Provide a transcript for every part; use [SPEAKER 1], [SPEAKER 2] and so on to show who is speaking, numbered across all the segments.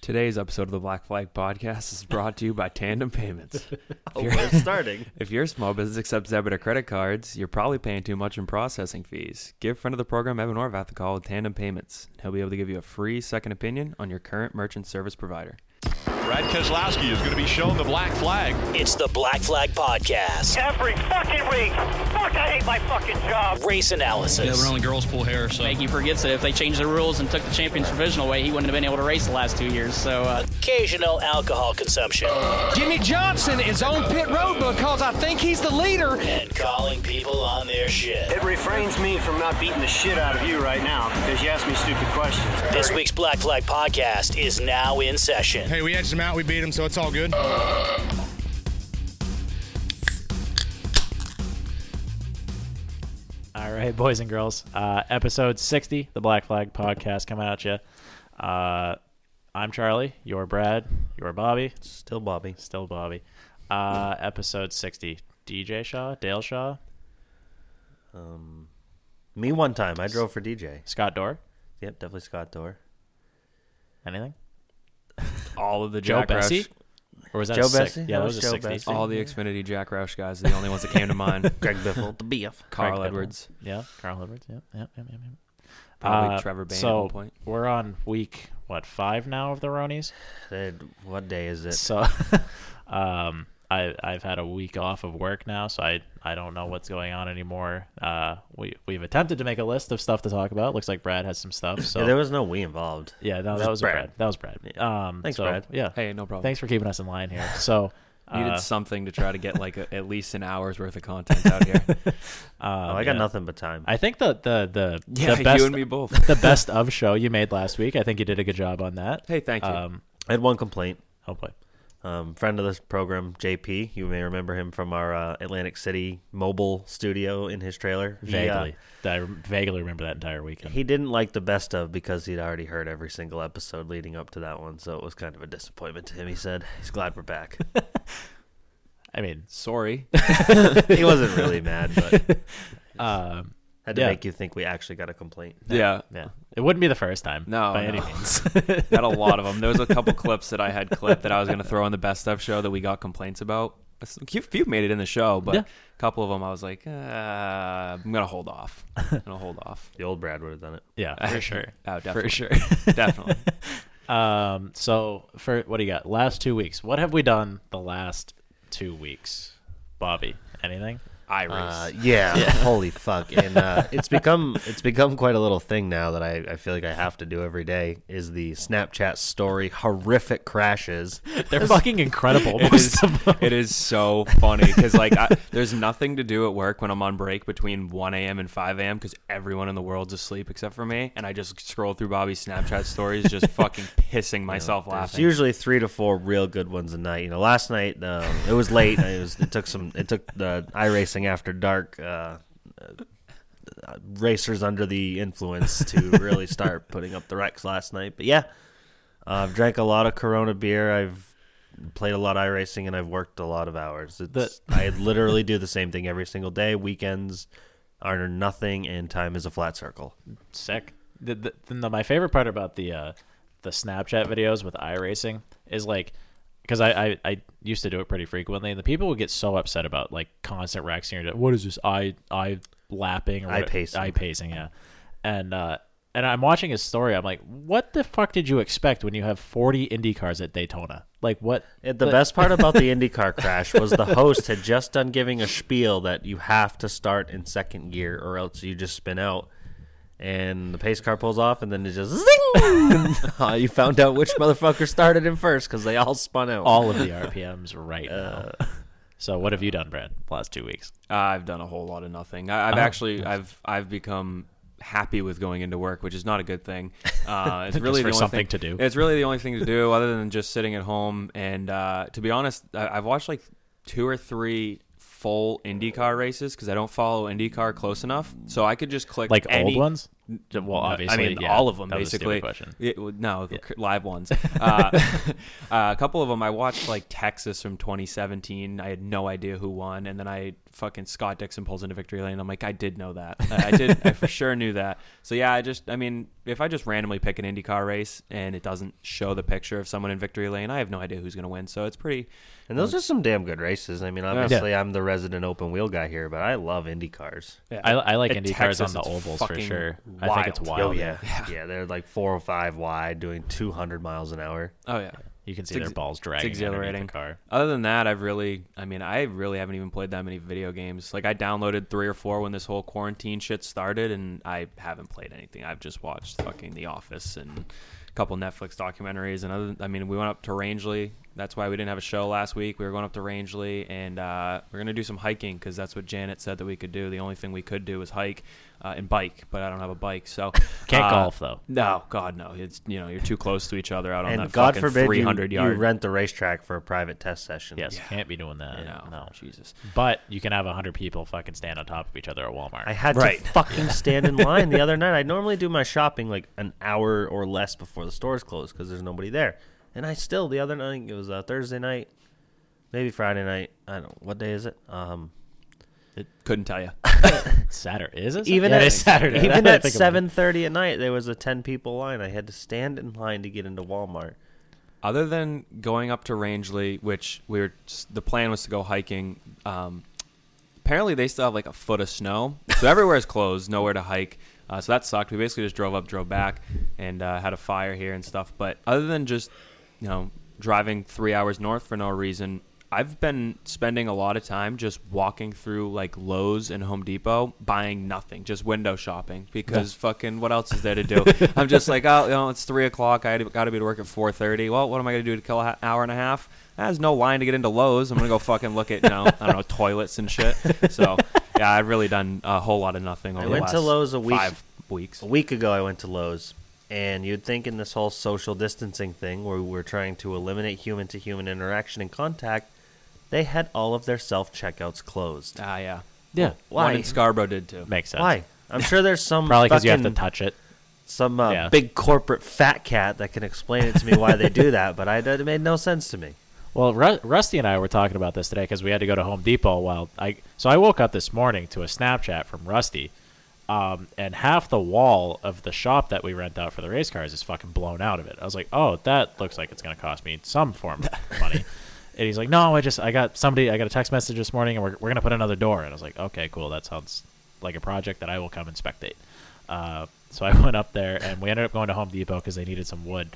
[SPEAKER 1] Today's episode of the Black Flag Podcast is brought to you by Tandem Payments.
[SPEAKER 2] Oh, we're starting.
[SPEAKER 1] If your small business accepts debit or credit cards, you're probably paying too much in processing fees. Give friend of the program Evan Orvath a call with Tandem Payments. He'll be able to give you a free second opinion on your current merchant service provider.
[SPEAKER 3] Brad Keselowski is going to be shown the black flag.
[SPEAKER 4] It's the Black Flag Podcast.
[SPEAKER 5] every fucking week. Fuck, I hate my fucking job.
[SPEAKER 4] Race
[SPEAKER 3] Yeah,
[SPEAKER 4] analysis.
[SPEAKER 3] we're only girls pull hair, so
[SPEAKER 6] He forgets that if they changed the rules and took the champions provisional away, he wouldn't have been able to race the last two years. So uh,
[SPEAKER 4] Occasional alcohol consumption.
[SPEAKER 7] Jimmy Johnson is on pit road because I think he's the leader.
[SPEAKER 4] And calling people on their shit.
[SPEAKER 8] It refrains me from not beating the shit out of you right now because you asked me stupid questions.
[SPEAKER 4] This week's Black Flag Podcast is now in session.
[SPEAKER 9] Hey, we edged him out. We beat him, so it's all good.
[SPEAKER 10] All right, boys and girls, uh, episode sixty, the Black Flag Podcast, coming at you. Uh, I'm Charlie. You're Brad. You're Bobby.
[SPEAKER 2] Still Bobby.
[SPEAKER 10] Still Bobby. Uh, episode sixty. DJ Shaw, Dale Shaw,
[SPEAKER 2] Me one time, I drove for DJ.
[SPEAKER 10] Scott Dorr.
[SPEAKER 2] Yep, definitely Scott Door.
[SPEAKER 10] Anything?
[SPEAKER 1] All of the
[SPEAKER 10] Joe
[SPEAKER 1] Jack
[SPEAKER 10] Bessie.
[SPEAKER 1] Roush,
[SPEAKER 10] Or was that
[SPEAKER 2] Joe
[SPEAKER 10] a six?
[SPEAKER 2] Bessie?
[SPEAKER 10] Yeah,
[SPEAKER 2] That
[SPEAKER 10] that
[SPEAKER 2] was
[SPEAKER 10] was,
[SPEAKER 2] Joe
[SPEAKER 10] a sixty.
[SPEAKER 2] Bessie.
[SPEAKER 1] all the Xfinity Jack Roush guys, are the only ones that came to mind.
[SPEAKER 2] Greg Biffle, the BF.
[SPEAKER 1] Carl
[SPEAKER 10] Biffle.
[SPEAKER 1] Edwards,
[SPEAKER 10] Yeah, Carl Edwards. Yeah, yeah, yeah, yeah. yeah.
[SPEAKER 1] probably
[SPEAKER 10] Uh,
[SPEAKER 1] Trevor Bain
[SPEAKER 10] so
[SPEAKER 1] at one point.
[SPEAKER 10] we're on week what five now of the Ronies.
[SPEAKER 2] Then What day is it?
[SPEAKER 10] So, um, I I've had a week off of work now, so I I don't know what's going on anymore. Uh, we we've attempted to make a list of stuff to talk about. Looks like Brad has some stuff. So
[SPEAKER 2] Yeah, there was no we involved.
[SPEAKER 10] yeah, no, that was
[SPEAKER 2] Brad.
[SPEAKER 10] Brad. That was Brad. Um,
[SPEAKER 2] Thanks,
[SPEAKER 10] so,
[SPEAKER 2] Brad.
[SPEAKER 10] Yeah.
[SPEAKER 1] Hey, no problem.
[SPEAKER 10] Thanks for keeping us in line here. So.
[SPEAKER 1] Needed
[SPEAKER 10] uh,
[SPEAKER 1] something to try to get like a, at least an hour's worth of content out here.
[SPEAKER 2] oh, I got nothing but time.
[SPEAKER 10] I think the the the,
[SPEAKER 1] Yeah,
[SPEAKER 10] the best
[SPEAKER 1] you and me both.
[SPEAKER 10] the best of show you made last week. I think you did a good job on that.
[SPEAKER 1] Hey, thank you.
[SPEAKER 10] Um,
[SPEAKER 2] I had one complaint.
[SPEAKER 10] oh boy,
[SPEAKER 2] Um, friend of this program, JP. You may remember him from our uh, Atlantic City mobile studio in his trailer. He, uh,
[SPEAKER 10] vaguely, I vaguely remember that entire weekend.
[SPEAKER 2] he didn't like the best of because he'd already heard every single episode leading up to that one, so it was kind of a disappointment to him. He said he's glad we're back.
[SPEAKER 10] I mean,
[SPEAKER 1] Sorry.
[SPEAKER 2] he wasn't really mad, but
[SPEAKER 10] um,
[SPEAKER 2] had to
[SPEAKER 10] Yeah.
[SPEAKER 2] make you think we actually got a complaint.
[SPEAKER 1] yeah.
[SPEAKER 10] yeah, it wouldn't be the first time.
[SPEAKER 1] No,
[SPEAKER 10] by
[SPEAKER 1] no.
[SPEAKER 10] any means.
[SPEAKER 1] had a lot of them. There was a couple clips that I had clipped that I was going to throw in the best of show that we got complaints about. A s- few- few made it in the show, but
[SPEAKER 10] Yeah.
[SPEAKER 1] a couple of them I was like, uh, I'm gonna hold off. I'm gonna hold off.
[SPEAKER 2] The old Brad would have done it.
[SPEAKER 10] yeah, for sure.
[SPEAKER 1] Oh,
[SPEAKER 10] For
[SPEAKER 1] definitely,
[SPEAKER 10] sure.
[SPEAKER 1] definitely.
[SPEAKER 10] Um, so for what do you got? Last two weeks. What have we done the last two weeks, Bobby? Anything?
[SPEAKER 1] I race.
[SPEAKER 2] Uh, yeah, holy fuck! And uh, it's become it's become quite a little thing now that I, I feel like I have to do every day is the Snapchat story horrific crashes.
[SPEAKER 10] They're fucking incredible.
[SPEAKER 1] it
[SPEAKER 10] most
[SPEAKER 1] is.
[SPEAKER 10] of them.
[SPEAKER 1] It is so funny because like I, there's nothing to do at work when I'm on break between 1 a.m. and 5 a.m. because everyone in the world's asleep except for me, and I just scroll through Bobby's Snapchat stories, just fucking pissing myself
[SPEAKER 2] It's
[SPEAKER 1] laughing.
[SPEAKER 2] usually three to four real good ones a night. You know, last night um, it was late. It was it took some it took the iRacing after dark. Uh, uh, Racers under the influence to really start putting up the wrecks last night, but yeah, uh, I've drank a lot of Corona beer. I've played a lot of iRacing, and I've worked a lot of hours. It's, I literally do the same thing every single day. Weekends are nothing, and time is a flat circle.
[SPEAKER 10] Sick. The, the, the, my favorite part about the uh, the Snapchat videos with iRacing is like because I, I I used to do it pretty frequently, and the people would get so upset about like constant wrecks. And you're like, what is this? I I lapping or
[SPEAKER 2] Eye
[SPEAKER 10] what-
[SPEAKER 2] pacing.
[SPEAKER 10] Eye pacing, yeah. And uh, and I'm watching his story. I'm like, what the fuck did you expect when you have 40 Indy cars at Daytona? Like what?
[SPEAKER 2] And the best part about the IndyCar crash was the host had just done giving a spiel that you have to start in second gear or else you just spin out. And the pace car pulls off, and then it just zing. Uh, you found out which motherfucker started in first because they all spun out.
[SPEAKER 10] All of the RPMs right
[SPEAKER 2] Uh,
[SPEAKER 10] now. So what have you done, Brad? the Last two weeks?
[SPEAKER 1] Uh, I've done a whole lot of nothing. I, I've
[SPEAKER 10] Oh,
[SPEAKER 1] actually I've I've become happy with going into work, which is not a good thing. Uh, it's really
[SPEAKER 10] for
[SPEAKER 1] the only
[SPEAKER 10] something
[SPEAKER 1] thing,
[SPEAKER 10] to do.
[SPEAKER 1] It's really the only thing to do other than just sitting at home. And uh, to be honest, I, I've watched like two or three full IndyCar races because I don't follow IndyCar close enough, so I could just click
[SPEAKER 10] Like
[SPEAKER 1] any-
[SPEAKER 10] old ones? Well, obviously,
[SPEAKER 1] I mean,
[SPEAKER 10] yeah,
[SPEAKER 1] all of them
[SPEAKER 10] that was a
[SPEAKER 1] basically.
[SPEAKER 10] stupid question.
[SPEAKER 1] Yeah, well, no, c- live ones. Uh, a couple of them I watched, like Texas from 2017. I had no idea who won, and then I fucking Scott Dixon pulls into victory lane. I'm like, I did know that. I I did. I for sure knew that. So yeah, I just, I mean, if I just randomly pick an IndyCar race and it doesn't show the picture of someone in victory lane, I have no idea who's gonna win. So it's pretty.
[SPEAKER 2] And those are some damn good races. I mean, obviously, I'm the resident open wheel guy here, but I love Indy cars.
[SPEAKER 10] I, I like
[SPEAKER 1] At
[SPEAKER 10] Indy cars on
[SPEAKER 1] Texas,
[SPEAKER 10] the
[SPEAKER 1] it's
[SPEAKER 10] ovals for
[SPEAKER 1] fucking
[SPEAKER 10] sure. I think it's
[SPEAKER 1] wild.
[SPEAKER 10] wild.
[SPEAKER 2] Oh, yeah, they're like four or five wide, doing 200 miles an hour.
[SPEAKER 1] Oh yeah.
[SPEAKER 10] You can see
[SPEAKER 1] It's
[SPEAKER 10] their
[SPEAKER 1] ex-
[SPEAKER 10] balls dragging
[SPEAKER 1] it's
[SPEAKER 10] underneath
[SPEAKER 1] exhilarating.
[SPEAKER 10] the car.
[SPEAKER 1] Other than that, I've really, I mean, I really haven't even played that many video games. Like I downloaded three or four when this whole quarantine shit started, and I haven't played anything. I've just watched fucking The Office and a couple Netflix documentaries. And other, I mean, we went up to Rangeley. That's why we didn't have a show last week. We were going up to Rangeley, and uh, we're gonna do some hiking because that's what Janet said that we could do. The only thing we could do was hike uh, and bike, but I don't have a bike, so
[SPEAKER 10] Can't
[SPEAKER 1] uh,
[SPEAKER 10] golf though.
[SPEAKER 1] No, God, no. It's you know you're too close to each other out on
[SPEAKER 2] And
[SPEAKER 1] that
[SPEAKER 2] God
[SPEAKER 1] fucking
[SPEAKER 2] forbid you,
[SPEAKER 1] 300
[SPEAKER 2] you
[SPEAKER 1] yard.
[SPEAKER 2] rent the racetrack for a private test session.
[SPEAKER 10] Yes, can't be doing that.
[SPEAKER 1] you know.
[SPEAKER 10] No,
[SPEAKER 1] Jesus.
[SPEAKER 10] but you can have hundred people fucking stand on top of each other at Walmart.
[SPEAKER 2] I had
[SPEAKER 1] Right.
[SPEAKER 2] to fucking stand in line the other night. I normally do my shopping like an hour or less before the stores close because there's nobody there. And I still the other night it was uh, Thursday night, maybe Friday night. I don't. What day is it? Um,
[SPEAKER 1] Couldn't tell you.
[SPEAKER 10] Saturday is it? Saturday?
[SPEAKER 2] even
[SPEAKER 10] Yeah,
[SPEAKER 2] at
[SPEAKER 10] it is Saturday. Now
[SPEAKER 2] Even
[SPEAKER 10] that I
[SPEAKER 2] at
[SPEAKER 10] think about it.
[SPEAKER 2] seven thirty at night, there was a ten people line. I had to stand in line to get into Walmart.
[SPEAKER 1] Other than going up to Rangeley, which we were, the plan was to go hiking. Um, apparently, they still have like a foot of snow, so everywhere is closed. Nowhere to hike. Uh, so that sucked. We basically just drove up, drove back, and uh, had a fire here and stuff. But other than just you know driving three hours north for no reason, I've been spending a lot of time just walking through like Lowe's and Home Depot, buying nothing, just window shopping because fucking what else is there to do? I'm just like, oh, you know, it's three o'clock. I got to be to work at four thirty. Well, what am I gonna do to kill an hour and a half? There's no line to get into Lowe's. I'm gonna go fucking look at you know, I don't know, toilets and shit. So yeah, I've really done a whole lot of nothing. Over
[SPEAKER 2] I
[SPEAKER 1] the
[SPEAKER 2] went
[SPEAKER 1] last
[SPEAKER 2] to Lowe's a week-
[SPEAKER 1] five weeks.
[SPEAKER 2] A week ago, I went to Lowe's, and you'd think in this whole social distancing thing where we're trying to eliminate human to human interaction and contact, they had all of their self checkouts closed.
[SPEAKER 1] Ah, yeah.
[SPEAKER 10] Yeah,
[SPEAKER 1] One
[SPEAKER 2] Why?
[SPEAKER 1] in Scarborough did too.
[SPEAKER 10] makes sense.
[SPEAKER 2] Why? I'm sure there's some
[SPEAKER 10] Probably because you have to
[SPEAKER 2] fucking-
[SPEAKER 10] touch it.
[SPEAKER 2] some uh,
[SPEAKER 10] Yeah.
[SPEAKER 2] big corporate fat cat that can explain it to me why they do that, but I, it made no sense to me.
[SPEAKER 10] Well, Ru- Rusty and I were talking about this today because we had to go to Home Depot. While I so I woke up this morning to a Snapchat from Rusty, um, and half the wall of the shop that we rent out for the race cars is fucking blown out of it. I was like, oh, that looks like it's gonna cost me some form of money. and he's like, no, I just I got somebody I got a text message this morning, and we're we're gonna put another door. And I was like, okay, cool, that sounds like a project that I will come inspectate. Uh, so I went up there, and we ended up going to Home Depot because they needed some wood,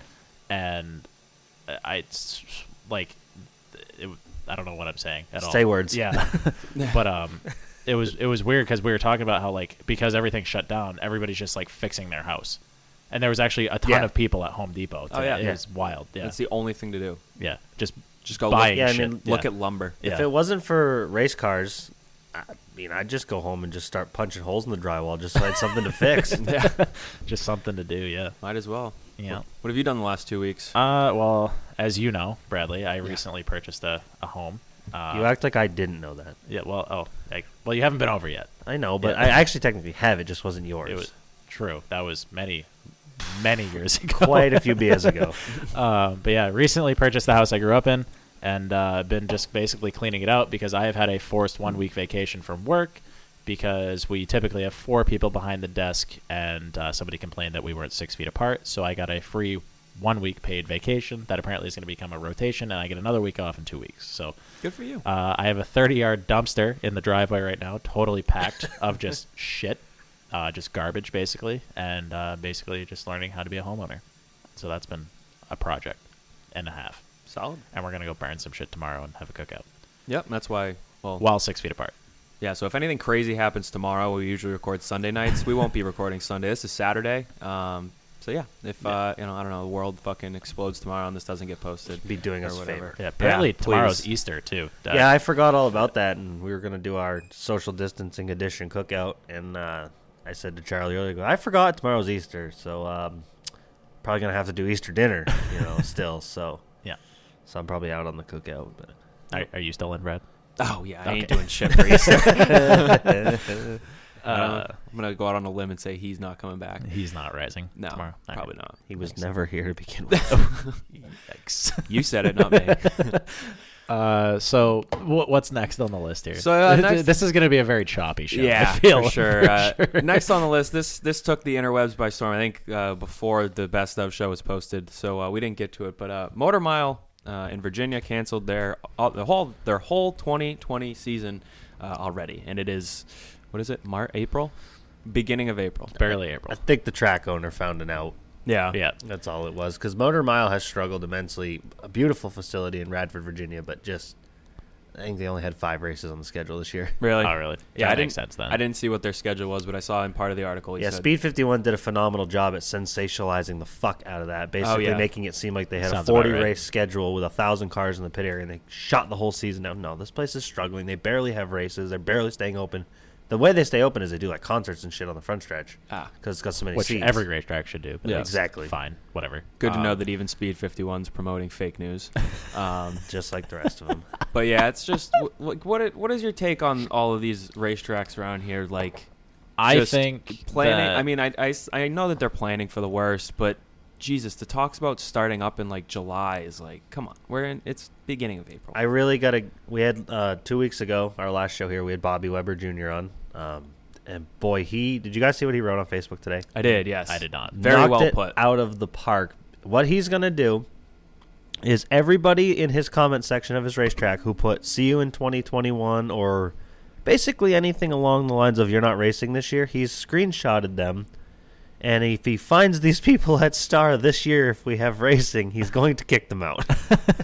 [SPEAKER 10] and I it's like it, I don't know what I'm saying at all.
[SPEAKER 2] Say words.
[SPEAKER 10] Yeah, but um, it was it was weird because we were talking about how like because everything shut down, everybody's just like fixing their house, and there was actually a ton
[SPEAKER 2] Yeah.
[SPEAKER 10] of people at Home Depot.
[SPEAKER 1] Oh,
[SPEAKER 10] today.
[SPEAKER 1] yeah.
[SPEAKER 10] it
[SPEAKER 1] Yeah.
[SPEAKER 10] was wild. Yeah,
[SPEAKER 1] That's the only thing to do.
[SPEAKER 10] yeah, just
[SPEAKER 1] Just go
[SPEAKER 10] buying.
[SPEAKER 2] Yeah, I
[SPEAKER 10] shit.
[SPEAKER 2] mean,
[SPEAKER 10] yeah.
[SPEAKER 1] Look at lumber.
[SPEAKER 10] yeah.
[SPEAKER 2] If it wasn't for race cars, I mean, I'd just go home and just start punching holes in the drywall just so I had something to fix.
[SPEAKER 10] just something to do. Yeah,
[SPEAKER 1] Might as well.
[SPEAKER 10] Yeah.
[SPEAKER 1] What, what have you done the last two weeks?
[SPEAKER 10] uh, well, as you know, Bradley, I recently purchased a a home. Uh,
[SPEAKER 2] You act like I didn't know that.
[SPEAKER 10] yeah, well, oh, like, well, you haven't been over yet.
[SPEAKER 2] I know, but
[SPEAKER 10] Yeah.
[SPEAKER 2] I actually technically have. It just wasn't yours.
[SPEAKER 10] It was true. That was many, many years ago.
[SPEAKER 2] quite a few beers ago.
[SPEAKER 10] Um, but yeah, recently purchased the house I grew up in and uh, been just basically cleaning it out because I have had a forced one week vacation from work because we typically have four people behind the desk and uh, somebody complained that we weren't six feet apart. So I got a free one week paid vacation that apparently is going to become a rotation and I get another week off in two weeks. So
[SPEAKER 1] Good for you.
[SPEAKER 10] uh, I have a 30 yard dumpster in the driveway right now, totally packed of just shit, uh, just garbage basically, and uh, basically just learning how to be a homeowner. So that's been a project and a half.
[SPEAKER 1] Solid.
[SPEAKER 10] And we're going to go burn some shit tomorrow and have a cookout
[SPEAKER 1] Yep. That's why. Well,
[SPEAKER 10] while six feet apart.
[SPEAKER 1] yeah. So if anything crazy happens tomorrow, we usually record Sunday nights. We won't be recording Sunday. This is Saturday. Um, so yeah, if uh, you know, I don't know, the world fucking explodes tomorrow and this doesn't get posted,
[SPEAKER 2] Be doing
[SPEAKER 1] or
[SPEAKER 2] us a
[SPEAKER 1] whatever.
[SPEAKER 2] favor.
[SPEAKER 10] Yeah, apparently
[SPEAKER 1] please.
[SPEAKER 10] tomorrow's Easter too. Uh,
[SPEAKER 2] Yeah, I forgot all about that, and we were gonna do our social distancing edition cookout, and uh, I said to Charlie earlier, I forgot tomorrow's Easter, so um, probably gonna have to do Easter dinner, you know, still. So,
[SPEAKER 10] yeah.
[SPEAKER 2] so I'm probably out on the cookout, but
[SPEAKER 10] Are, are you still in, Brad?
[SPEAKER 1] Oh yeah, I ain't
[SPEAKER 10] Okay.
[SPEAKER 1] doing shit for Easter. Uh, I'm gonna go out on a limb and say he's not coming back.
[SPEAKER 10] He's not rising
[SPEAKER 1] No,
[SPEAKER 10] tomorrow. All
[SPEAKER 1] probably
[SPEAKER 10] right.
[SPEAKER 1] not.
[SPEAKER 2] He was never here to begin with.
[SPEAKER 10] Yikes.
[SPEAKER 1] You said it, not me.
[SPEAKER 10] Uh, so wh- what's next on the list here?
[SPEAKER 1] So, uh,
[SPEAKER 10] Th- th-
[SPEAKER 1] next-
[SPEAKER 10] this is going to be a very choppy show.
[SPEAKER 1] Yeah,
[SPEAKER 10] I feel
[SPEAKER 1] for sure. uh, Next on the list, this this took the interwebs by storm. I think uh, before the best of show was posted, so uh, we didn't get to it. But uh, Motor Mile uh, in Virginia canceled their all, the whole their whole 2020 season uh, already, and it is what is it? March, April, beginning of April.
[SPEAKER 10] barely
[SPEAKER 2] I
[SPEAKER 10] April.
[SPEAKER 2] think the track owner found an out.
[SPEAKER 1] Yeah,
[SPEAKER 10] Yeah,
[SPEAKER 2] That's all it was. Because Motor Mile has struggled immensely. A beautiful facility in Radford, Virginia, but just I think they only had five races on the schedule this year.
[SPEAKER 1] Really?
[SPEAKER 10] Oh, really?
[SPEAKER 1] Yeah,
[SPEAKER 10] That
[SPEAKER 1] I
[SPEAKER 10] makes
[SPEAKER 1] didn't,
[SPEAKER 10] sense then.
[SPEAKER 1] I didn't see what their schedule was, but I saw in part of the article. he
[SPEAKER 2] Yeah,
[SPEAKER 1] said-
[SPEAKER 2] Speed 51 did a phenomenal job at sensationalizing the fuck out of that, basically
[SPEAKER 1] yeah.
[SPEAKER 2] making it seem like they had
[SPEAKER 10] Oh, Sounds
[SPEAKER 2] a
[SPEAKER 10] about
[SPEAKER 2] 40
[SPEAKER 10] right.
[SPEAKER 2] race schedule with a 1,000 cars in the pit area, and they shot the whole season down. No, this place is struggling. They barely have races. They're barely staying open. The way they stay open is they do like concerts and shit on the front stretch.
[SPEAKER 1] Ah.
[SPEAKER 2] Because it's got so many
[SPEAKER 10] which
[SPEAKER 2] seats.
[SPEAKER 10] every racetrack should do. But
[SPEAKER 1] Yeah.
[SPEAKER 10] that's
[SPEAKER 2] Exactly.
[SPEAKER 10] Fine. Whatever.
[SPEAKER 1] Good to
[SPEAKER 10] Um,
[SPEAKER 1] know that even Speed 51's promoting fake news. Um,
[SPEAKER 2] Just like the rest of them.
[SPEAKER 1] but yeah, it's just wh- like what it, what is your take on all of these racetracks around here? Like,
[SPEAKER 10] I
[SPEAKER 1] just
[SPEAKER 10] think
[SPEAKER 1] planning.
[SPEAKER 10] that-
[SPEAKER 1] I mean, I, I s- I know that they're planning for the worst, but Jesus, the talks about starting up in like July is like, come on, we're in it's beginning of April.
[SPEAKER 2] I really got to. We had uh, two weeks ago, our last show here, we had Bobby Weber Jr. on. Um, and boy, he. Did you guys see what he wrote on Facebook today?
[SPEAKER 1] I did, yes,
[SPEAKER 10] I did not.
[SPEAKER 1] Very
[SPEAKER 2] knocked
[SPEAKER 1] well
[SPEAKER 2] it
[SPEAKER 1] put.
[SPEAKER 2] out of the park. What he's going to do is everybody in his comment section of his racetrack who put "see you in 2021" or basically anything along the lines of "you're not racing this year," he's screenshotted them. And if he finds these people at Star this year, if we have racing, he's going to kick them out.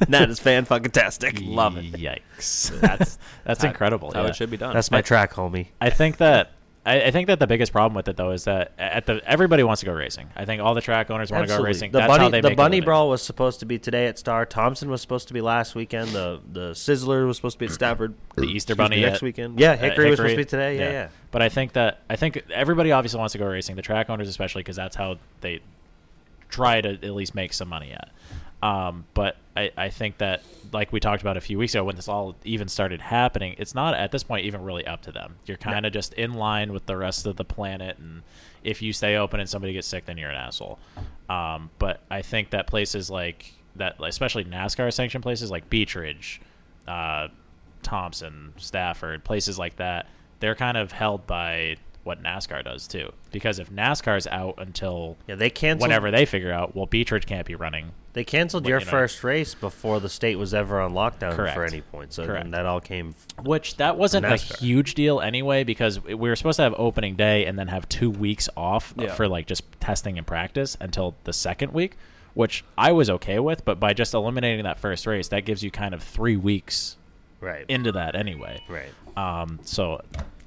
[SPEAKER 2] that is fan fucking tastic.
[SPEAKER 1] Love it.
[SPEAKER 10] Yikes. That's that's incredible.
[SPEAKER 1] How
[SPEAKER 10] yeah.
[SPEAKER 1] it should be done.
[SPEAKER 2] That's my track, homie.
[SPEAKER 10] I think that I, I think that the biggest problem with it though is that at the everybody wants to go racing. I think all the track owners want to go
[SPEAKER 2] Absolutely.
[SPEAKER 10] racing.
[SPEAKER 2] The
[SPEAKER 10] That's
[SPEAKER 2] bunny,
[SPEAKER 10] how they
[SPEAKER 2] the
[SPEAKER 10] make a
[SPEAKER 2] bunny
[SPEAKER 10] living.
[SPEAKER 2] brawl was supposed to be today at Star. Thompson was supposed to be last weekend. The the Sizzler was supposed to be at Stafford.
[SPEAKER 10] The Easter
[SPEAKER 2] Excuse
[SPEAKER 10] Bunny Uh,
[SPEAKER 2] me,
[SPEAKER 10] at-
[SPEAKER 2] next weekend. Yeah,
[SPEAKER 10] at
[SPEAKER 2] Hickory, was supposed to be today. Yeah, yeah.
[SPEAKER 10] But I think that I think everybody obviously wants to go racing. The track owners especially because that's how they try to at least make some money at. Um, but I, I think that like we talked about a few weeks ago when this all even started happening, it's not at this point even really up to them. You're kind of just in line with the rest of the planet, and if you stay open and somebody gets sick, then you're an asshole. Um, but I think that places like that, especially NASCAR sanctioned places like Beechridge, uh, Thompson, Stafford, places like that, they're kind of held by what NASCAR does too. Because if NASCAR's out until
[SPEAKER 2] Yeah, they canceled.
[SPEAKER 10] whenever they figure out, well, Beechridge can't be running.
[SPEAKER 2] they canceled
[SPEAKER 10] Well,
[SPEAKER 2] your
[SPEAKER 10] you know.
[SPEAKER 2] first race before the state was ever on lockdown
[SPEAKER 10] Correct.
[SPEAKER 2] for any point. So
[SPEAKER 10] Correct.
[SPEAKER 2] then that all came.
[SPEAKER 10] Which that wasn't a
[SPEAKER 2] NASCAR.
[SPEAKER 10] huge deal anyway, because we were supposed to have opening day and then have two weeks off
[SPEAKER 1] Yeah.
[SPEAKER 10] for like just testing and practice until the second week, which I was okay with. But by just eliminating that first race, that gives you kind of three weeks
[SPEAKER 2] Right.
[SPEAKER 10] into that anyway.
[SPEAKER 2] right.
[SPEAKER 10] Um, so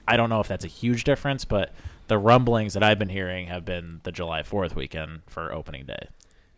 [SPEAKER 10] I don't know if that's a huge difference, but the rumblings that I've been hearing have been the July 4th weekend for opening day,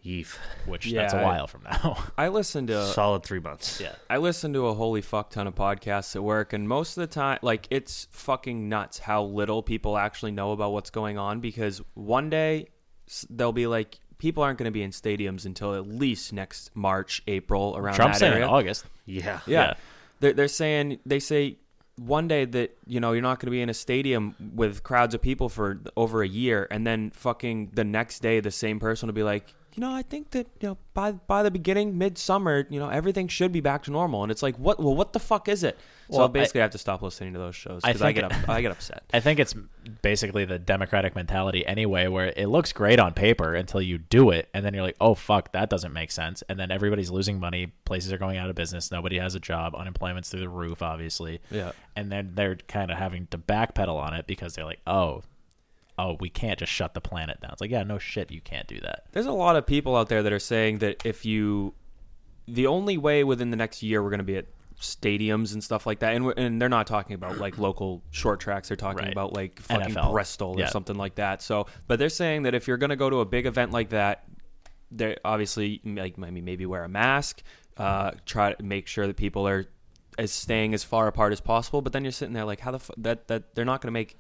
[SPEAKER 2] Yeef.
[SPEAKER 10] which
[SPEAKER 1] Yeah,
[SPEAKER 10] that's a
[SPEAKER 1] I-
[SPEAKER 10] while from now.
[SPEAKER 1] I listened to
[SPEAKER 2] Solid three months.
[SPEAKER 10] Uh, yeah.
[SPEAKER 1] I listen to a holy fuck ton of podcasts at work, and most of the time, like, it's fucking nuts how little people actually know about what's going on because one day s- they'll be like, people aren't going to be in stadiums until at least next March, April, around
[SPEAKER 10] Trump's
[SPEAKER 1] that
[SPEAKER 10] saying "Oh,
[SPEAKER 1] area.
[SPEAKER 10] in August.
[SPEAKER 2] Yeah.
[SPEAKER 1] Yeah.
[SPEAKER 10] Yeah.
[SPEAKER 1] They're, they're saying, they say one day that, you know, you're not going to be in a stadium with crowds of people for over a year. And then fucking the next day, the same person will be like, you know, I think that, you know, by, by the beginning, midsummer, you know, everything should be back to normal. And it's like, what, well, what the fuck is it? So
[SPEAKER 10] Well,
[SPEAKER 1] I'll basically have to stop listening to those shows
[SPEAKER 10] I
[SPEAKER 1] because I,
[SPEAKER 10] think-
[SPEAKER 1] get up, I get upset.
[SPEAKER 10] I think it's basically the Democratic mentality anyway, where it looks great on paper until you do it, and then you're like, oh, fuck, that doesn't make sense. And then everybody's losing money, places are going out of business, nobody has a job, unemployment's through the roof, obviously.
[SPEAKER 1] Yeah.
[SPEAKER 10] And then they're kind of having to backpedal on it because they're like, oh, oh, we can't just shut the planet down. It's like, yeah, no shit, you can't do that.
[SPEAKER 1] There's a lot of people out there that are saying that if you, the only way within the next year we're going to be at stadiums and stuff like that, and we're, and they're not talking about like local short tracks. They're talking
[SPEAKER 10] Right.
[SPEAKER 1] about like fucking
[SPEAKER 10] NFL.
[SPEAKER 1] Bristol
[SPEAKER 10] Yeah.
[SPEAKER 1] or something like that. So, but they're saying that if you're going to go to a big event like that, they obviously like maybe maybe wear a mask, uh, try to make sure that people are as staying as far apart as possible. But then you're sitting there like, how the f- that that they're not going to make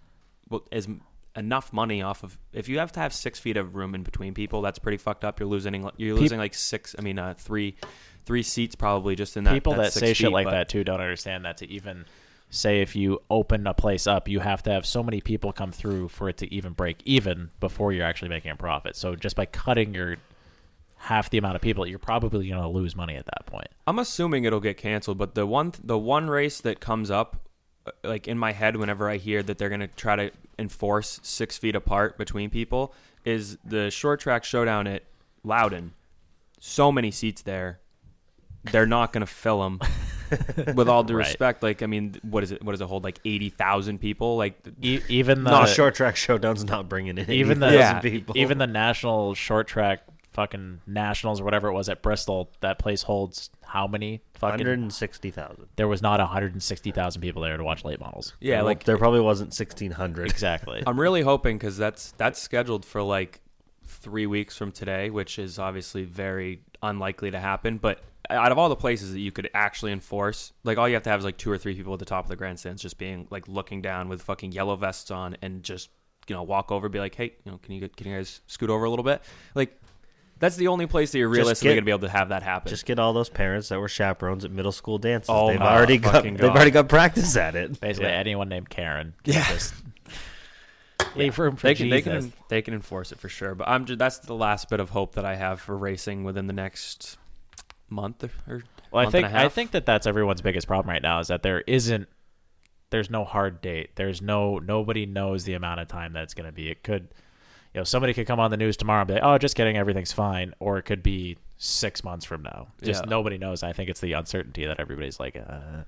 [SPEAKER 1] well, as m- enough money off of if you have to have six feet of room in between people that's pretty fucked up you're losing you're losing like six i mean uh three three seats probably just in that
[SPEAKER 10] people that,
[SPEAKER 1] six
[SPEAKER 10] say shit
[SPEAKER 1] feet,
[SPEAKER 10] like
[SPEAKER 1] but-
[SPEAKER 10] that too don't understand that to even say if you open a place up, you have to have so many people come through for it to even break even before you're actually making a profit. So just by cutting your half the amount of people, you're probably going to lose money at that point.
[SPEAKER 1] I'm assuming it'll get canceled, but the one the one race that comes up, uh, like in my head, whenever I hear that they're gonna try to enforce six feet apart between people, is the short track showdown at Loudon. So many seats there, they're not gonna fill them. With all due
[SPEAKER 10] Right.
[SPEAKER 1] respect, like I mean, what is it? What does it hold? Like eighty thousand people? Like
[SPEAKER 10] E- even the
[SPEAKER 2] no, short track showdown's not bringing in
[SPEAKER 10] even the
[SPEAKER 2] 80,000
[SPEAKER 1] Yeah.
[SPEAKER 2] people.
[SPEAKER 10] even the national short track fucking nationals or whatever it was at Bristol, that place holds how many fucking
[SPEAKER 2] 160,000.
[SPEAKER 10] there was not 160,000 people there to watch late models.
[SPEAKER 1] yeah, Um,
[SPEAKER 2] Well,
[SPEAKER 1] like
[SPEAKER 2] there probably wasn't 1600.
[SPEAKER 10] Exactly.
[SPEAKER 1] I'm really hoping because that's that's scheduled for like three weeks from today, which is obviously very unlikely to happen. But out of all the places that you could actually enforce, like all you have to have is like two or three people at the top of the grandstands just being like looking down with fucking yellow vests on and just you know walk over, be like, hey, you know, can you can you guys scoot over a little bit? Like that's the only place that you're realistically
[SPEAKER 2] get-
[SPEAKER 1] gonna be able to have that happen.
[SPEAKER 2] Just get all those parents that were chaperones at middle school dances.
[SPEAKER 1] Oh
[SPEAKER 2] they've
[SPEAKER 1] my
[SPEAKER 2] already got
[SPEAKER 1] fucking
[SPEAKER 2] they've
[SPEAKER 1] God.
[SPEAKER 2] already got practice at it.
[SPEAKER 10] Basically,
[SPEAKER 1] Yeah.
[SPEAKER 10] anyone named Karen.
[SPEAKER 1] Yeah.
[SPEAKER 10] Just leave room for
[SPEAKER 1] they can, they
[SPEAKER 10] Jesus.
[SPEAKER 1] can they can enforce it for sure, but I'm just, that's the last bit of hope that I have for racing within the next month or, or
[SPEAKER 10] well, I
[SPEAKER 1] month and
[SPEAKER 10] think
[SPEAKER 1] a
[SPEAKER 10] I
[SPEAKER 1] half.
[SPEAKER 10] think that that's everyone's biggest problem right now is that there isn't there's no hard date. There's no nobody knows the amount of time that it's going to be. It could you know, somebody could come on the news tomorrow and be like, "Oh, just kidding, everything's fine," or it could be 6 months from now. Just
[SPEAKER 1] Yeah.
[SPEAKER 10] nobody knows. I think it's the uncertainty that everybody's like, uh,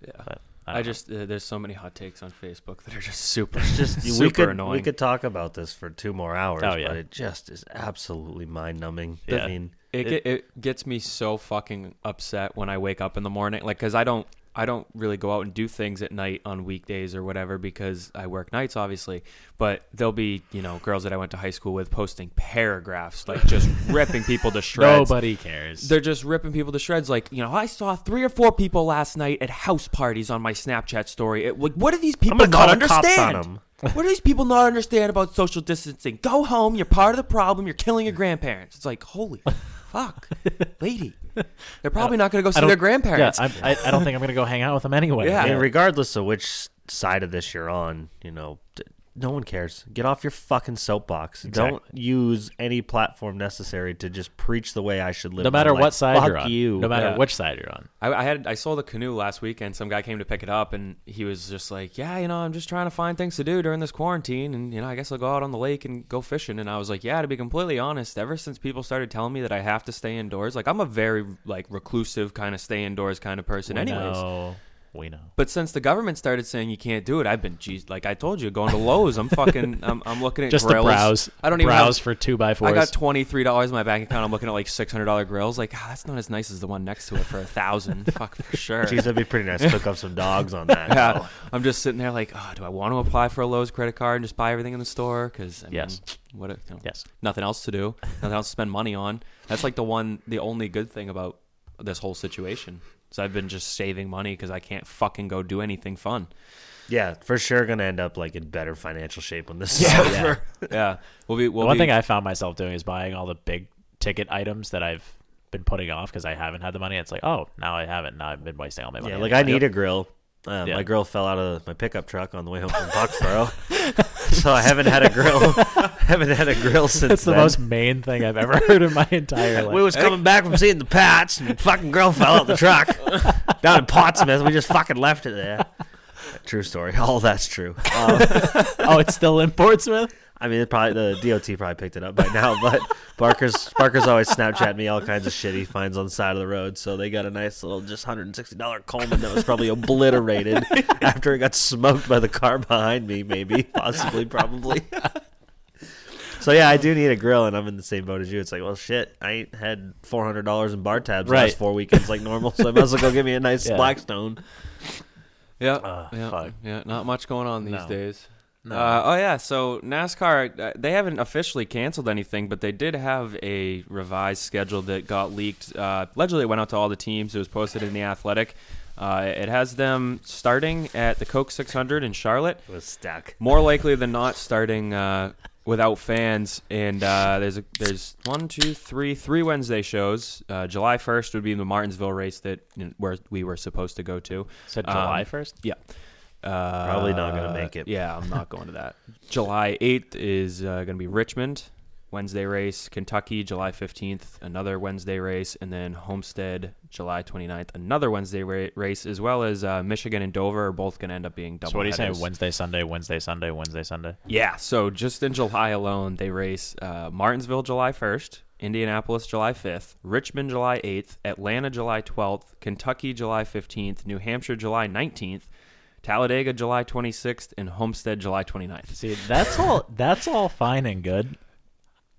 [SPEAKER 1] Yeah.
[SPEAKER 10] but I,
[SPEAKER 1] I,
[SPEAKER 10] don't know.
[SPEAKER 1] just uh, there's so many hot takes on Facebook that are just super just
[SPEAKER 2] Just
[SPEAKER 1] super
[SPEAKER 2] we could
[SPEAKER 1] annoying.
[SPEAKER 2] we could talk about this for two more hours,
[SPEAKER 10] Oh, yeah.
[SPEAKER 2] but it just is absolutely mind numbing.
[SPEAKER 10] Yeah.
[SPEAKER 2] I mean,
[SPEAKER 1] it, ge- it gets me so fucking upset when I wake up in the morning, like because I don't I don't really go out and do things at night on weekdays or whatever because I work nights, obviously. But there'll be you know girls that I went to high school with posting paragraphs, like just ripping people to shreds.
[SPEAKER 10] nobody cares.
[SPEAKER 1] They're just ripping people to shreds. Like, you know, I saw three or four people last night at house parties on my Snapchat story. It, like, what do these people
[SPEAKER 2] gonna
[SPEAKER 1] not
[SPEAKER 2] call the cops
[SPEAKER 1] understand?
[SPEAKER 2] on 'em.
[SPEAKER 1] what do these people not understand about social distancing? Go home. You're part of the problem. You're killing your grandparents. It's like, holy fuck, lady. They're probably not going to go see
[SPEAKER 10] Uh, don't-
[SPEAKER 1] their grandparents.
[SPEAKER 10] Yeah, I'm- I, I don't think I'm going to go hang out with them anyway.
[SPEAKER 1] Yeah.
[SPEAKER 2] and regardless of which side of this you're on, you know, d- no one cares. Get off your fucking soapbox. Don't
[SPEAKER 10] Exactly.
[SPEAKER 2] use any platform necessary to just preach the way I should live.
[SPEAKER 10] no matter
[SPEAKER 2] my life.
[SPEAKER 10] what side
[SPEAKER 2] Fuck
[SPEAKER 10] you're on,
[SPEAKER 2] you.
[SPEAKER 10] no matter
[SPEAKER 1] Yeah.
[SPEAKER 10] which side you're on.
[SPEAKER 1] I, I had I sold a canoe last weekend. Some guy came to pick it up, and he was just like, "Yeah, you know, I'm just trying to find things to do during this quarantine, and you know, I guess I'll go out on the lake and go fishing." And I was like, "Yeah, to be completely honest, ever since people started telling me that I have to stay indoors, like I'm a very like reclusive kind of stay indoors kind of person, anyways."
[SPEAKER 10] no, we know.
[SPEAKER 1] But since the government started saying you can't do it, I've been, geez, like I told you, going to Lowe's. I'm fucking, I'm, I'm looking at
[SPEAKER 10] Just
[SPEAKER 1] grills.
[SPEAKER 10] the browse.
[SPEAKER 1] I don't even
[SPEAKER 10] browse
[SPEAKER 1] have-
[SPEAKER 10] for two by fours.
[SPEAKER 1] I got twenty three dollars in my bank account. I'm looking at like six hundred dollar grills. Like ah, that's not as nice as the one next to it for a thousand. Fuck for sure.
[SPEAKER 2] Jeez, that'd be pretty nice. Cook up some dogs on that.
[SPEAKER 1] Yeah, I'm just sitting there like, oh, do I want to apply for a Lowe's credit card and just buy everything in the store? Because I mean,
[SPEAKER 10] Yes.
[SPEAKER 1] what? if- You know,
[SPEAKER 10] Yes.
[SPEAKER 1] nothing else to do, nothing else to spend money on. That's like the one, the only good thing about this whole situation. So I've been just saving money because I can't fucking go do anything fun.
[SPEAKER 2] Yeah, for sure gonna end up like in better financial shape when this is over.
[SPEAKER 1] Yeah, we'll be. We'll
[SPEAKER 10] The one
[SPEAKER 1] be,
[SPEAKER 10] thing I found myself doing is buying all the big ticket items that I've been putting off because I haven't had the money. It's like, oh, now I haven't. Now I've been wasting all my money.
[SPEAKER 2] Yeah,
[SPEAKER 10] on
[SPEAKER 2] like
[SPEAKER 10] that.
[SPEAKER 2] I need a grill. Uh,
[SPEAKER 10] Yeah.
[SPEAKER 2] My grill fell out of my pickup truck on the way home from Foxborough, so I haven't had a grill. haven't had a grill since.
[SPEAKER 10] That's the
[SPEAKER 2] then.
[SPEAKER 10] most main thing I've ever heard in my entire life.
[SPEAKER 2] We was coming back from seeing the Pats, and fucking grill fell out the truck down in Pottsmouth. We just fucking left it there. True story. All that's true. Um,
[SPEAKER 10] oh, it's still in Portsmouth.
[SPEAKER 2] I mean, it probably the DOT probably picked it up by now, but Barker's Barker's always Snapchat me all kinds of shit he finds on the side of the road. So they got a nice little just hundred and sixty dollar Coleman that was probably obliterated after it got smoked by the car behind me. Maybe, possibly, probably. So yeah, I do need a grill, and I'm in the same boat as you. It's like, well, shit, I ain't had four hundred dollars in bar tabs
[SPEAKER 10] Right.
[SPEAKER 2] last four weekends like normal, so I might as well go get me a nice
[SPEAKER 10] Yeah.
[SPEAKER 2] Blackstone.
[SPEAKER 1] Yeah,
[SPEAKER 10] Ah, fuck.
[SPEAKER 1] yeah, yeah. Not much going on these
[SPEAKER 10] No.
[SPEAKER 1] days. Uh, oh yeah, so NASCAR uh, they haven't officially canceled anything, but they did have a revised schedule that got leaked. Uh, allegedly, it went out to all the teams. It was posted in the Athletic. Uh, it has them starting at the Coke 600 in Charlotte.
[SPEAKER 2] Was stuck.
[SPEAKER 1] More likely than not, starting uh, without fans, and uh, there's a, there's one, two, three, three Wednesday shows. Uh, July 1st would be the Martinsville race that you know, where we were supposed to go to.
[SPEAKER 10] Said
[SPEAKER 1] Um,
[SPEAKER 10] July first.
[SPEAKER 1] Yeah. Uh,
[SPEAKER 2] Probably not gonna make it.
[SPEAKER 1] Yeah, I'm not going to that. July 8th is uh, going to be Richmond, Wednesday race, Kentucky, July 15th, another Wednesday race, and then Homestead, July 29th, another Wednesday ra- race, as well as uh, Michigan and Dover are both going to end up being double.
[SPEAKER 10] So what do you say? Wednesday, Sunday, Wednesday, Sunday, Wednesday, Sunday.
[SPEAKER 1] Yeah, so just in July alone, they race uh, Martinsville July 1st, Indianapolis July 5th, Richmond July 8th, Atlanta July 12th, Kentucky July 15th, New Hampshire July 19th, Talladega July 26th, and Homestead July 29th.
[SPEAKER 10] See, that's all. That's all fine and good.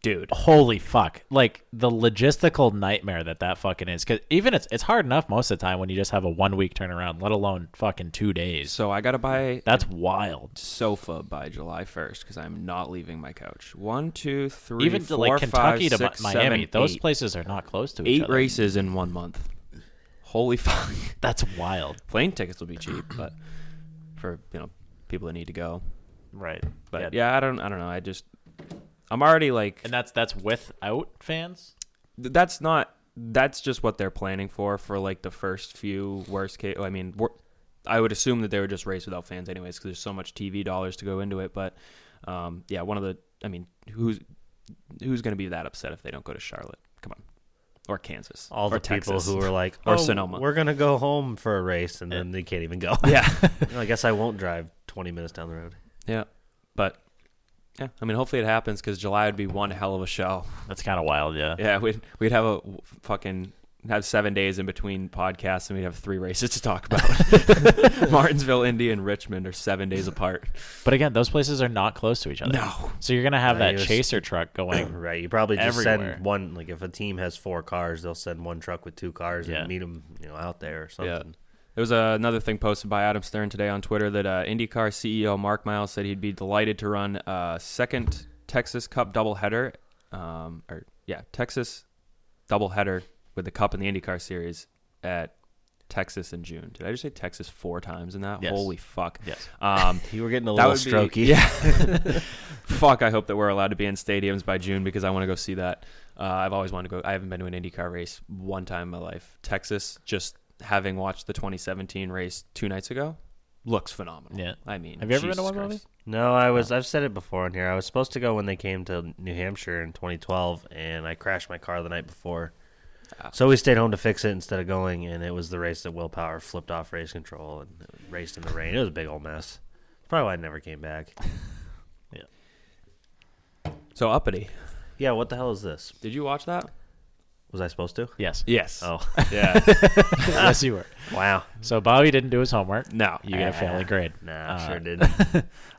[SPEAKER 1] Dude.
[SPEAKER 10] Holy fuck! Like the logistical nightmare that that fucking is. Because even it's it's hard enough most of the time when you just have a one week turnaround, let alone fucking two days.
[SPEAKER 1] So I got to buy
[SPEAKER 10] That's wild.
[SPEAKER 1] sofa by July 1st because I'm not leaving my couch. One, two, three,
[SPEAKER 10] Even
[SPEAKER 1] four,
[SPEAKER 10] to like Kentucky
[SPEAKER 1] five,
[SPEAKER 10] to Mi-
[SPEAKER 1] six,
[SPEAKER 10] Miami,
[SPEAKER 1] seven,
[SPEAKER 10] those
[SPEAKER 1] eight.
[SPEAKER 10] places are not close to each
[SPEAKER 1] Eight
[SPEAKER 10] other.
[SPEAKER 1] races in one month. Holy fuck.
[SPEAKER 10] That's wild.
[SPEAKER 1] Plane tickets will be cheap, but for, you know, people that need to go.
[SPEAKER 10] Right.
[SPEAKER 1] But yeah, I don't I don't know. I just I'm already like
[SPEAKER 10] and that's that's without fans.
[SPEAKER 1] th- that's not that's just what they're planning for for like the first few worst case I mean wor- I would assume that they would just race without fans anyways cuz there's so much TV dollars to go into it, but um yeah, one of the I mean, who's who's going to be that upset if they don't go to Charlotte? Come on. Or Kansas.
[SPEAKER 2] All
[SPEAKER 1] or
[SPEAKER 2] the people
[SPEAKER 1] Texas.
[SPEAKER 2] who are like,
[SPEAKER 1] Or
[SPEAKER 2] oh,
[SPEAKER 1] Sonoma.
[SPEAKER 2] we're gonna go home for a race, and then they can't even go.
[SPEAKER 1] Yeah.
[SPEAKER 2] I guess I won't drive 20 minutes down the road.
[SPEAKER 1] yeah. But yeah, I mean, hopefully it happens because July would be one hell of a show.
[SPEAKER 10] That's kind of wild. Yeah.
[SPEAKER 1] Yeah, we'd we'd have a w- fucking have seven days in between podcasts, and we'd have three races to talk about. Martinsville, Indy, and Richmond are seven days apart.
[SPEAKER 10] But again, those places are not close to each other.
[SPEAKER 1] No.
[SPEAKER 10] So you're gonna have
[SPEAKER 2] Yeah,
[SPEAKER 10] that
[SPEAKER 2] you're s-
[SPEAKER 10] chaser truck going.
[SPEAKER 2] Right. You probably just
[SPEAKER 10] Everywhere.
[SPEAKER 2] send one. Like if a team has four cars, they'll send one truck with two cars
[SPEAKER 10] Yeah.
[SPEAKER 2] and meet them, you know, out there or something.
[SPEAKER 1] There was uh, another thing posted by Adam Stern today on Twitter that uh, IndyCar CEO Mark Miles said he'd be delighted to run a second Texas Cup doubleheader, um, or yeah, Texas doubleheader with the Cup and the IndyCar Series at Texas in June. Did I just say Texas four times in that?
[SPEAKER 10] Yes.
[SPEAKER 1] Holy fuck!
[SPEAKER 10] Yes.
[SPEAKER 1] Um,
[SPEAKER 2] You were getting a
[SPEAKER 1] That
[SPEAKER 2] little
[SPEAKER 1] would
[SPEAKER 2] strokey.
[SPEAKER 1] be- yeah. Fuck, I hope that we're allowed to be in stadiums by June because I want to go see that. Uh, I've always wanted to go. I haven't been to an IndyCar race one time in my life. Texas, just having watched the 2017 race two nights ago, looks phenomenal.
[SPEAKER 10] Yeah.
[SPEAKER 1] I mean,
[SPEAKER 10] Have you ever been to
[SPEAKER 1] Jesus
[SPEAKER 10] one, Bobby?
[SPEAKER 1] Christ.
[SPEAKER 2] No, I was. I've said it before on here. I was supposed to go when they came to New Hampshire in 2012, and I crashed my car the night before.
[SPEAKER 10] Ah.
[SPEAKER 2] So we stayed home to fix it instead of going, and it was the race that Willpower flipped off race control and raced in the rain. It was a big old mess. Probably why I never came back.
[SPEAKER 1] So uppity.
[SPEAKER 2] Yeah, what the hell is this?
[SPEAKER 1] Did you watch that?
[SPEAKER 2] Was I supposed to?
[SPEAKER 10] Yes.
[SPEAKER 1] Yes.
[SPEAKER 2] Oh,
[SPEAKER 1] yeah.
[SPEAKER 10] yes, you were.
[SPEAKER 2] wow.
[SPEAKER 10] So Bobby didn't do his homework.
[SPEAKER 1] No. Ah.
[SPEAKER 10] You get a failing grade.
[SPEAKER 2] Nah,
[SPEAKER 10] Uh,
[SPEAKER 2] sure did.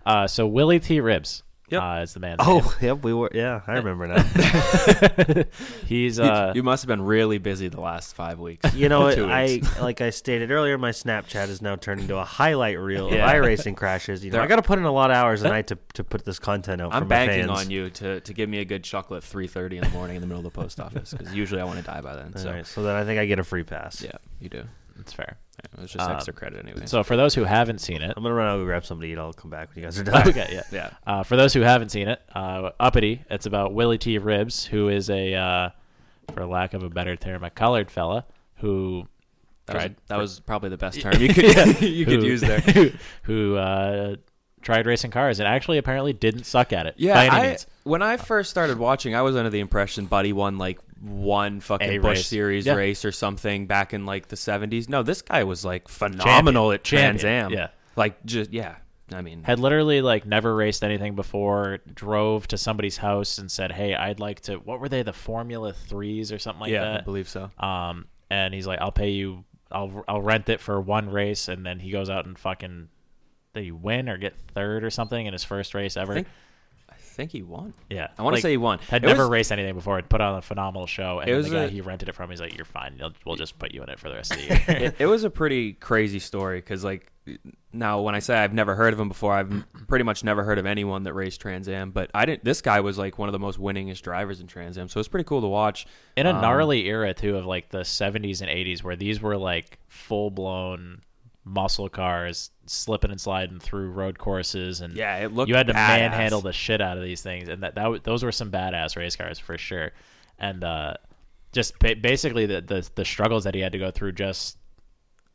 [SPEAKER 10] Uh, so Willie T. Ribs
[SPEAKER 1] Yep.
[SPEAKER 10] uh, is the man.
[SPEAKER 2] Oh, yep, we were. Yeah, I remember now.
[SPEAKER 10] he's uh,
[SPEAKER 1] you must have been really busy the last five weeks.
[SPEAKER 2] You know,
[SPEAKER 1] Two
[SPEAKER 2] I like I stated earlier, my Snapchat is now turned into a highlight reel
[SPEAKER 1] Yeah.
[SPEAKER 2] of iRacing crashes. You know,
[SPEAKER 1] There-
[SPEAKER 2] I got to put in a lot of hours a night to, to put this content out. for
[SPEAKER 1] I'm
[SPEAKER 2] my
[SPEAKER 1] banking
[SPEAKER 2] fans.
[SPEAKER 1] on you to, to give me a good chuckle at 3:30 in the morning in the middle of the post office because usually I want to die by then.
[SPEAKER 2] All right,
[SPEAKER 1] So
[SPEAKER 2] So. then I think I get a free pass.
[SPEAKER 1] yeah, you do.
[SPEAKER 10] it's fair.
[SPEAKER 1] It was just extra credit anyway.
[SPEAKER 10] Uh, So for those who haven't seen it,
[SPEAKER 2] I'm gonna run out and grab something to eat. I'll come back when you guys are done.
[SPEAKER 10] okay, yeah,
[SPEAKER 1] Yeah.
[SPEAKER 10] Uh, for those who haven't seen it, uh, Uppity. It's about Willie T. Ribs, who is a, uh, for lack of a better term, a colored fella who
[SPEAKER 1] That was,
[SPEAKER 10] tried
[SPEAKER 1] that was probably the best term you could you could
[SPEAKER 10] who-
[SPEAKER 1] use there.
[SPEAKER 10] who, who, uh, tried racing cars and actually apparently didn't suck at it.
[SPEAKER 1] Yeah,
[SPEAKER 10] by any
[SPEAKER 1] I,
[SPEAKER 10] means.
[SPEAKER 1] when I first started watching, I was under the impression Buddy won like one fucking
[SPEAKER 10] A
[SPEAKER 1] Bush
[SPEAKER 10] race.
[SPEAKER 1] Series
[SPEAKER 10] Yeah.
[SPEAKER 1] race or something back in like the seventies. No, this guy was like phenomenal at
[SPEAKER 10] Champion.
[SPEAKER 1] Trans Am.
[SPEAKER 10] Yeah.
[SPEAKER 1] like just yeah. I mean,
[SPEAKER 10] had literally like never raced anything before drove to somebody's house and said hey i'd like to what were they the formula threes or something like
[SPEAKER 1] yeah, I
[SPEAKER 10] that
[SPEAKER 1] believe so.
[SPEAKER 10] um and he's like i'll pay you i'll i'll rent it for one race and then he goes out and fucking they win or get third or something in his first race ever
[SPEAKER 1] think- I think he won.
[SPEAKER 10] yeah
[SPEAKER 1] I want to
[SPEAKER 10] Like,
[SPEAKER 1] say he won.
[SPEAKER 10] had
[SPEAKER 1] It
[SPEAKER 10] never
[SPEAKER 1] was-
[SPEAKER 10] raced anything before and put on a phenomenal show and
[SPEAKER 1] It
[SPEAKER 10] then
[SPEAKER 1] was
[SPEAKER 10] the guy
[SPEAKER 1] a-
[SPEAKER 10] he rented it from he's like you're fine You'll, we'll just put you in it for the rest of the year
[SPEAKER 1] it, it was a pretty crazy story because like now when i say i've never heard of him before i've m- pretty much never heard of anyone that raced trans am but i didn't this guy was like one of the most winningest drivers in trans am so it's pretty cool to watch Um,
[SPEAKER 10] in a gnarly era too of like the 70s and 80s where these were like full blown muscle cars slipping and sliding through road courses and
[SPEAKER 1] Yeah, it looked
[SPEAKER 10] you had to
[SPEAKER 1] badass.
[SPEAKER 10] manhandle the shit out of these things and that, that w- those were some badass race cars for sure and uh just ba- basically the, the the struggles that he had to go through just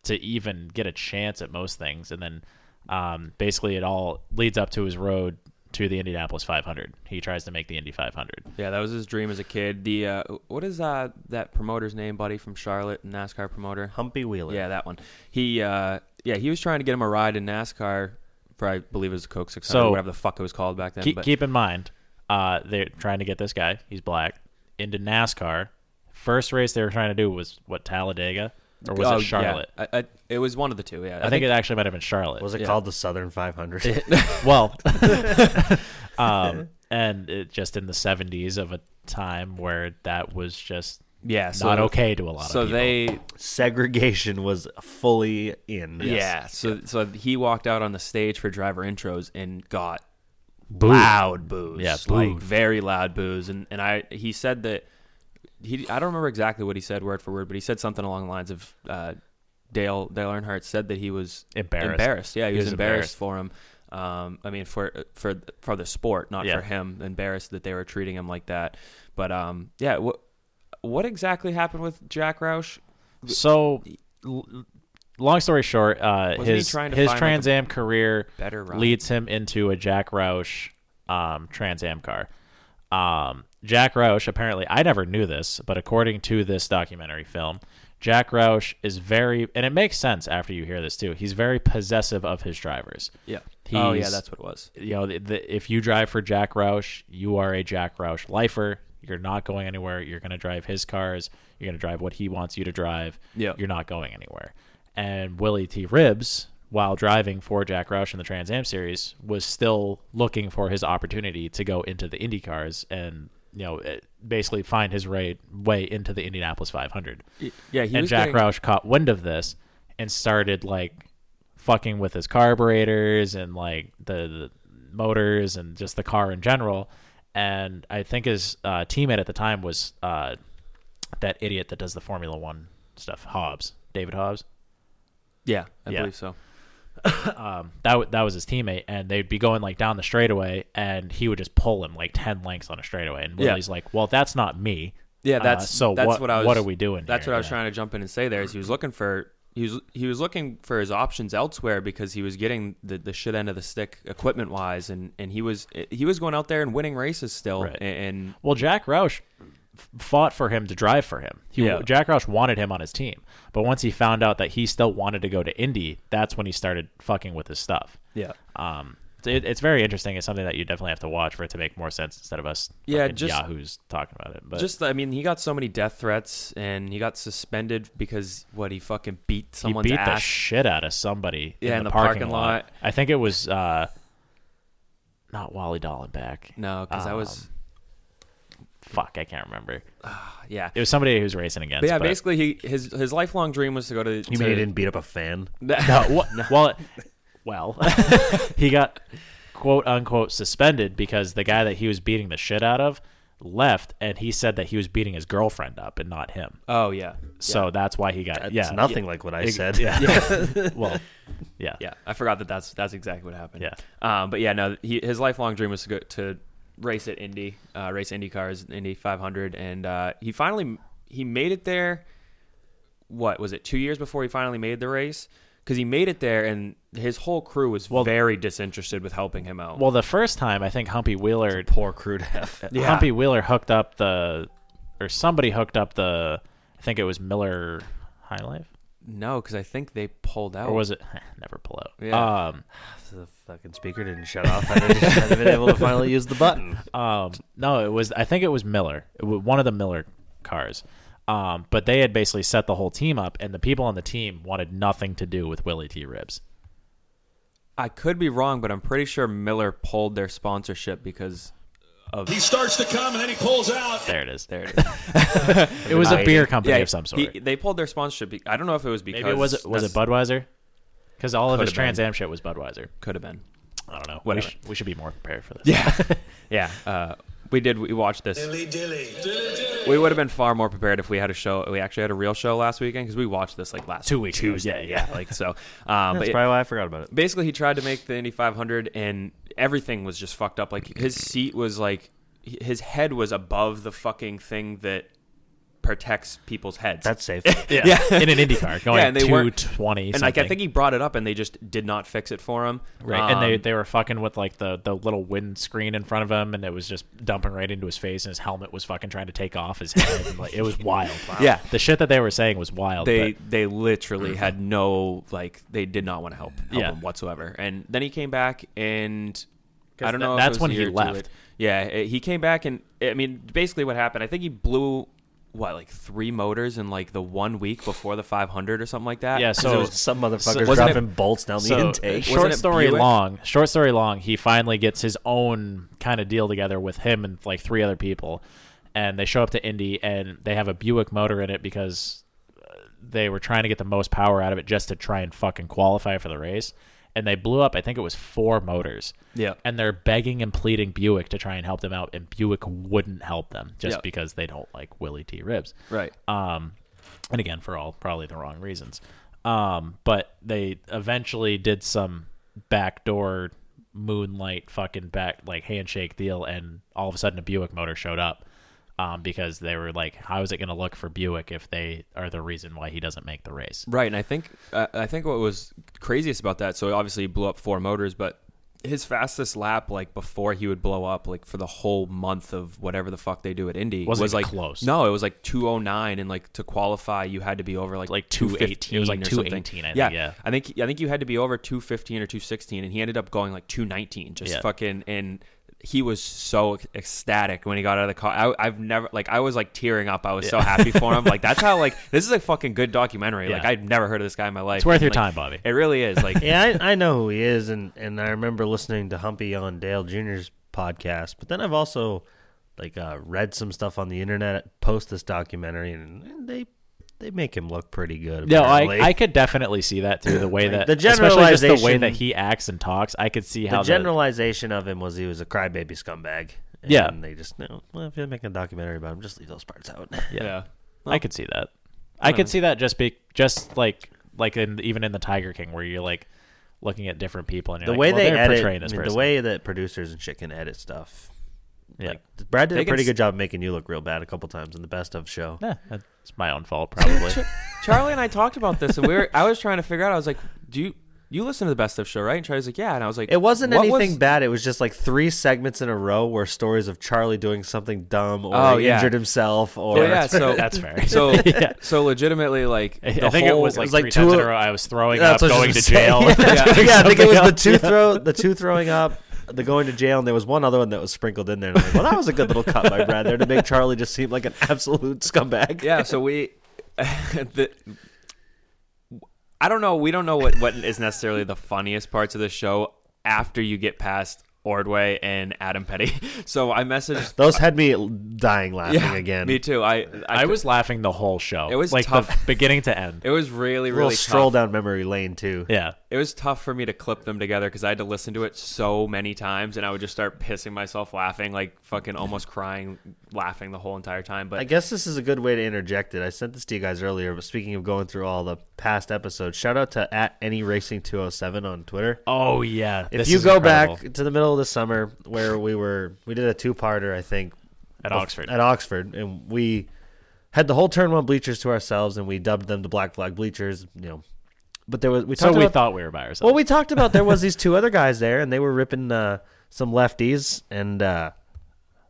[SPEAKER 10] to even get a chance at most things and then um basically it all leads up to his road to the Indianapolis 500 he tries to make the Indy 500
[SPEAKER 1] Yeah, that was his dream as a kid. The uh, what is uh, that promoter's name, buddy, from Charlotte, NASCAR promoter?
[SPEAKER 2] Humpy Wheeler.
[SPEAKER 1] Yeah, that one. He uh, yeah, he was trying to get him a ride in NASCAR. For I believe it was Coke 600,
[SPEAKER 10] So-
[SPEAKER 1] whatever the fuck it was called back then.
[SPEAKER 10] keep,
[SPEAKER 1] but
[SPEAKER 10] keep in mind, uh, they're trying to get this guy. He's black into NASCAR. First race they were trying to do was what Talladega or was
[SPEAKER 1] Oh,
[SPEAKER 10] it
[SPEAKER 1] yeah.
[SPEAKER 10] Charlotte?
[SPEAKER 1] I, I, it was one of the two. Yeah,
[SPEAKER 10] I, think, it actually might have been Charlotte.
[SPEAKER 2] Was it called the Southern 500?
[SPEAKER 10] well, um, and it just in the seventies of a time where that was just
[SPEAKER 1] yeah, so,
[SPEAKER 10] not okay to a lot
[SPEAKER 1] So
[SPEAKER 10] of people.
[SPEAKER 1] they
[SPEAKER 2] Segregation was fully in.
[SPEAKER 1] yeah, so so he walked out on the stage for driver intros and got
[SPEAKER 10] Boo.
[SPEAKER 1] loud boos.
[SPEAKER 10] Yeah,
[SPEAKER 1] like
[SPEAKER 10] booed.
[SPEAKER 1] very loud boos. And and I he said that he I don't remember exactly what he said word for word, but he said something along the lines of uh, Dale Dale Earnhardt said that he was
[SPEAKER 10] Embarrassed.
[SPEAKER 1] Yeah, he, was,
[SPEAKER 10] was
[SPEAKER 1] embarrassed,
[SPEAKER 10] embarrassed.
[SPEAKER 1] for him. Um, I mean for for for the sport, not
[SPEAKER 10] Yeah.
[SPEAKER 1] for him. Embarrassed that they were treating him like that. But um, yeah. What what exactly happened with Jack Roush?
[SPEAKER 10] So, l- long story short, uh,
[SPEAKER 1] Wasn't he
[SPEAKER 10] his
[SPEAKER 1] trying to
[SPEAKER 10] his
[SPEAKER 1] find, like,
[SPEAKER 10] Trans Am career
[SPEAKER 1] better ride?
[SPEAKER 10] leads him into a Jack Roush um, Trans Am car. Um, Jack Roush, apparently, I never knew this, but according to this documentary film, Jack Roush is very, and it makes sense after you hear this too. He's very possessive of his drivers.
[SPEAKER 1] oh yeah,
[SPEAKER 10] He's-
[SPEAKER 1] that's what it was.
[SPEAKER 10] you know, the, the, if you drive for Jack Roush, you are a Jack Roush lifer. You're not going anywhere. You're going to drive his cars. You're going to drive what he wants you to drive.
[SPEAKER 1] Yeah.
[SPEAKER 10] You're not going anywhere. And Willie T. Ribs, while driving for Jack Roush in the Trans Am series, was still looking for his opportunity to go into the Indy cars and, you know, eh, basically find his right way into the Indianapolis 500
[SPEAKER 1] Yeah, he
[SPEAKER 10] and
[SPEAKER 1] was
[SPEAKER 10] Jack
[SPEAKER 1] getting-
[SPEAKER 10] Roush caught wind of this and started like fucking with his carburetors and like the, the motors and just the car in general. And I think his uh, teammate at the time was uh, that idiot that does the Formula One stuff, Hobbs, David Hobbs.
[SPEAKER 1] Yeah, I
[SPEAKER 10] Yeah.
[SPEAKER 1] believe so.
[SPEAKER 10] That w- that was his teammate, and they'd be going like down the straightaway, and he would just pull him like ten lengths on a straightaway. And
[SPEAKER 1] Yeah.
[SPEAKER 10] Willie's like, "Well, that's not me."
[SPEAKER 1] Yeah,
[SPEAKER 10] Uh,
[SPEAKER 1] that's
[SPEAKER 10] so.
[SPEAKER 1] That's
[SPEAKER 10] what,
[SPEAKER 1] what, I was,
[SPEAKER 10] what are we doing?
[SPEAKER 1] That's
[SPEAKER 10] here?"
[SPEAKER 1] what I was
[SPEAKER 10] Yeah.
[SPEAKER 1] trying to jump in and say. There is he was looking for he was he was looking for his options elsewhere because he was getting the, the shit end of the stick equipment wise, and, and he was he was going out there and winning races still,
[SPEAKER 10] Right.
[SPEAKER 1] and,
[SPEAKER 10] Well, Jack Roush f- fought for him to drive for him. He,
[SPEAKER 1] Yeah.
[SPEAKER 10] Jack Roush wanted him on his team, but once he found out that he still wanted to go to Indy, that's when he started fucking with his stuff.
[SPEAKER 1] yeah.
[SPEAKER 10] Um, so it, it's very interesting. It's something that you definitely have to watch for it to make more sense instead of us
[SPEAKER 1] Yeah,
[SPEAKER 10] fucking
[SPEAKER 1] just-
[SPEAKER 10] yahoos talking about it. But
[SPEAKER 1] Just I mean, he got so many death threats, and he got suspended because what he fucking beat
[SPEAKER 10] he
[SPEAKER 1] someone's
[SPEAKER 10] beat the
[SPEAKER 1] ass.
[SPEAKER 10] shit out of somebody
[SPEAKER 1] Yeah,
[SPEAKER 10] in, the, parking, lot. I think it was uh, not Wally Dollenbeck.
[SPEAKER 1] no, because I was
[SPEAKER 10] Um, Fuck, I can't remember.
[SPEAKER 1] yeah.
[SPEAKER 10] Um, It was somebody who's racing against.
[SPEAKER 1] But yeah,
[SPEAKER 10] but-
[SPEAKER 1] basically he his his lifelong dream was to go to.
[SPEAKER 2] You
[SPEAKER 1] to,
[SPEAKER 2] mean he didn't beat up a fan?
[SPEAKER 10] No, wha- well, it- well, he got quote unquote suspended because the guy that he was beating the shit out of left, and he said that he was beating his girlfriend up and not him.
[SPEAKER 1] Oh yeah.
[SPEAKER 10] So that's why he got
[SPEAKER 2] That's
[SPEAKER 10] yeah
[SPEAKER 2] nothing like what I said.
[SPEAKER 10] yeah. well, yeah,
[SPEAKER 1] Yeah, I forgot that that's that's exactly what happened.
[SPEAKER 10] Yeah.
[SPEAKER 1] Um, but yeah, no, he, his lifelong dream was to go to race at Indy, uh, race Indy cars, Indy 500, and uh, he finally he made it there. What was it? Two years before he finally made the race, because he made it there, and his whole crew was very disinterested with helping him out.
[SPEAKER 10] Well, the first time I think Humpy Wheeler,
[SPEAKER 2] Poor crew to have.
[SPEAKER 1] Yeah.
[SPEAKER 10] Humpy Wheeler hooked up the, or somebody hooked up the, I think it was Miller High Life,
[SPEAKER 1] no, because I think they pulled
[SPEAKER 2] Oh.
[SPEAKER 1] out.
[SPEAKER 10] or was it never pull out?
[SPEAKER 1] Yeah.
[SPEAKER 10] Um,
[SPEAKER 2] The fucking speaker didn't shut off. I didn't, I'd have been able to finally use the button.
[SPEAKER 10] Um, no, it was. I think it was Miller. It was one of the Miller cars. Um, but they had basically set the whole team up, and the people on the team wanted nothing to do with Willie T. Ribs.
[SPEAKER 1] I could be wrong, but I'm pretty sure Miller pulled their sponsorship because
[SPEAKER 3] He starts to come and then he pulls out.
[SPEAKER 10] There it is.
[SPEAKER 1] there it is.
[SPEAKER 10] It was a beer company
[SPEAKER 1] he-
[SPEAKER 10] of some sort.
[SPEAKER 1] he- they pulled their sponsorship. be- I don't know if it was because
[SPEAKER 10] Maybe it was. Was it Budweiser? Because all of his
[SPEAKER 1] Could've been.
[SPEAKER 10] Trans Am shit was Budweiser.
[SPEAKER 1] Could have been.
[SPEAKER 10] I don't know. We,
[SPEAKER 1] Whatever.
[SPEAKER 10] sh- we should be more prepared for this.
[SPEAKER 1] Yeah. yeah. Uh, We did. We watched this. We would have been far more prepared if we had a show. We actually had a real show last weekend because we watched this like last
[SPEAKER 10] Two weeks ago.
[SPEAKER 1] Tuesday,
[SPEAKER 10] Yeah.
[SPEAKER 1] yeah, like so. Um,
[SPEAKER 2] That's
[SPEAKER 1] but
[SPEAKER 2] probably why I forgot about it.
[SPEAKER 1] basically he tried to make the Indy 500 and everything was just fucked up. Like his seat was like h- his head was above the fucking thing that protects people's heads.
[SPEAKER 2] That's safe.
[SPEAKER 10] yeah, in an Indy car going
[SPEAKER 1] Yeah, and they weren't-
[SPEAKER 10] 220
[SPEAKER 1] and like I think he brought it up and they just did not fix it for him.
[SPEAKER 10] Right, and they,
[SPEAKER 1] Um,
[SPEAKER 10] they were fucking with like the, the little windscreen in front of him, and it was just dumping right into his face, and his helmet was fucking trying to take off his head. and, like, it was wild.
[SPEAKER 1] Yeah.
[SPEAKER 10] the shit that they were saying was wild.
[SPEAKER 1] they
[SPEAKER 10] but Mm-hmm.
[SPEAKER 1] they literally had no like they did not want to help, help
[SPEAKER 10] Yeah.
[SPEAKER 1] him whatsoever. And then he came back and I don't
[SPEAKER 10] tha-
[SPEAKER 1] know. if it
[SPEAKER 10] that's
[SPEAKER 1] was
[SPEAKER 10] when
[SPEAKER 1] a
[SPEAKER 10] he
[SPEAKER 1] year or two
[SPEAKER 10] left.
[SPEAKER 1] late- Yeah, eh, he came back and I mean basically what happened. I think he blew what like three motors in like the one week before the 500 or something like that.
[SPEAKER 10] Yeah,
[SPEAKER 1] 'Cause
[SPEAKER 10] so-
[SPEAKER 1] it was
[SPEAKER 2] Some motherfuckers
[SPEAKER 1] wasn't it-
[SPEAKER 2] dropping bolts down the
[SPEAKER 10] so, uh,
[SPEAKER 2] intake.
[SPEAKER 1] Wasn't
[SPEAKER 10] short
[SPEAKER 1] it
[SPEAKER 10] story
[SPEAKER 1] Buick?
[SPEAKER 10] long. Short story long. He finally gets his own kind of deal together with him and like three other people, and they show up to Indy, and they have a Buick motor in it because uh, they were trying to get the most power out of it just to try and fucking qualify for the race. And they blew up, I think it was four motors.
[SPEAKER 1] Yeah.
[SPEAKER 10] And they're begging and pleading Buick to try and help them out, and Buick wouldn't help them just
[SPEAKER 1] Yeah.
[SPEAKER 10] because they don't like Willie T. Ribs.
[SPEAKER 1] Right.
[SPEAKER 10] Um, and again, for all probably the wrong reasons. Um, but they eventually did some backdoor moonlight fucking back like handshake deal, and all of a sudden a Buick motor showed up. Um, because they were like, how is it going to look for Buick if they are the reason why he doesn't make the race?
[SPEAKER 1] Right, and I think uh, I think what was craziest about that. So obviously he blew up four motors, but his fastest lap, like before he would blow up, like for the whole month of whatever the fuck they do at Indy,
[SPEAKER 10] Wasn't
[SPEAKER 1] was
[SPEAKER 10] even
[SPEAKER 1] like
[SPEAKER 10] close.
[SPEAKER 1] No, it was like two oh nine, and like to qualify, you had to be over like
[SPEAKER 10] Like 218
[SPEAKER 1] It was like
[SPEAKER 10] or
[SPEAKER 1] two
[SPEAKER 10] something.
[SPEAKER 1] eighteen.
[SPEAKER 10] I think, yeah.
[SPEAKER 1] I think I think you had to be over two fifteen or two sixteen, and he ended up going like two nineteen. Just
[SPEAKER 10] Yeah.
[SPEAKER 1] fucking and. He was so ecstatic when he got out of the car. I, I've never like I was like tearing up. I was so happy for him. Like that's how like this is a fucking good documentary. Like
[SPEAKER 10] Yeah.
[SPEAKER 1] I've never heard of this guy in my life.
[SPEAKER 10] It's worth your
[SPEAKER 1] Like,
[SPEAKER 10] time, Bobby.
[SPEAKER 1] It really is. Like
[SPEAKER 2] yeah, I, I know who he is, and, and I remember listening to Humpy on Dale Jr.'s podcast. But then I've also like uh, read some stuff on the internet post this documentary, and they they make him look pretty good.
[SPEAKER 10] No, I,
[SPEAKER 2] apparently.
[SPEAKER 10] I could definitely see that too. The way that
[SPEAKER 2] The
[SPEAKER 10] especially just the way
[SPEAKER 2] generalization-
[SPEAKER 10] that he acts and talks, I could see how
[SPEAKER 2] the
[SPEAKER 10] the-
[SPEAKER 2] generalization of him was he was a crybaby scumbag. And
[SPEAKER 10] Yeah.
[SPEAKER 2] they just no. Well, if you're making a documentary about him, just leave those parts out.
[SPEAKER 1] yeah.
[SPEAKER 10] I could see that. I could see that just be just like like in even in the Tiger King where you're like looking at different people and you're
[SPEAKER 2] the
[SPEAKER 10] like,
[SPEAKER 2] way
[SPEAKER 10] well,
[SPEAKER 2] they
[SPEAKER 10] they're
[SPEAKER 2] edit,
[SPEAKER 10] portraying this
[SPEAKER 2] I mean,
[SPEAKER 10] person.
[SPEAKER 2] the way that producers and shit can edit stuff.
[SPEAKER 10] yeah.
[SPEAKER 2] Like, Brad did
[SPEAKER 1] They
[SPEAKER 2] a
[SPEAKER 1] can
[SPEAKER 2] pretty
[SPEAKER 1] s-
[SPEAKER 2] good job of making you look real bad a couple times in the best of show.
[SPEAKER 10] yeah, that's my own fault probably.
[SPEAKER 1] Charlie and I talked about this, and we were. I was trying to figure out. I was like, "Do you you listen to the best of show, right?" And Charlie's like, "Yeah." And I was like,
[SPEAKER 2] It wasn't
[SPEAKER 1] what
[SPEAKER 2] anything
[SPEAKER 1] was-
[SPEAKER 2] bad. It was just like three segments in a row where stories of Charlie doing something dumb or
[SPEAKER 1] Oh,
[SPEAKER 2] he
[SPEAKER 1] yeah.
[SPEAKER 2] injured himself or
[SPEAKER 1] Oh, yeah, so
[SPEAKER 10] that's fair.
[SPEAKER 1] So so legitimately, like
[SPEAKER 10] I
[SPEAKER 1] the
[SPEAKER 10] think
[SPEAKER 1] whole,
[SPEAKER 10] it was like
[SPEAKER 2] like
[SPEAKER 10] three
[SPEAKER 2] two
[SPEAKER 10] times in
[SPEAKER 2] of-
[SPEAKER 10] a row I was throwing
[SPEAKER 2] That's
[SPEAKER 10] up,
[SPEAKER 2] what I
[SPEAKER 10] going
[SPEAKER 2] was
[SPEAKER 10] to
[SPEAKER 2] gonna say.
[SPEAKER 10] jail.
[SPEAKER 2] Yeah, I think it was the
[SPEAKER 10] else.
[SPEAKER 2] two throw the two throwing up, the going to jail, and there was one other one that was sprinkled in there. And I'm like, well, that was a good little cut by Brad there to make Charlie just seem like an absolute scumbag.
[SPEAKER 1] yeah. So we. the, I don't know. We don't know what, what is necessarily the funniest parts of the show after you get past Ordway and Adam Petty. So I messaged
[SPEAKER 2] Those had me dying laughing again.
[SPEAKER 1] Me too. I I,
[SPEAKER 10] I was laughing the whole show.
[SPEAKER 1] It was
[SPEAKER 10] like the
[SPEAKER 1] tough.
[SPEAKER 10] beginning to end.
[SPEAKER 1] It was really
[SPEAKER 2] A little
[SPEAKER 1] really
[SPEAKER 2] stroll
[SPEAKER 1] tough.
[SPEAKER 2] down memory lane too.
[SPEAKER 10] Yeah.
[SPEAKER 1] it was tough for me to clip them together because I had to listen to it so many times, and I would just start pissing myself laughing, like fucking almost crying, laughing the whole entire time. But
[SPEAKER 2] I guess this is a good way to interject it. I sent this to you guys earlier, but speaking of going through all the past episodes, shout out to at any racing two oh seven on Twitter.
[SPEAKER 10] Oh yeah.
[SPEAKER 2] if you go back to the middle of the summer where we were we did a two-parter i think
[SPEAKER 10] At
[SPEAKER 2] bef-
[SPEAKER 10] Oxford.
[SPEAKER 2] at oxford and we had the whole turn one bleachers to ourselves and we dubbed them the black flag bleachers you know but there was we
[SPEAKER 10] so
[SPEAKER 2] talked
[SPEAKER 10] we
[SPEAKER 2] about
[SPEAKER 10] thought we were by ourselves.
[SPEAKER 2] well we talked about there was these two other guys there and they were ripping uh, some lefties and uh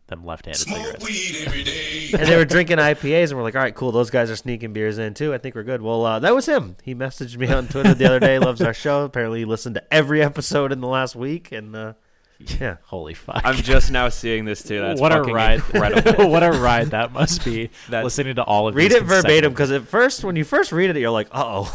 [SPEAKER 10] them left-handed cigarettes.
[SPEAKER 2] and they were drinking IPAs, and we're like, all right, cool. Those guys are sneaking beers in too. I think we're good. Well, uh, that was him. He messaged me on Twitter the other day. Loves our show. Apparently, he listened to every episode in the last week, and uh, yeah,
[SPEAKER 10] Holy fuck.
[SPEAKER 1] I'm just now seeing this too. That's
[SPEAKER 10] what a
[SPEAKER 1] fucking
[SPEAKER 10] ride!
[SPEAKER 1] incredible.
[SPEAKER 10] what a ride that must be.
[SPEAKER 1] That-
[SPEAKER 10] listening to all of
[SPEAKER 2] read
[SPEAKER 10] these
[SPEAKER 2] it verbatim
[SPEAKER 10] consecutive-
[SPEAKER 2] because at first when you first read it you're like uh-oh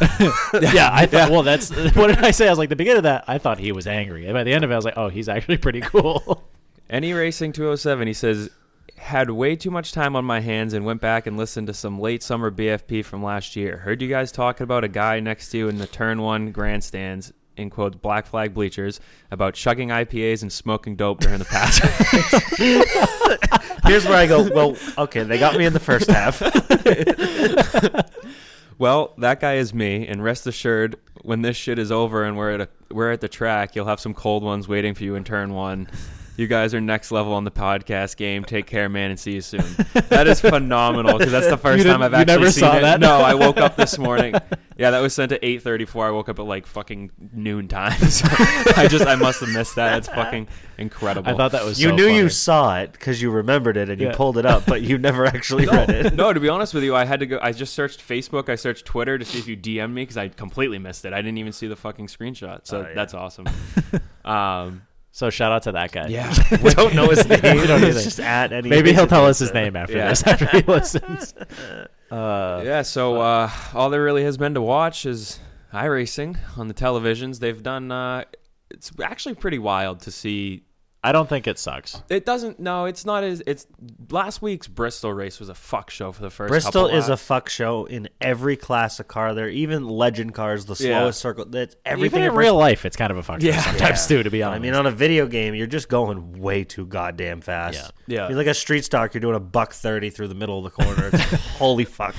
[SPEAKER 10] yeah, I thought. Well, that's what did I say? I was like the beginning of that. I thought he was angry, and by the end of it, I was like, oh, he's actually pretty cool.
[SPEAKER 1] Any Racing 207, he says, had way too much time on my hands and went back and listened to some late summer BFP from last year. Heard you guys talking about a guy next to you in the turn one grandstands, in quotes, black flag bleachers, about chugging IPAs and smoking dope during the pass.
[SPEAKER 2] here's where I go. Well, okay, they got me in the first half.
[SPEAKER 1] Well, that guy is me, and rest assured, when this shit is over and we're at a, we're at the track, you'll have some cold ones waiting for you in turn one. You guys are next level on the podcast game. Take care, man, and see you soon. That is phenomenal because that's the first
[SPEAKER 10] didn't-
[SPEAKER 1] time I've
[SPEAKER 10] you
[SPEAKER 1] actually
[SPEAKER 10] never
[SPEAKER 1] seen
[SPEAKER 10] saw
[SPEAKER 1] it.
[SPEAKER 10] that?
[SPEAKER 1] No, I woke up this morning. Yeah, that was sent at eight thirty four. I woke up at like fucking noon time. So I just I must have missed that. It's fucking incredible.
[SPEAKER 10] I thought that was
[SPEAKER 2] You
[SPEAKER 10] so
[SPEAKER 2] knew you
[SPEAKER 10] funny.
[SPEAKER 2] saw it because you remembered it and you
[SPEAKER 10] Yeah.
[SPEAKER 2] pulled it up, but you never actually read it.
[SPEAKER 1] no, to be honest with you, I had to go. I just searched Facebook. I searched Twitter to see if you DM me because I completely missed it. I didn't even see the fucking screenshot.
[SPEAKER 2] Oh,
[SPEAKER 1] So that's awesome. um,
[SPEAKER 10] So shout out to that guy.
[SPEAKER 1] yeah.
[SPEAKER 2] We don't know his name.
[SPEAKER 10] You don't either.
[SPEAKER 2] It's just at any.
[SPEAKER 10] Maybe he'll tell us his name after
[SPEAKER 1] Yeah.
[SPEAKER 10] this. After he listens.
[SPEAKER 1] yeah. So uh, all there really has been to watch is iRacing on the televisions. They've done. Uh, it's actually pretty wild to see
[SPEAKER 10] I don't think it sucks.
[SPEAKER 1] It doesn't. No, it's not as. It's last week's Bristol race was a fuck show for the first.
[SPEAKER 2] Bristol
[SPEAKER 1] couple
[SPEAKER 2] is a
[SPEAKER 1] laps.
[SPEAKER 2] fuck show in every class of car there, even legend cars, the
[SPEAKER 1] Yeah.
[SPEAKER 2] slowest circle. That's everything
[SPEAKER 10] Even in
[SPEAKER 2] at
[SPEAKER 10] real
[SPEAKER 2] Bristol-
[SPEAKER 10] life, it's kind of a fuck yeah. sometimes too. To be honest,
[SPEAKER 2] I mean, on a video game, you're just going way too goddamn fast.
[SPEAKER 1] Yeah. Yeah.
[SPEAKER 2] You're like a street stock. You're doing a buck thirty through the middle of the corner. It's like, holy fuck.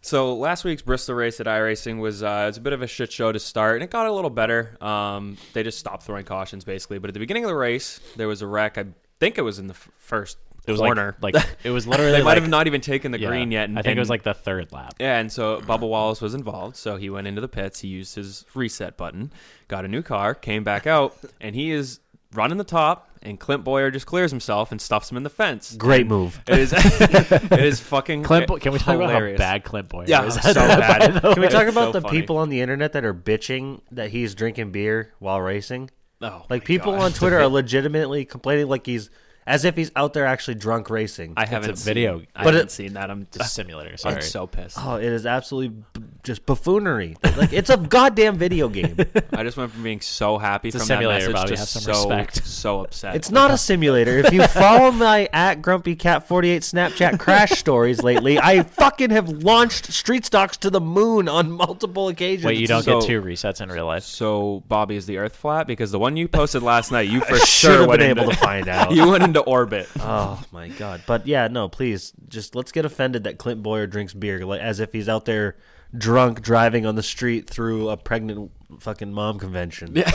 [SPEAKER 1] So last week's Bristol race at iRacing was uh, it was a bit of a shit show to start, and it got a little better. Um, they just stopped throwing cautions basically, but at the beginning of the race, there was a wreck. I think it was in the f- first
[SPEAKER 10] it was
[SPEAKER 1] corner.
[SPEAKER 10] like, like it was literally
[SPEAKER 1] they might
[SPEAKER 10] like,
[SPEAKER 1] have not even taken the
[SPEAKER 10] yeah.
[SPEAKER 1] green yet. and-
[SPEAKER 10] I think it was
[SPEAKER 1] and-
[SPEAKER 10] like the third lap.
[SPEAKER 1] Yeah, and so Bubba Wallace was involved. So he went into the pits. He used his reset button, got a new car, came back out, and he is running the top. And Clint Boyer just clears himself and stuffs him in the fence.
[SPEAKER 2] Great move.
[SPEAKER 1] It is, it is fucking.
[SPEAKER 10] Clint, Boy- can we talk
[SPEAKER 1] hilarious.
[SPEAKER 10] about how bad Clint Boyer
[SPEAKER 1] Yeah,
[SPEAKER 10] is?
[SPEAKER 1] so bad.
[SPEAKER 2] Can we talk about
[SPEAKER 1] so
[SPEAKER 2] the
[SPEAKER 1] funny.
[SPEAKER 2] people on the internet that are bitching that he's drinking beer while racing?
[SPEAKER 1] Oh,
[SPEAKER 2] Like
[SPEAKER 1] my
[SPEAKER 2] people
[SPEAKER 1] God.
[SPEAKER 2] on Twitter are legitimately complaining like he's as if he's out there actually drunk racing.
[SPEAKER 1] I haven't
[SPEAKER 10] It's a video.
[SPEAKER 1] Seen, I
[SPEAKER 2] But
[SPEAKER 1] haven't
[SPEAKER 2] it-
[SPEAKER 1] seen that. I'm
[SPEAKER 10] It's a
[SPEAKER 1] just
[SPEAKER 10] simulator.
[SPEAKER 1] I'm
[SPEAKER 10] Sorry.
[SPEAKER 1] so pissed.
[SPEAKER 2] oh, it is absolutely b- just buffoonery. Like it's a goddamn video game.
[SPEAKER 1] I just went from being so happy
[SPEAKER 10] a
[SPEAKER 1] from that
[SPEAKER 10] simulator,
[SPEAKER 1] message
[SPEAKER 10] Bobby.
[SPEAKER 1] to
[SPEAKER 10] Have some
[SPEAKER 1] so
[SPEAKER 10] respect.
[SPEAKER 1] so upset.
[SPEAKER 2] It's not a simulator. If you follow my at Grumpy Cat 48 Snapchat crash stories lately, I fucking have launched street stocks to the moon on multiple occasions.
[SPEAKER 10] Wait, you don't
[SPEAKER 1] So-
[SPEAKER 10] get two resets in real life.
[SPEAKER 1] So Bobby, is the Earth flat? Because the one you posted last night, you for
[SPEAKER 2] should
[SPEAKER 1] sure
[SPEAKER 2] have
[SPEAKER 1] went
[SPEAKER 2] been
[SPEAKER 1] into,
[SPEAKER 2] able to find out.
[SPEAKER 1] you went into orbit.
[SPEAKER 2] Oh my god! But yeah, no, please, just let's get offended that Clint Boyer drinks beer like, as if he's out there drunk driving on the street through a pregnant fucking mom convention. Yeah,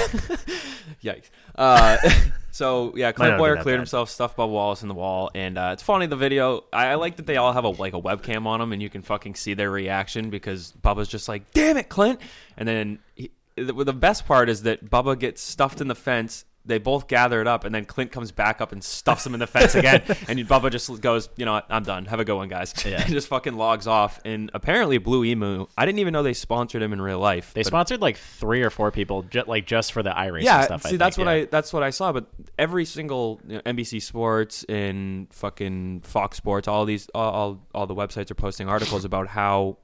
[SPEAKER 1] Yikes. Uh, so yeah,
[SPEAKER 2] Might not
[SPEAKER 1] Clint
[SPEAKER 2] have
[SPEAKER 1] Boyer
[SPEAKER 2] been that
[SPEAKER 1] cleared
[SPEAKER 2] bad.
[SPEAKER 1] himself, stuffed Bob Wallace in the wall, and uh, it's funny. The video, I, I like that they all have a like a webcam on them, and you can fucking see their reaction because Bubba's just like, "Damn it, Clint!" And then he, the, the best part is that Bubba gets stuffed in the fence. They both gather it up, and then Clint comes back up and stuffs him in the fence again. and Bubba just goes, "You know, what? I'm done. Have a good one, guys." Yeah. and just fucking logs off. And apparently, Blue Emu. I didn't even know they sponsored him in real life.
[SPEAKER 10] They
[SPEAKER 1] but-
[SPEAKER 10] sponsored like three or four people, ju- like just for the iRacing
[SPEAKER 1] yeah,
[SPEAKER 10] stuff.
[SPEAKER 1] see,
[SPEAKER 10] I think,
[SPEAKER 1] that's what
[SPEAKER 10] yeah.
[SPEAKER 1] I that's what I saw. But every single you know, NBC Sports and fucking Fox Sports, all these, all all, all the websites are posting articles about how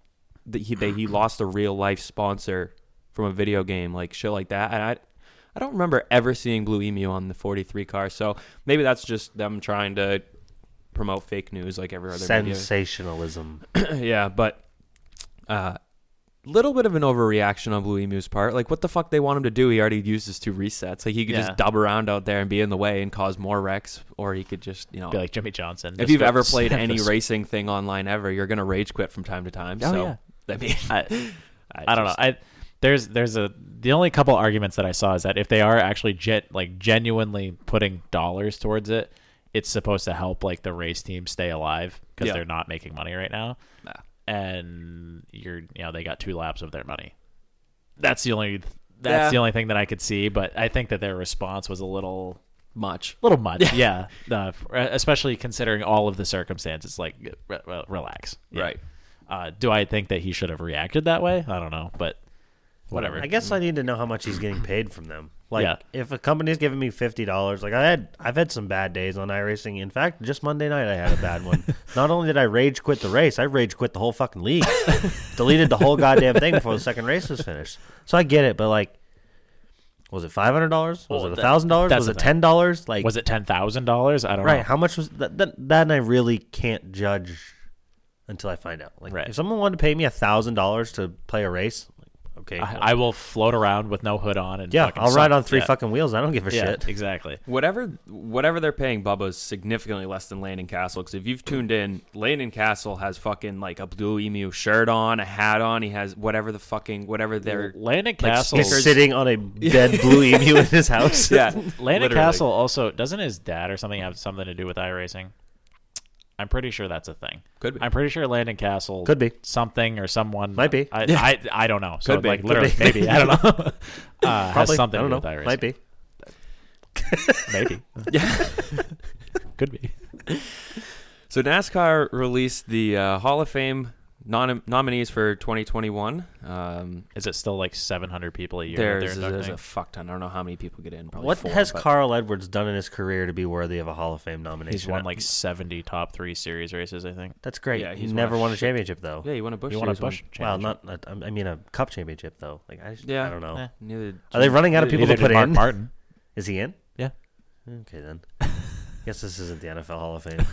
[SPEAKER 1] the, he they, he lost a real life sponsor from a video game, like shit like that. And I I don't remember ever seeing Blue Emu on the 43 car. So maybe that's just them trying to promote fake news, like every other video.
[SPEAKER 2] sensationalism.
[SPEAKER 1] Yeah, but uh little bit of an overreaction on Blue Emu's part. Like what the fuck they want him to do? He already used his two resets. Like he could
[SPEAKER 10] Yeah.
[SPEAKER 1] just dub around out there and be in the way and cause more wrecks or he could just, you know,
[SPEAKER 10] Be like Jimmy Johnson.
[SPEAKER 1] if
[SPEAKER 10] just
[SPEAKER 1] you've
[SPEAKER 10] go
[SPEAKER 1] ever played
[SPEAKER 10] snap
[SPEAKER 1] any
[SPEAKER 10] this-
[SPEAKER 1] racing thing online ever, you're going to rage quit from time to time.
[SPEAKER 10] Oh,
[SPEAKER 1] so
[SPEAKER 10] yeah.
[SPEAKER 1] I mean,
[SPEAKER 10] I, I don't know. I there's there's a the only couple arguments that I saw is that if they are actually jet like genuinely putting dollars towards it, it's supposed to help like the race team stay alive because
[SPEAKER 1] Yeah.
[SPEAKER 10] they're not making money right now, and you're you know they got two laps of their money. That's the only that's
[SPEAKER 1] Yeah.
[SPEAKER 10] the only thing that I could see, but I think that their response was a little
[SPEAKER 1] much.
[SPEAKER 10] little much. yeah, uh, especially considering all of the circumstances. Like, re- re- relax. Yeah.
[SPEAKER 1] Right.
[SPEAKER 10] Uh, do I think that he should have reacted that way? I don't know, but whatever.
[SPEAKER 2] I guess I need to know how much he's getting paid from them. Like,
[SPEAKER 10] Yeah.
[SPEAKER 2] if a company's giving me fifty dollars, like I had, I've had some bad days on iRacing. In fact, just Monday night I had a bad one. Not only did I rage quit the race, I rage quit the whole fucking league, deleted the whole goddamn thing before the second race was finished. So I get it, but like, was it five hundred dollars? Was
[SPEAKER 10] Well,
[SPEAKER 2] it
[SPEAKER 10] that-
[SPEAKER 2] thousand dollars?
[SPEAKER 10] that's
[SPEAKER 2] Was
[SPEAKER 10] the
[SPEAKER 2] it
[SPEAKER 10] thing.
[SPEAKER 2] ten dollars? Like,
[SPEAKER 10] was it ten thousand dollars? I don't
[SPEAKER 2] right?
[SPEAKER 10] know.
[SPEAKER 2] How much was that? That, that I really can't judge until I find out. Like,
[SPEAKER 10] Right.
[SPEAKER 2] if someone wanted to pay me a thousand dollars to play a race, like, Okay.
[SPEAKER 10] I, I will float around with no hood on and
[SPEAKER 2] yeah,
[SPEAKER 10] fucking
[SPEAKER 2] I'll ride
[SPEAKER 10] suck.
[SPEAKER 2] on three
[SPEAKER 10] Yeah.
[SPEAKER 2] fucking wheels. I don't give a
[SPEAKER 10] yeah,
[SPEAKER 2] shit.
[SPEAKER 10] exactly.
[SPEAKER 1] Whatever whatever they're paying Bubba is significantly less than Landon Castle. Because if you've tuned in, Landon Castle has fucking like a blue emu shirt on, a hat on. He has whatever the fucking whatever they're
[SPEAKER 10] Landon
[SPEAKER 1] like
[SPEAKER 10] Castle.
[SPEAKER 2] He's sitting on a dead blue emu in his house.
[SPEAKER 1] yeah.
[SPEAKER 10] Landon
[SPEAKER 1] literally.
[SPEAKER 10] Castle also doesn't his dad or something have something to do with iRacing? I'm pretty sure that's a thing.
[SPEAKER 1] Could be.
[SPEAKER 10] I'm pretty sure Landon Castle
[SPEAKER 2] Could be.
[SPEAKER 10] something or someone
[SPEAKER 2] Might be.
[SPEAKER 10] I I, I don't know. So
[SPEAKER 1] Could be,
[SPEAKER 10] like
[SPEAKER 1] could
[SPEAKER 10] literally
[SPEAKER 2] be.
[SPEAKER 10] maybe I don't know. uh, has
[SPEAKER 2] Probably.
[SPEAKER 10] something
[SPEAKER 2] I don't
[SPEAKER 10] to
[SPEAKER 2] know.
[SPEAKER 10] do with iRacing.
[SPEAKER 2] Might be.
[SPEAKER 10] Maybe. Could be.
[SPEAKER 1] So NASCAR released the uh, Hall of Fame nom- nominees for 2021. Um,
[SPEAKER 10] Is it still like 700 people a year? that
[SPEAKER 1] there's,
[SPEAKER 10] they're
[SPEAKER 1] there's
[SPEAKER 10] inducting?
[SPEAKER 1] a fuck ton. I don't know how many people get in. Probably
[SPEAKER 2] What
[SPEAKER 1] four,
[SPEAKER 2] has
[SPEAKER 1] but-
[SPEAKER 2] Carl Edwards done in his career to be worthy of a Hall of Fame nomination?
[SPEAKER 10] He's won like 70 top three series races, I think.
[SPEAKER 2] that's great.
[SPEAKER 1] Yeah,
[SPEAKER 2] he's
[SPEAKER 1] he's won
[SPEAKER 2] never
[SPEAKER 1] a
[SPEAKER 2] won a championship though.
[SPEAKER 1] Yeah, you won a Bush.
[SPEAKER 10] He won a
[SPEAKER 1] Series one.
[SPEAKER 10] Bush
[SPEAKER 2] Well,
[SPEAKER 10] championship.
[SPEAKER 2] not a- I mean a cup championship though. Like I, just,
[SPEAKER 1] Yeah.
[SPEAKER 2] I don't know.
[SPEAKER 10] Eh.
[SPEAKER 1] Neither.
[SPEAKER 2] Are they running out of people
[SPEAKER 10] Neither
[SPEAKER 2] to put
[SPEAKER 10] did Mark
[SPEAKER 2] in?
[SPEAKER 10] Martin.
[SPEAKER 2] Is he in?
[SPEAKER 10] Yeah.
[SPEAKER 2] Okay then. Guess this isn't the NFL Hall of Fame.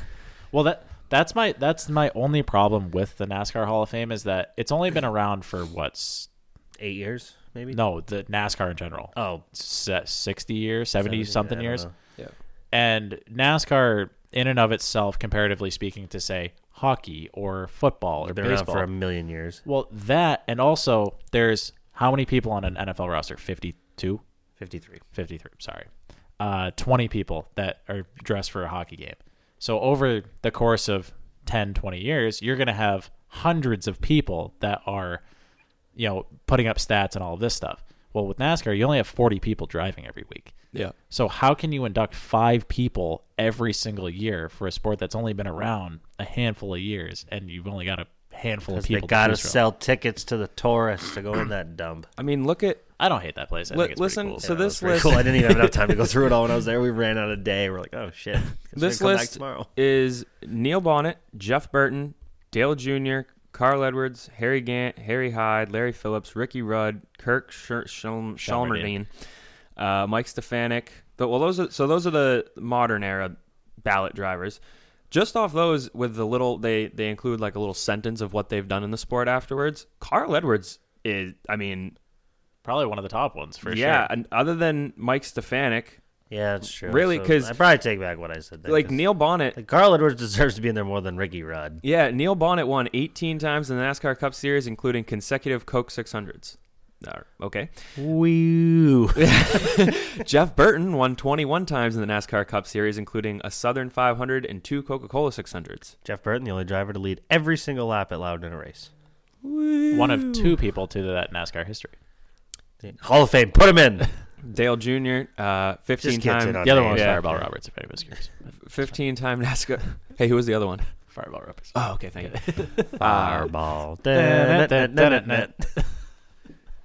[SPEAKER 10] Well, that that's my that's my only problem with the NASCAR Hall of Fame is that it's only been around for what's
[SPEAKER 2] Eight years, maybe.
[SPEAKER 10] no the NASCAR in general.
[SPEAKER 2] Oh,
[SPEAKER 10] se- 60 years, 70 something
[SPEAKER 2] I don't
[SPEAKER 10] years.
[SPEAKER 2] know.
[SPEAKER 1] Yeah.
[SPEAKER 10] And NASCAR, in and of itself, comparatively speaking, to say hockey or football or
[SPEAKER 2] been around
[SPEAKER 10] baseball.
[SPEAKER 2] for a million years.
[SPEAKER 10] well, that, and also there's how many people on an NFL roster? 52?
[SPEAKER 2] Fifty-three.
[SPEAKER 10] 53, sorry. Uh, 20 people that are dressed for a hockey game. So over the course of 10, 20 years, you're going to have hundreds of people that are, you know, putting up stats and all this stuff. Well, with NASCAR, you only have 40 people driving every week.
[SPEAKER 1] Yeah.
[SPEAKER 10] So how can you induct five people every single year for a sport that's only been around a handful of years and you've only got a handful of
[SPEAKER 2] They
[SPEAKER 10] people? to
[SPEAKER 2] gotta
[SPEAKER 10] choose from?
[SPEAKER 2] sell tickets to the tourists to go in that dump.
[SPEAKER 1] I mean, look at
[SPEAKER 10] I don't hate that place. I
[SPEAKER 1] Li-
[SPEAKER 10] think it's pretty
[SPEAKER 1] listen,
[SPEAKER 10] cool.
[SPEAKER 1] so
[SPEAKER 10] Yeah.
[SPEAKER 1] this
[SPEAKER 2] Pretty
[SPEAKER 1] list,
[SPEAKER 2] cool. I didn't even have enough time to go through it all when I was there. We ran out of day. We're like, oh shit. Guess we're
[SPEAKER 1] this
[SPEAKER 2] gonna come back
[SPEAKER 1] list
[SPEAKER 2] tomorrow.
[SPEAKER 1] is Neil Bonnet, Jeff Burton, Dale Jr., Carl Edwards, Harry Gant, Harry Hyde, Larry Phillips, Ricky Rudd, Kirk Schir- Schil- Shalmerdine,
[SPEAKER 10] Shalmerdine.
[SPEAKER 1] uh, Mike Stefanik. The, well, those are, so those are the modern era ballot drivers. Just off those, with the little they they include like a little sentence of what they've done in the sport afterwards. Carl Edwards is, I mean,
[SPEAKER 10] probably one of the top ones for
[SPEAKER 1] yeah.
[SPEAKER 10] sure.
[SPEAKER 1] And other than Mike Stefanik,
[SPEAKER 2] Yeah, it's true.
[SPEAKER 1] Really,
[SPEAKER 2] So
[SPEAKER 1] 'cause-
[SPEAKER 2] I probably take back what I said. There,
[SPEAKER 1] like
[SPEAKER 2] 'cause-
[SPEAKER 1] Neil Bonnet,
[SPEAKER 2] like, Carl Edwards deserves to be in there more than Ricky Rudd.
[SPEAKER 1] Yeah, Neil Bonnet won 18 times in the NASCAR Cup Series, including consecutive Coke 600s. Uh, Okay.
[SPEAKER 2] Woo.
[SPEAKER 1] Jeff Burton won 21 times in the NASCAR Cup Series, including a Southern 500 and two Coca Cola 600s.
[SPEAKER 2] Jeff Burton, the only driver to lead every single lap at Loudon in a race.
[SPEAKER 10] One of two people to that NASCAR history.
[SPEAKER 2] Hall of Fame, put him in.
[SPEAKER 1] Dale Jr., uh, 15
[SPEAKER 2] Just gets
[SPEAKER 1] time.
[SPEAKER 2] it on
[SPEAKER 10] The other one was
[SPEAKER 2] Yeah.
[SPEAKER 10] Fireball Roberts, if anybody's curious.
[SPEAKER 1] 15 time NASCAR. hey, who was the other one?
[SPEAKER 10] Fireball Roberts.
[SPEAKER 1] Oh, okay, thank you.
[SPEAKER 2] Fireball.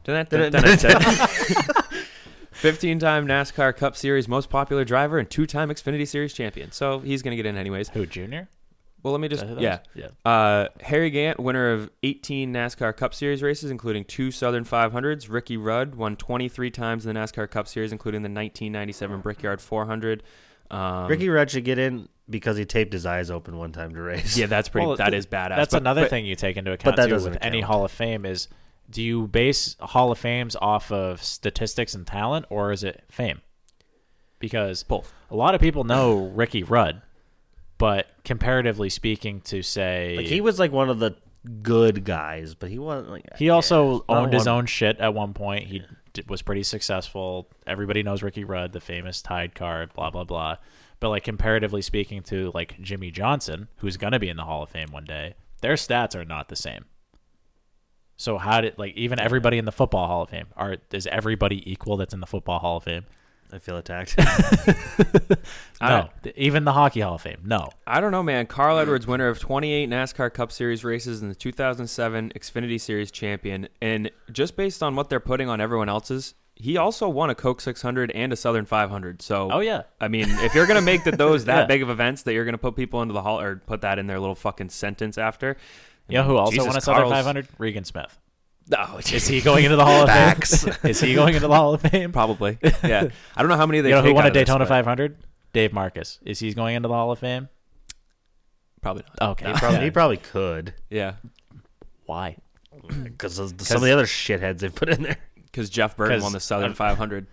[SPEAKER 1] Fifteen time NASCAR Cup Series most popular driver and two time Xfinity Series champion. So he's going to get in anyways.
[SPEAKER 10] Who, Junior?
[SPEAKER 1] Well, let me just
[SPEAKER 10] that who
[SPEAKER 1] yeah
[SPEAKER 10] that
[SPEAKER 1] Uh,
[SPEAKER 10] was?
[SPEAKER 1] Harry Gant, winner of 18 NASCAR Cup Series races, including two Southern 500s. Ricky Rudd won 23 times in the NASCAR Cup Series, including the 1997 Brickyard 400. Um,
[SPEAKER 2] Ricky Rudd should get in because he taped his eyes open one time to race.
[SPEAKER 1] yeah, that's pretty.
[SPEAKER 10] Well,
[SPEAKER 1] that
[SPEAKER 10] th-
[SPEAKER 1] is badass.
[SPEAKER 10] That's
[SPEAKER 1] But-
[SPEAKER 10] another
[SPEAKER 1] but-
[SPEAKER 10] thing you take into account
[SPEAKER 2] that
[SPEAKER 10] too,
[SPEAKER 2] doesn't
[SPEAKER 10] with any
[SPEAKER 2] count.
[SPEAKER 10] Hall of Fame is do you base Hall of Fames off of statistics and talent or is it fame? Because
[SPEAKER 1] Both.
[SPEAKER 10] a lot of people know Ricky Rudd, but comparatively speaking to say
[SPEAKER 2] Like, he was like one of the good guys, but he wasn't like
[SPEAKER 10] He also
[SPEAKER 2] not
[SPEAKER 10] owned his
[SPEAKER 2] one-
[SPEAKER 10] own shit at one point. He d was pretty successful. Everybody knows Ricky Rudd, the famous Tide card, blah blah blah. But like comparatively speaking to like Jimmy Johnson, who's gonna be in the Hall of Fame one day, their stats are not the same. So how did like even everybody in the football Hall of Fame are is everybody equal that's in the football Hall of Fame?
[SPEAKER 2] I feel attacked.
[SPEAKER 1] I
[SPEAKER 10] No,
[SPEAKER 1] don't-
[SPEAKER 10] Th- even the hockey Hall of Fame, no.
[SPEAKER 1] I don't know, man. Carl Edwards, winner of 28 NASCAR Cup Series races and the 2007 Xfinity Series champion. And just based on what they're putting on everyone else's, he also won a Coke 600 and a Southern 500. So,
[SPEAKER 10] Oh, yeah.
[SPEAKER 1] I mean, if you're gonna make that those that
[SPEAKER 10] Yeah.
[SPEAKER 1] big of events that you're gonna put people into the hall or put that in their little fucking sentence after,
[SPEAKER 10] You know who also
[SPEAKER 1] Jesus,
[SPEAKER 10] won a Southern
[SPEAKER 1] Carl's-
[SPEAKER 10] 500? Regan Smith.
[SPEAKER 1] oh,
[SPEAKER 10] Is he going into the Hall of Fame? is he going into the Hall of Fame?
[SPEAKER 1] probably, yeah. I don't know how many they
[SPEAKER 10] You know who
[SPEAKER 1] take
[SPEAKER 10] won
[SPEAKER 1] out
[SPEAKER 10] a
[SPEAKER 1] of this,
[SPEAKER 10] Daytona
[SPEAKER 1] but
[SPEAKER 10] 500? Dave Marcus. Is he going into the Hall of Fame?
[SPEAKER 1] Probably not.
[SPEAKER 10] Okay.
[SPEAKER 2] Probably, he probably could.
[SPEAKER 1] Yeah,
[SPEAKER 10] Why?
[SPEAKER 2] because of some of the other shitheads they put in there.
[SPEAKER 1] because Jeff Burton
[SPEAKER 10] 'Cause
[SPEAKER 1] won the Southern
[SPEAKER 10] I'm-
[SPEAKER 1] 500,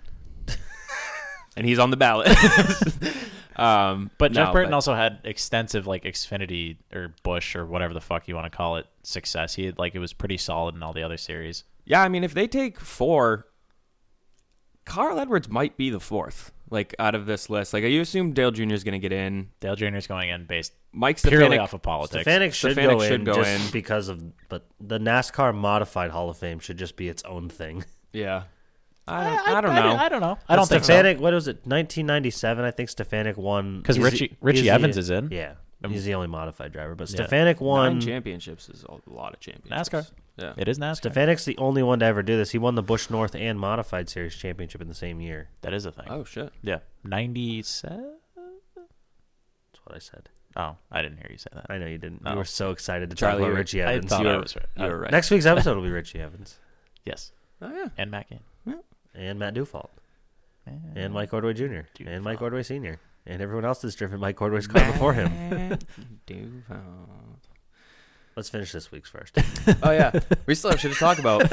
[SPEAKER 1] and he's on the ballot. um,
[SPEAKER 10] But
[SPEAKER 1] no,
[SPEAKER 10] Jeff Burton also had extensive like Xfinity or Bush or whatever the fuck you want to call it success. He had like it was pretty solid in all the other series.
[SPEAKER 1] yeah, I mean, if they take four, Carl Edwards might be the fourth, like out of this list. Like, you assume Dale Jr. is going to get in.
[SPEAKER 10] Dale Jr.'s going in based
[SPEAKER 1] Mike
[SPEAKER 10] purely
[SPEAKER 1] Stefanik,
[SPEAKER 10] off of politics.
[SPEAKER 2] Stefanik should
[SPEAKER 1] Stefanik
[SPEAKER 2] go
[SPEAKER 1] should
[SPEAKER 2] in
[SPEAKER 1] go
[SPEAKER 2] just
[SPEAKER 1] in.
[SPEAKER 2] because of, but the NASCAR Modified Hall of Fame should just be its own thing.
[SPEAKER 1] yeah. I don't, I, don't know.
[SPEAKER 10] I, don't know. I don't think so.
[SPEAKER 2] Stefanik. What was it? 1997. I think Stefanik won
[SPEAKER 10] 'Cause
[SPEAKER 2] he's
[SPEAKER 10] Richie- Richie
[SPEAKER 2] he's the-
[SPEAKER 10] Evans is in.
[SPEAKER 2] Yeah,
[SPEAKER 1] Um,
[SPEAKER 2] he's the only modified driver, but
[SPEAKER 10] Yeah.
[SPEAKER 2] Stefanik
[SPEAKER 1] Nine
[SPEAKER 2] won.
[SPEAKER 1] championships is a lot of championships.
[SPEAKER 10] NASCAR.
[SPEAKER 1] Yeah.
[SPEAKER 10] It is NASCAR.
[SPEAKER 2] Stefanik's the only one to ever do this. He won the Bush North and Modified Series championship in the same year.
[SPEAKER 10] That is a thing.
[SPEAKER 1] Oh shit.
[SPEAKER 10] Yeah. 97?
[SPEAKER 2] That's what I said.
[SPEAKER 10] Oh, I didn't hear you say that.
[SPEAKER 2] I know you didn't.
[SPEAKER 10] No.
[SPEAKER 2] You were so excited to
[SPEAKER 1] Oh. Charlie,
[SPEAKER 2] talk
[SPEAKER 1] you-
[SPEAKER 2] about Richie
[SPEAKER 10] I
[SPEAKER 2] Evans.
[SPEAKER 10] thought
[SPEAKER 2] You
[SPEAKER 10] I
[SPEAKER 2] were-
[SPEAKER 10] was right.
[SPEAKER 1] You were right.
[SPEAKER 2] Next week's episode will be Richie Evans
[SPEAKER 10] Yes.
[SPEAKER 1] Oh yeah.
[SPEAKER 10] And Matt Gain.
[SPEAKER 2] and Matt Dufault and Mike Ordway Jr. and Mike Ordway Sr. and everyone else that's driven Mike Ordway's car before him.
[SPEAKER 1] Duval.
[SPEAKER 2] Let's finish this week's first.
[SPEAKER 1] Oh yeah. We still have shit to talk about.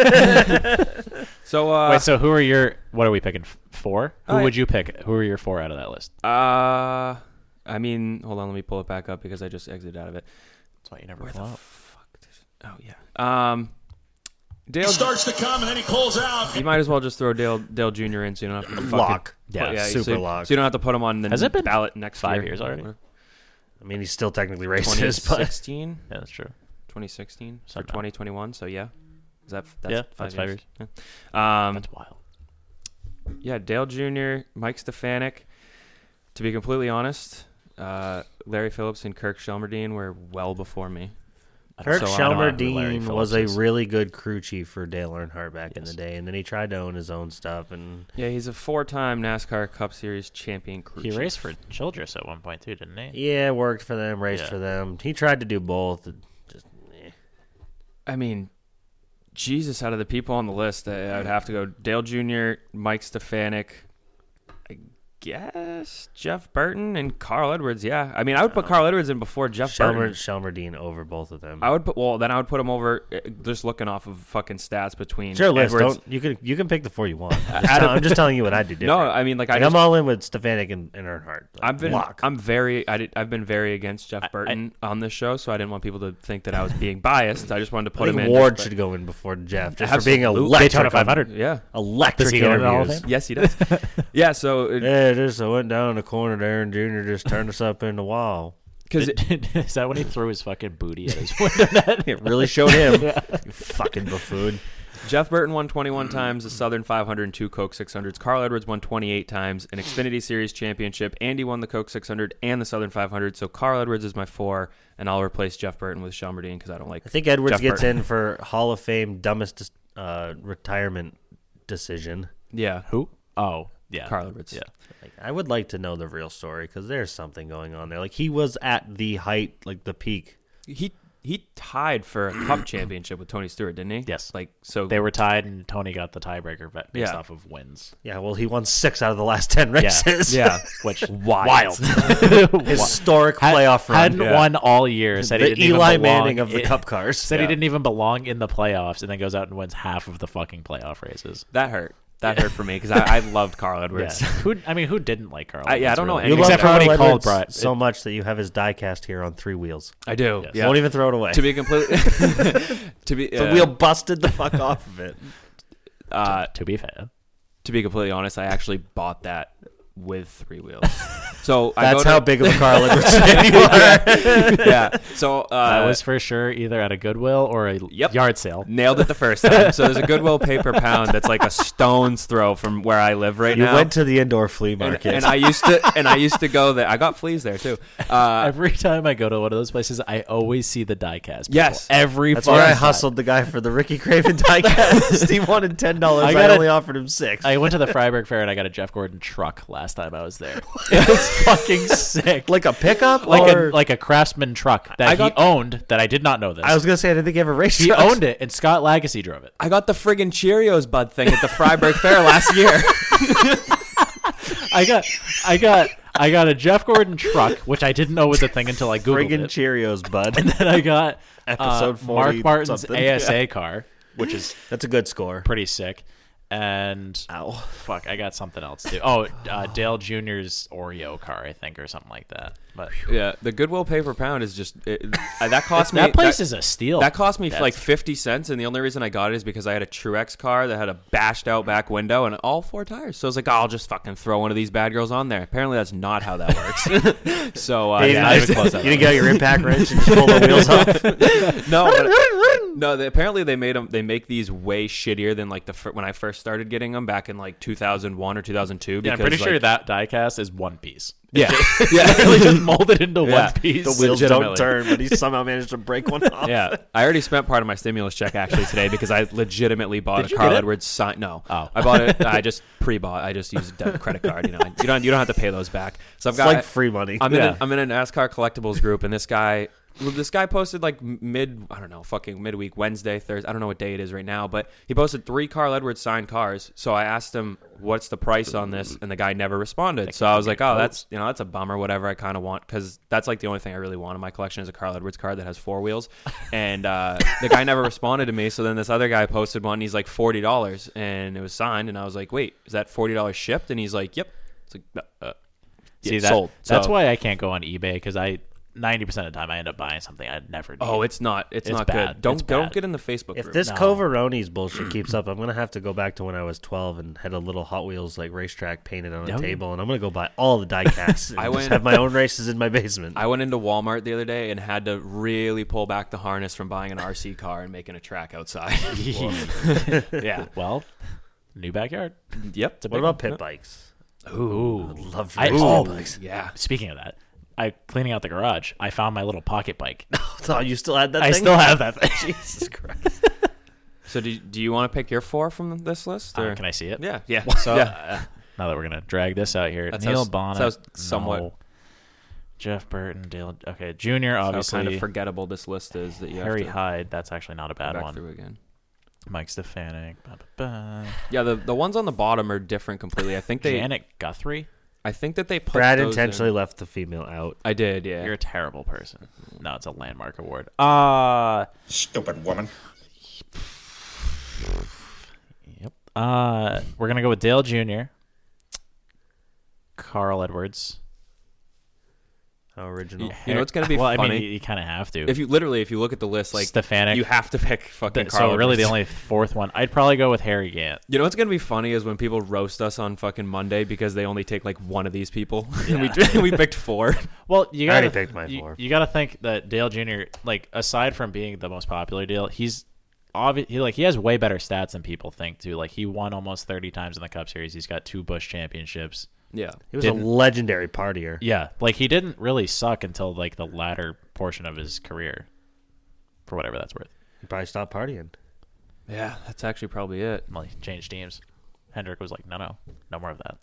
[SPEAKER 1] so uh,
[SPEAKER 10] Wait, so who are your, what are we picking? F- Four? Who
[SPEAKER 1] Alright.
[SPEAKER 10] would you pick? Who are your four out of that list?
[SPEAKER 1] Uh, I mean, hold on, let me pull it back up because I just exited out of it.
[SPEAKER 10] That's why you never pull out.
[SPEAKER 1] Oh yeah. Um, Dale
[SPEAKER 3] Starts to come and then he pulls out.
[SPEAKER 1] You might as well just throw Dale Dale Jr. in, so you don't have to fucking-
[SPEAKER 2] Lock.
[SPEAKER 10] Yeah,
[SPEAKER 1] so
[SPEAKER 2] super
[SPEAKER 1] you-
[SPEAKER 2] lock.
[SPEAKER 1] So you don't have to put him on the
[SPEAKER 10] Has it been
[SPEAKER 1] ballot next
[SPEAKER 10] five
[SPEAKER 1] year.
[SPEAKER 10] years already?
[SPEAKER 2] I mean, he's still technically racist, but
[SPEAKER 1] 2016,
[SPEAKER 10] Yeah, that's true.
[SPEAKER 1] 2016, or
[SPEAKER 10] Sometime.
[SPEAKER 1] 2021. So yeah, is that that's
[SPEAKER 10] Yeah,
[SPEAKER 1] five
[SPEAKER 10] that's five
[SPEAKER 1] years? Yeah. Um,
[SPEAKER 10] That's wild.
[SPEAKER 1] yeah, Dale Jr., Mike Stefanik. To be completely honest, uh, Larry Phillips and Kirk Shelmerdine were well before me.
[SPEAKER 2] Kirk
[SPEAKER 1] So I don't know who Larry
[SPEAKER 2] Shelmerdine
[SPEAKER 1] Phillips
[SPEAKER 2] was a
[SPEAKER 1] is.
[SPEAKER 2] really good crew chief for Dale Earnhardt back in the day, and then he tried to own his own stuff. And
[SPEAKER 1] Yeah, he's a four-time NASCAR Cup Series champion. Crew
[SPEAKER 10] He
[SPEAKER 1] chief.
[SPEAKER 10] raced for Childress at one point too, didn't he?
[SPEAKER 2] yeah, worked for them, raced
[SPEAKER 10] Yeah.
[SPEAKER 2] for them. He tried to do both. and Just eh.
[SPEAKER 1] I mean, Jesus, out of the people on the list, I, I would have to go Dale Jr., Mike Stefanik, I guess Jeff Burton and Carl Edwards. Yeah, I mean, I would put Carl Edwards in before Jeff
[SPEAKER 2] Shelmer,
[SPEAKER 1] Burton.
[SPEAKER 2] Shelmerdine over both of them.
[SPEAKER 1] I would put well, then I would put him over. uh, Just looking off of fucking stats between
[SPEAKER 2] It's your list.
[SPEAKER 1] Edwards-
[SPEAKER 2] Don't you can you can pick the four you want. I'm just, tell- I'm just telling you what I do.
[SPEAKER 1] No,
[SPEAKER 2] Different.
[SPEAKER 1] I mean like I
[SPEAKER 2] Like,
[SPEAKER 1] just,
[SPEAKER 2] I'm all in with Stefanik and, and Earnhardt. Like,
[SPEAKER 1] I've been
[SPEAKER 2] lock.
[SPEAKER 1] I'm very I did, I've been very against Jeff Burton on this show, so I didn't want people to think that I was being biased. I just wanted to
[SPEAKER 2] I
[SPEAKER 1] put him
[SPEAKER 2] think
[SPEAKER 1] in.
[SPEAKER 2] Ward
[SPEAKER 1] just-
[SPEAKER 2] should go in before Jeff just for being
[SPEAKER 1] Absolutely.
[SPEAKER 2] electric.
[SPEAKER 10] Daytona
[SPEAKER 2] on-
[SPEAKER 10] 500.
[SPEAKER 1] yeah.
[SPEAKER 2] Electric
[SPEAKER 10] Does he go in the Hall of
[SPEAKER 2] interviews.
[SPEAKER 1] Yes, he does. yeah, so uh, it-
[SPEAKER 2] Yeah, just I went down in the corner there, and Junior just turned us up in the wall.
[SPEAKER 1] Because
[SPEAKER 10] Is that when he threw his fucking booty at his
[SPEAKER 2] It really showed him. You fucking buffoon.
[SPEAKER 1] Jeff Burton won 21 times, the Southern 500 and two Coke 600s. Carl Edwards won 28 times, an Xfinity Series championship. Andy won the Coke 600 and the Southern 500. So Carl Edwards is my four, and I'll replace Jeff Burton with Shelmerdine because I don't like.
[SPEAKER 2] I think Edwards
[SPEAKER 1] Jeff
[SPEAKER 2] gets
[SPEAKER 1] Burton.
[SPEAKER 2] in for Hall of Fame dumbest uh, retirement decision.
[SPEAKER 1] Yeah,
[SPEAKER 10] Who? Oh, yeah.
[SPEAKER 1] Carl Edwards.
[SPEAKER 10] Yeah.
[SPEAKER 2] Like, I would like to know the real story because there's something going on there. Like he was at the height, like the peak.
[SPEAKER 1] he he tied for a cup championship with Tony Stewart, didn't he?
[SPEAKER 10] Yes.
[SPEAKER 1] Like so.
[SPEAKER 10] They were tied, and Tony got the tiebreaker bet- based
[SPEAKER 1] Yeah.
[SPEAKER 10] off of wins.
[SPEAKER 2] Yeah, well, he won six out of the last ten
[SPEAKER 10] Yeah.
[SPEAKER 2] races.
[SPEAKER 1] Yeah.
[SPEAKER 10] Which
[SPEAKER 2] Wild. historic
[SPEAKER 10] Had-
[SPEAKER 2] playoff run.
[SPEAKER 10] Hadn't
[SPEAKER 1] Yeah.
[SPEAKER 10] won all year. Said he
[SPEAKER 2] the
[SPEAKER 10] didn't even
[SPEAKER 2] Eli
[SPEAKER 10] belong
[SPEAKER 2] Manning of the
[SPEAKER 10] in-
[SPEAKER 2] Cup cars.
[SPEAKER 10] Said
[SPEAKER 2] Yeah.
[SPEAKER 10] he didn't even belong in the playoffs, and then goes out and wins half of the fucking playoff races.
[SPEAKER 1] that hurt. That hurt for me because I, I loved Carl Edwards.
[SPEAKER 10] who? I mean, who didn't like Carl?
[SPEAKER 1] I- yeah, I
[SPEAKER 10] Edwards,
[SPEAKER 1] don't know
[SPEAKER 10] really?
[SPEAKER 1] any-
[SPEAKER 2] You
[SPEAKER 10] Except for
[SPEAKER 2] love
[SPEAKER 10] when he
[SPEAKER 2] Carl
[SPEAKER 10] called
[SPEAKER 2] Edwards
[SPEAKER 10] Brett.
[SPEAKER 2] so much that you have his diecast here on three wheels.
[SPEAKER 1] I do.
[SPEAKER 10] Yes.
[SPEAKER 1] Yeah.
[SPEAKER 2] Won't even throw it away.
[SPEAKER 1] to be completely. to be
[SPEAKER 2] the
[SPEAKER 1] uh,
[SPEAKER 2] wheel busted the fuck off of it.
[SPEAKER 1] Uh,
[SPEAKER 10] to be fair,
[SPEAKER 1] to be completely honest, I actually bought that with three wheels. So I go
[SPEAKER 2] That's
[SPEAKER 1] to,
[SPEAKER 2] how big of a Carl Edwards fan you are.
[SPEAKER 1] yeah. So uh,
[SPEAKER 10] I was for sure either at a Goodwill or a
[SPEAKER 1] Yep.
[SPEAKER 10] yard sale.
[SPEAKER 1] nailed it the first time. So there's a Goodwill paper pound that's like a stone's throw from where I live right
[SPEAKER 2] You
[SPEAKER 1] now.
[SPEAKER 2] went to the indoor flea market.
[SPEAKER 1] and I used to and I used to go there. I got fleas there too. Uh,
[SPEAKER 10] Every time I go to one of those places, I always see the diecast. people.
[SPEAKER 1] Yes.
[SPEAKER 10] every
[SPEAKER 2] That's where I
[SPEAKER 10] fucking time.
[SPEAKER 2] hustled the guy for the Ricky Craven diecast. he wanted ten dollars. I,
[SPEAKER 10] I gotta-
[SPEAKER 2] only offered him six.
[SPEAKER 10] I went to the Freiburg Fair and I got a Jeff Gordon truck last time I was there. It was fucking sick.
[SPEAKER 2] like a pickup,
[SPEAKER 10] like
[SPEAKER 2] or
[SPEAKER 10] a like a craftsman truck that
[SPEAKER 1] I
[SPEAKER 10] he
[SPEAKER 1] got-
[SPEAKER 10] owned that I did not know this.
[SPEAKER 2] I was gonna say I didn't think he ever raced.
[SPEAKER 10] he
[SPEAKER 2] trucks.
[SPEAKER 10] owned it and Scott Lagasse drove it.
[SPEAKER 1] I got the friggin' Cheerios bud thing at the Freiburg Fair last year.
[SPEAKER 10] I got I got I got a Jeff Gordon truck, which I didn't know was a thing until I googled
[SPEAKER 2] Friggin'
[SPEAKER 10] it.
[SPEAKER 2] Cheerios, bud.
[SPEAKER 10] and I got uh,
[SPEAKER 2] Episode 40
[SPEAKER 10] Mark Martin's
[SPEAKER 2] something.
[SPEAKER 10] ASA car. which is
[SPEAKER 2] That's a good score.
[SPEAKER 10] pretty sick. And
[SPEAKER 2] Ow.
[SPEAKER 10] fuck, I got something else too. Oh, uh, Dale Jr.'s Oreo car, I think, or something like that. But
[SPEAKER 1] Yeah, the Goodwill pay per pound is just it, uh, that cost me
[SPEAKER 10] that place
[SPEAKER 1] that,
[SPEAKER 10] is a steal.
[SPEAKER 1] that cost me
[SPEAKER 10] Oh, That's-
[SPEAKER 1] like fifty cents, and the only reason I got it is because I had a Truex car that had a bashed out back window and all four tires. So I was like, I'll just fucking throw one of these bad girls on there. Apparently, that's not how that works. so uh,
[SPEAKER 2] You
[SPEAKER 1] yeah, not
[SPEAKER 2] didn't-
[SPEAKER 1] even close that.
[SPEAKER 2] you didn't get out your impact wrench and just pull the wheels off.
[SPEAKER 1] No, but, no. They, apparently, they made them. They make these way shittier than like the fir- when I first started getting them back in like 2001 or 2002.
[SPEAKER 10] yeah, I'm
[SPEAKER 1] because,
[SPEAKER 10] pretty sure
[SPEAKER 1] like-
[SPEAKER 10] that diecast is one piece.
[SPEAKER 1] Yeah, yeah.
[SPEAKER 10] They just molded into
[SPEAKER 1] Yeah.
[SPEAKER 10] one piece.
[SPEAKER 2] The wheels
[SPEAKER 1] Legitimately.
[SPEAKER 2] don't turn, but he somehow managed to break one off.
[SPEAKER 10] yeah,
[SPEAKER 1] I already spent part of my stimulus check actually today because I legitimately bought
[SPEAKER 10] Did
[SPEAKER 1] a
[SPEAKER 10] you
[SPEAKER 1] Carl
[SPEAKER 10] get it?
[SPEAKER 1] Edwards sign. No,
[SPEAKER 10] Oh.
[SPEAKER 1] I bought it. I just pre-bought. I just used a debit credit card. You know, you don't you don't have to pay those back. So I've
[SPEAKER 2] It's
[SPEAKER 1] got
[SPEAKER 2] like free money.
[SPEAKER 1] I'm in
[SPEAKER 10] Yeah.
[SPEAKER 1] a, I'm in a NASCAR collectibles group, and this guy well, this guy posted like m- mid I don't know fucking midweek Wednesday Thursday I don't know what day it is right now, but he posted three Carl Edwards signed cars. So I asked him what's the price on this, and the guy never responded. So I was like, oh, that's you know that's a bummer. Whatever, I kind of want because that's like the only thing I really want in my collection is a Carl Edwards car that has four wheels, and uh, the guy never responded to me. So then this other guy posted one, and he's like forty dollars, and it was signed, and I was like, wait, is that forty dollars shipped? And he's like, yep. It's like. uh, Uh,
[SPEAKER 10] see
[SPEAKER 1] yeah,
[SPEAKER 10] that,
[SPEAKER 1] sold.
[SPEAKER 10] That's
[SPEAKER 1] So-
[SPEAKER 10] why I can't go on eBay because I ninety percent of the time I end up buying something I'd never. Need.
[SPEAKER 1] Oh, it's not. It's,
[SPEAKER 10] It's
[SPEAKER 1] not
[SPEAKER 10] bad.
[SPEAKER 1] good. Don't
[SPEAKER 10] It's
[SPEAKER 1] don't
[SPEAKER 10] bad.
[SPEAKER 1] get in the Facebook
[SPEAKER 2] If
[SPEAKER 1] group.
[SPEAKER 2] this
[SPEAKER 10] No.
[SPEAKER 2] Coveroni's bullshit keeps up, I'm gonna have to go back to when I was 12 and had a little Hot Wheels like racetrack painted on a
[SPEAKER 10] Yeah.
[SPEAKER 2] table, and I'm gonna go buy all the diecasts. and
[SPEAKER 1] I
[SPEAKER 2] just
[SPEAKER 1] went-
[SPEAKER 2] have my own races in my basement.
[SPEAKER 1] I went into Walmart the other day and had to really pull back the harness from buying an RC car and making a track outside. yeah.
[SPEAKER 10] well, new backyard.
[SPEAKER 1] Yep.
[SPEAKER 2] what about pit bikes?
[SPEAKER 10] Ooh,
[SPEAKER 2] Love
[SPEAKER 10] I-
[SPEAKER 2] race
[SPEAKER 10] oh.
[SPEAKER 2] pit bikes.
[SPEAKER 1] Yeah.
[SPEAKER 10] Speaking of that, I cleaning out the garage. I found my little pocket bike.
[SPEAKER 2] So you still had that?
[SPEAKER 10] I
[SPEAKER 2] thing?
[SPEAKER 10] still have that thing.
[SPEAKER 2] Jesus Christ.
[SPEAKER 1] So do do you want to pick your four from this list? Or?
[SPEAKER 10] Uh, can I see it?
[SPEAKER 1] Yeah. Yeah.
[SPEAKER 10] So
[SPEAKER 1] yeah.
[SPEAKER 10] uh, now that we're gonna drag this out here,
[SPEAKER 1] That's how
[SPEAKER 10] Neil
[SPEAKER 1] s-
[SPEAKER 10] Bonnet,
[SPEAKER 1] that's how s- somewhat-
[SPEAKER 10] no. Jeff Burton, Dale. Okay, Junior,
[SPEAKER 1] How
[SPEAKER 10] obviously.
[SPEAKER 1] kind of forgettable this list is that you have
[SPEAKER 10] Harry
[SPEAKER 1] to
[SPEAKER 10] Hyde. That's actually not a
[SPEAKER 1] go
[SPEAKER 10] bad
[SPEAKER 1] back
[SPEAKER 10] one.
[SPEAKER 1] through again.
[SPEAKER 10] Mike Stefanik. Ba, ba, ba.
[SPEAKER 1] Yeah. The the ones on the bottom are different completely. I think they.
[SPEAKER 10] Janet Guthrie.
[SPEAKER 1] I think that they put
[SPEAKER 2] Brad
[SPEAKER 1] those
[SPEAKER 2] intentionally
[SPEAKER 1] in-
[SPEAKER 2] left the female out.
[SPEAKER 1] I did. Yeah. Mm-hmm.
[SPEAKER 10] You're a terrible person. No, it's a landmark award. Uh
[SPEAKER 3] Stupid woman.
[SPEAKER 10] yep. Uh we're gonna go with Dale Jr. Carl Edwards.
[SPEAKER 2] How original.
[SPEAKER 1] you, you know it's gonna be
[SPEAKER 10] well,
[SPEAKER 1] funny.
[SPEAKER 10] I mean, you, kind of have to.
[SPEAKER 1] if you literally, if you look at the list, like
[SPEAKER 10] Stefanik.
[SPEAKER 1] you have to pick fucking.
[SPEAKER 10] Th- so
[SPEAKER 1] Carl
[SPEAKER 10] really, the
[SPEAKER 1] Edwards.
[SPEAKER 10] only fourth one, I'd probably go with Harry Gant.
[SPEAKER 1] You know what's gonna be funny is when people roast us on fucking Monday because they only take like one of these people, and we we picked four.
[SPEAKER 10] Well,
[SPEAKER 2] I
[SPEAKER 10] you gotta
[SPEAKER 2] already picked my
[SPEAKER 10] you-
[SPEAKER 2] four.
[SPEAKER 10] You, gotta think that Dale Jr. Like aside from being the most popular deal, he's obvious. He, like he has way better stats than people think too. Like he won almost thirty times in the Cup Series. He's got two Bush championships.
[SPEAKER 1] Yeah,
[SPEAKER 2] He was a
[SPEAKER 10] didn't-
[SPEAKER 2] legendary partier.
[SPEAKER 10] Yeah, like he didn't really suck until like the latter portion of his career, for whatever that's worth.
[SPEAKER 2] He probably stopped partying.
[SPEAKER 1] yeah, that's actually probably it.
[SPEAKER 10] Well, he changed teams. Hendrick was like, no, no, no more of that.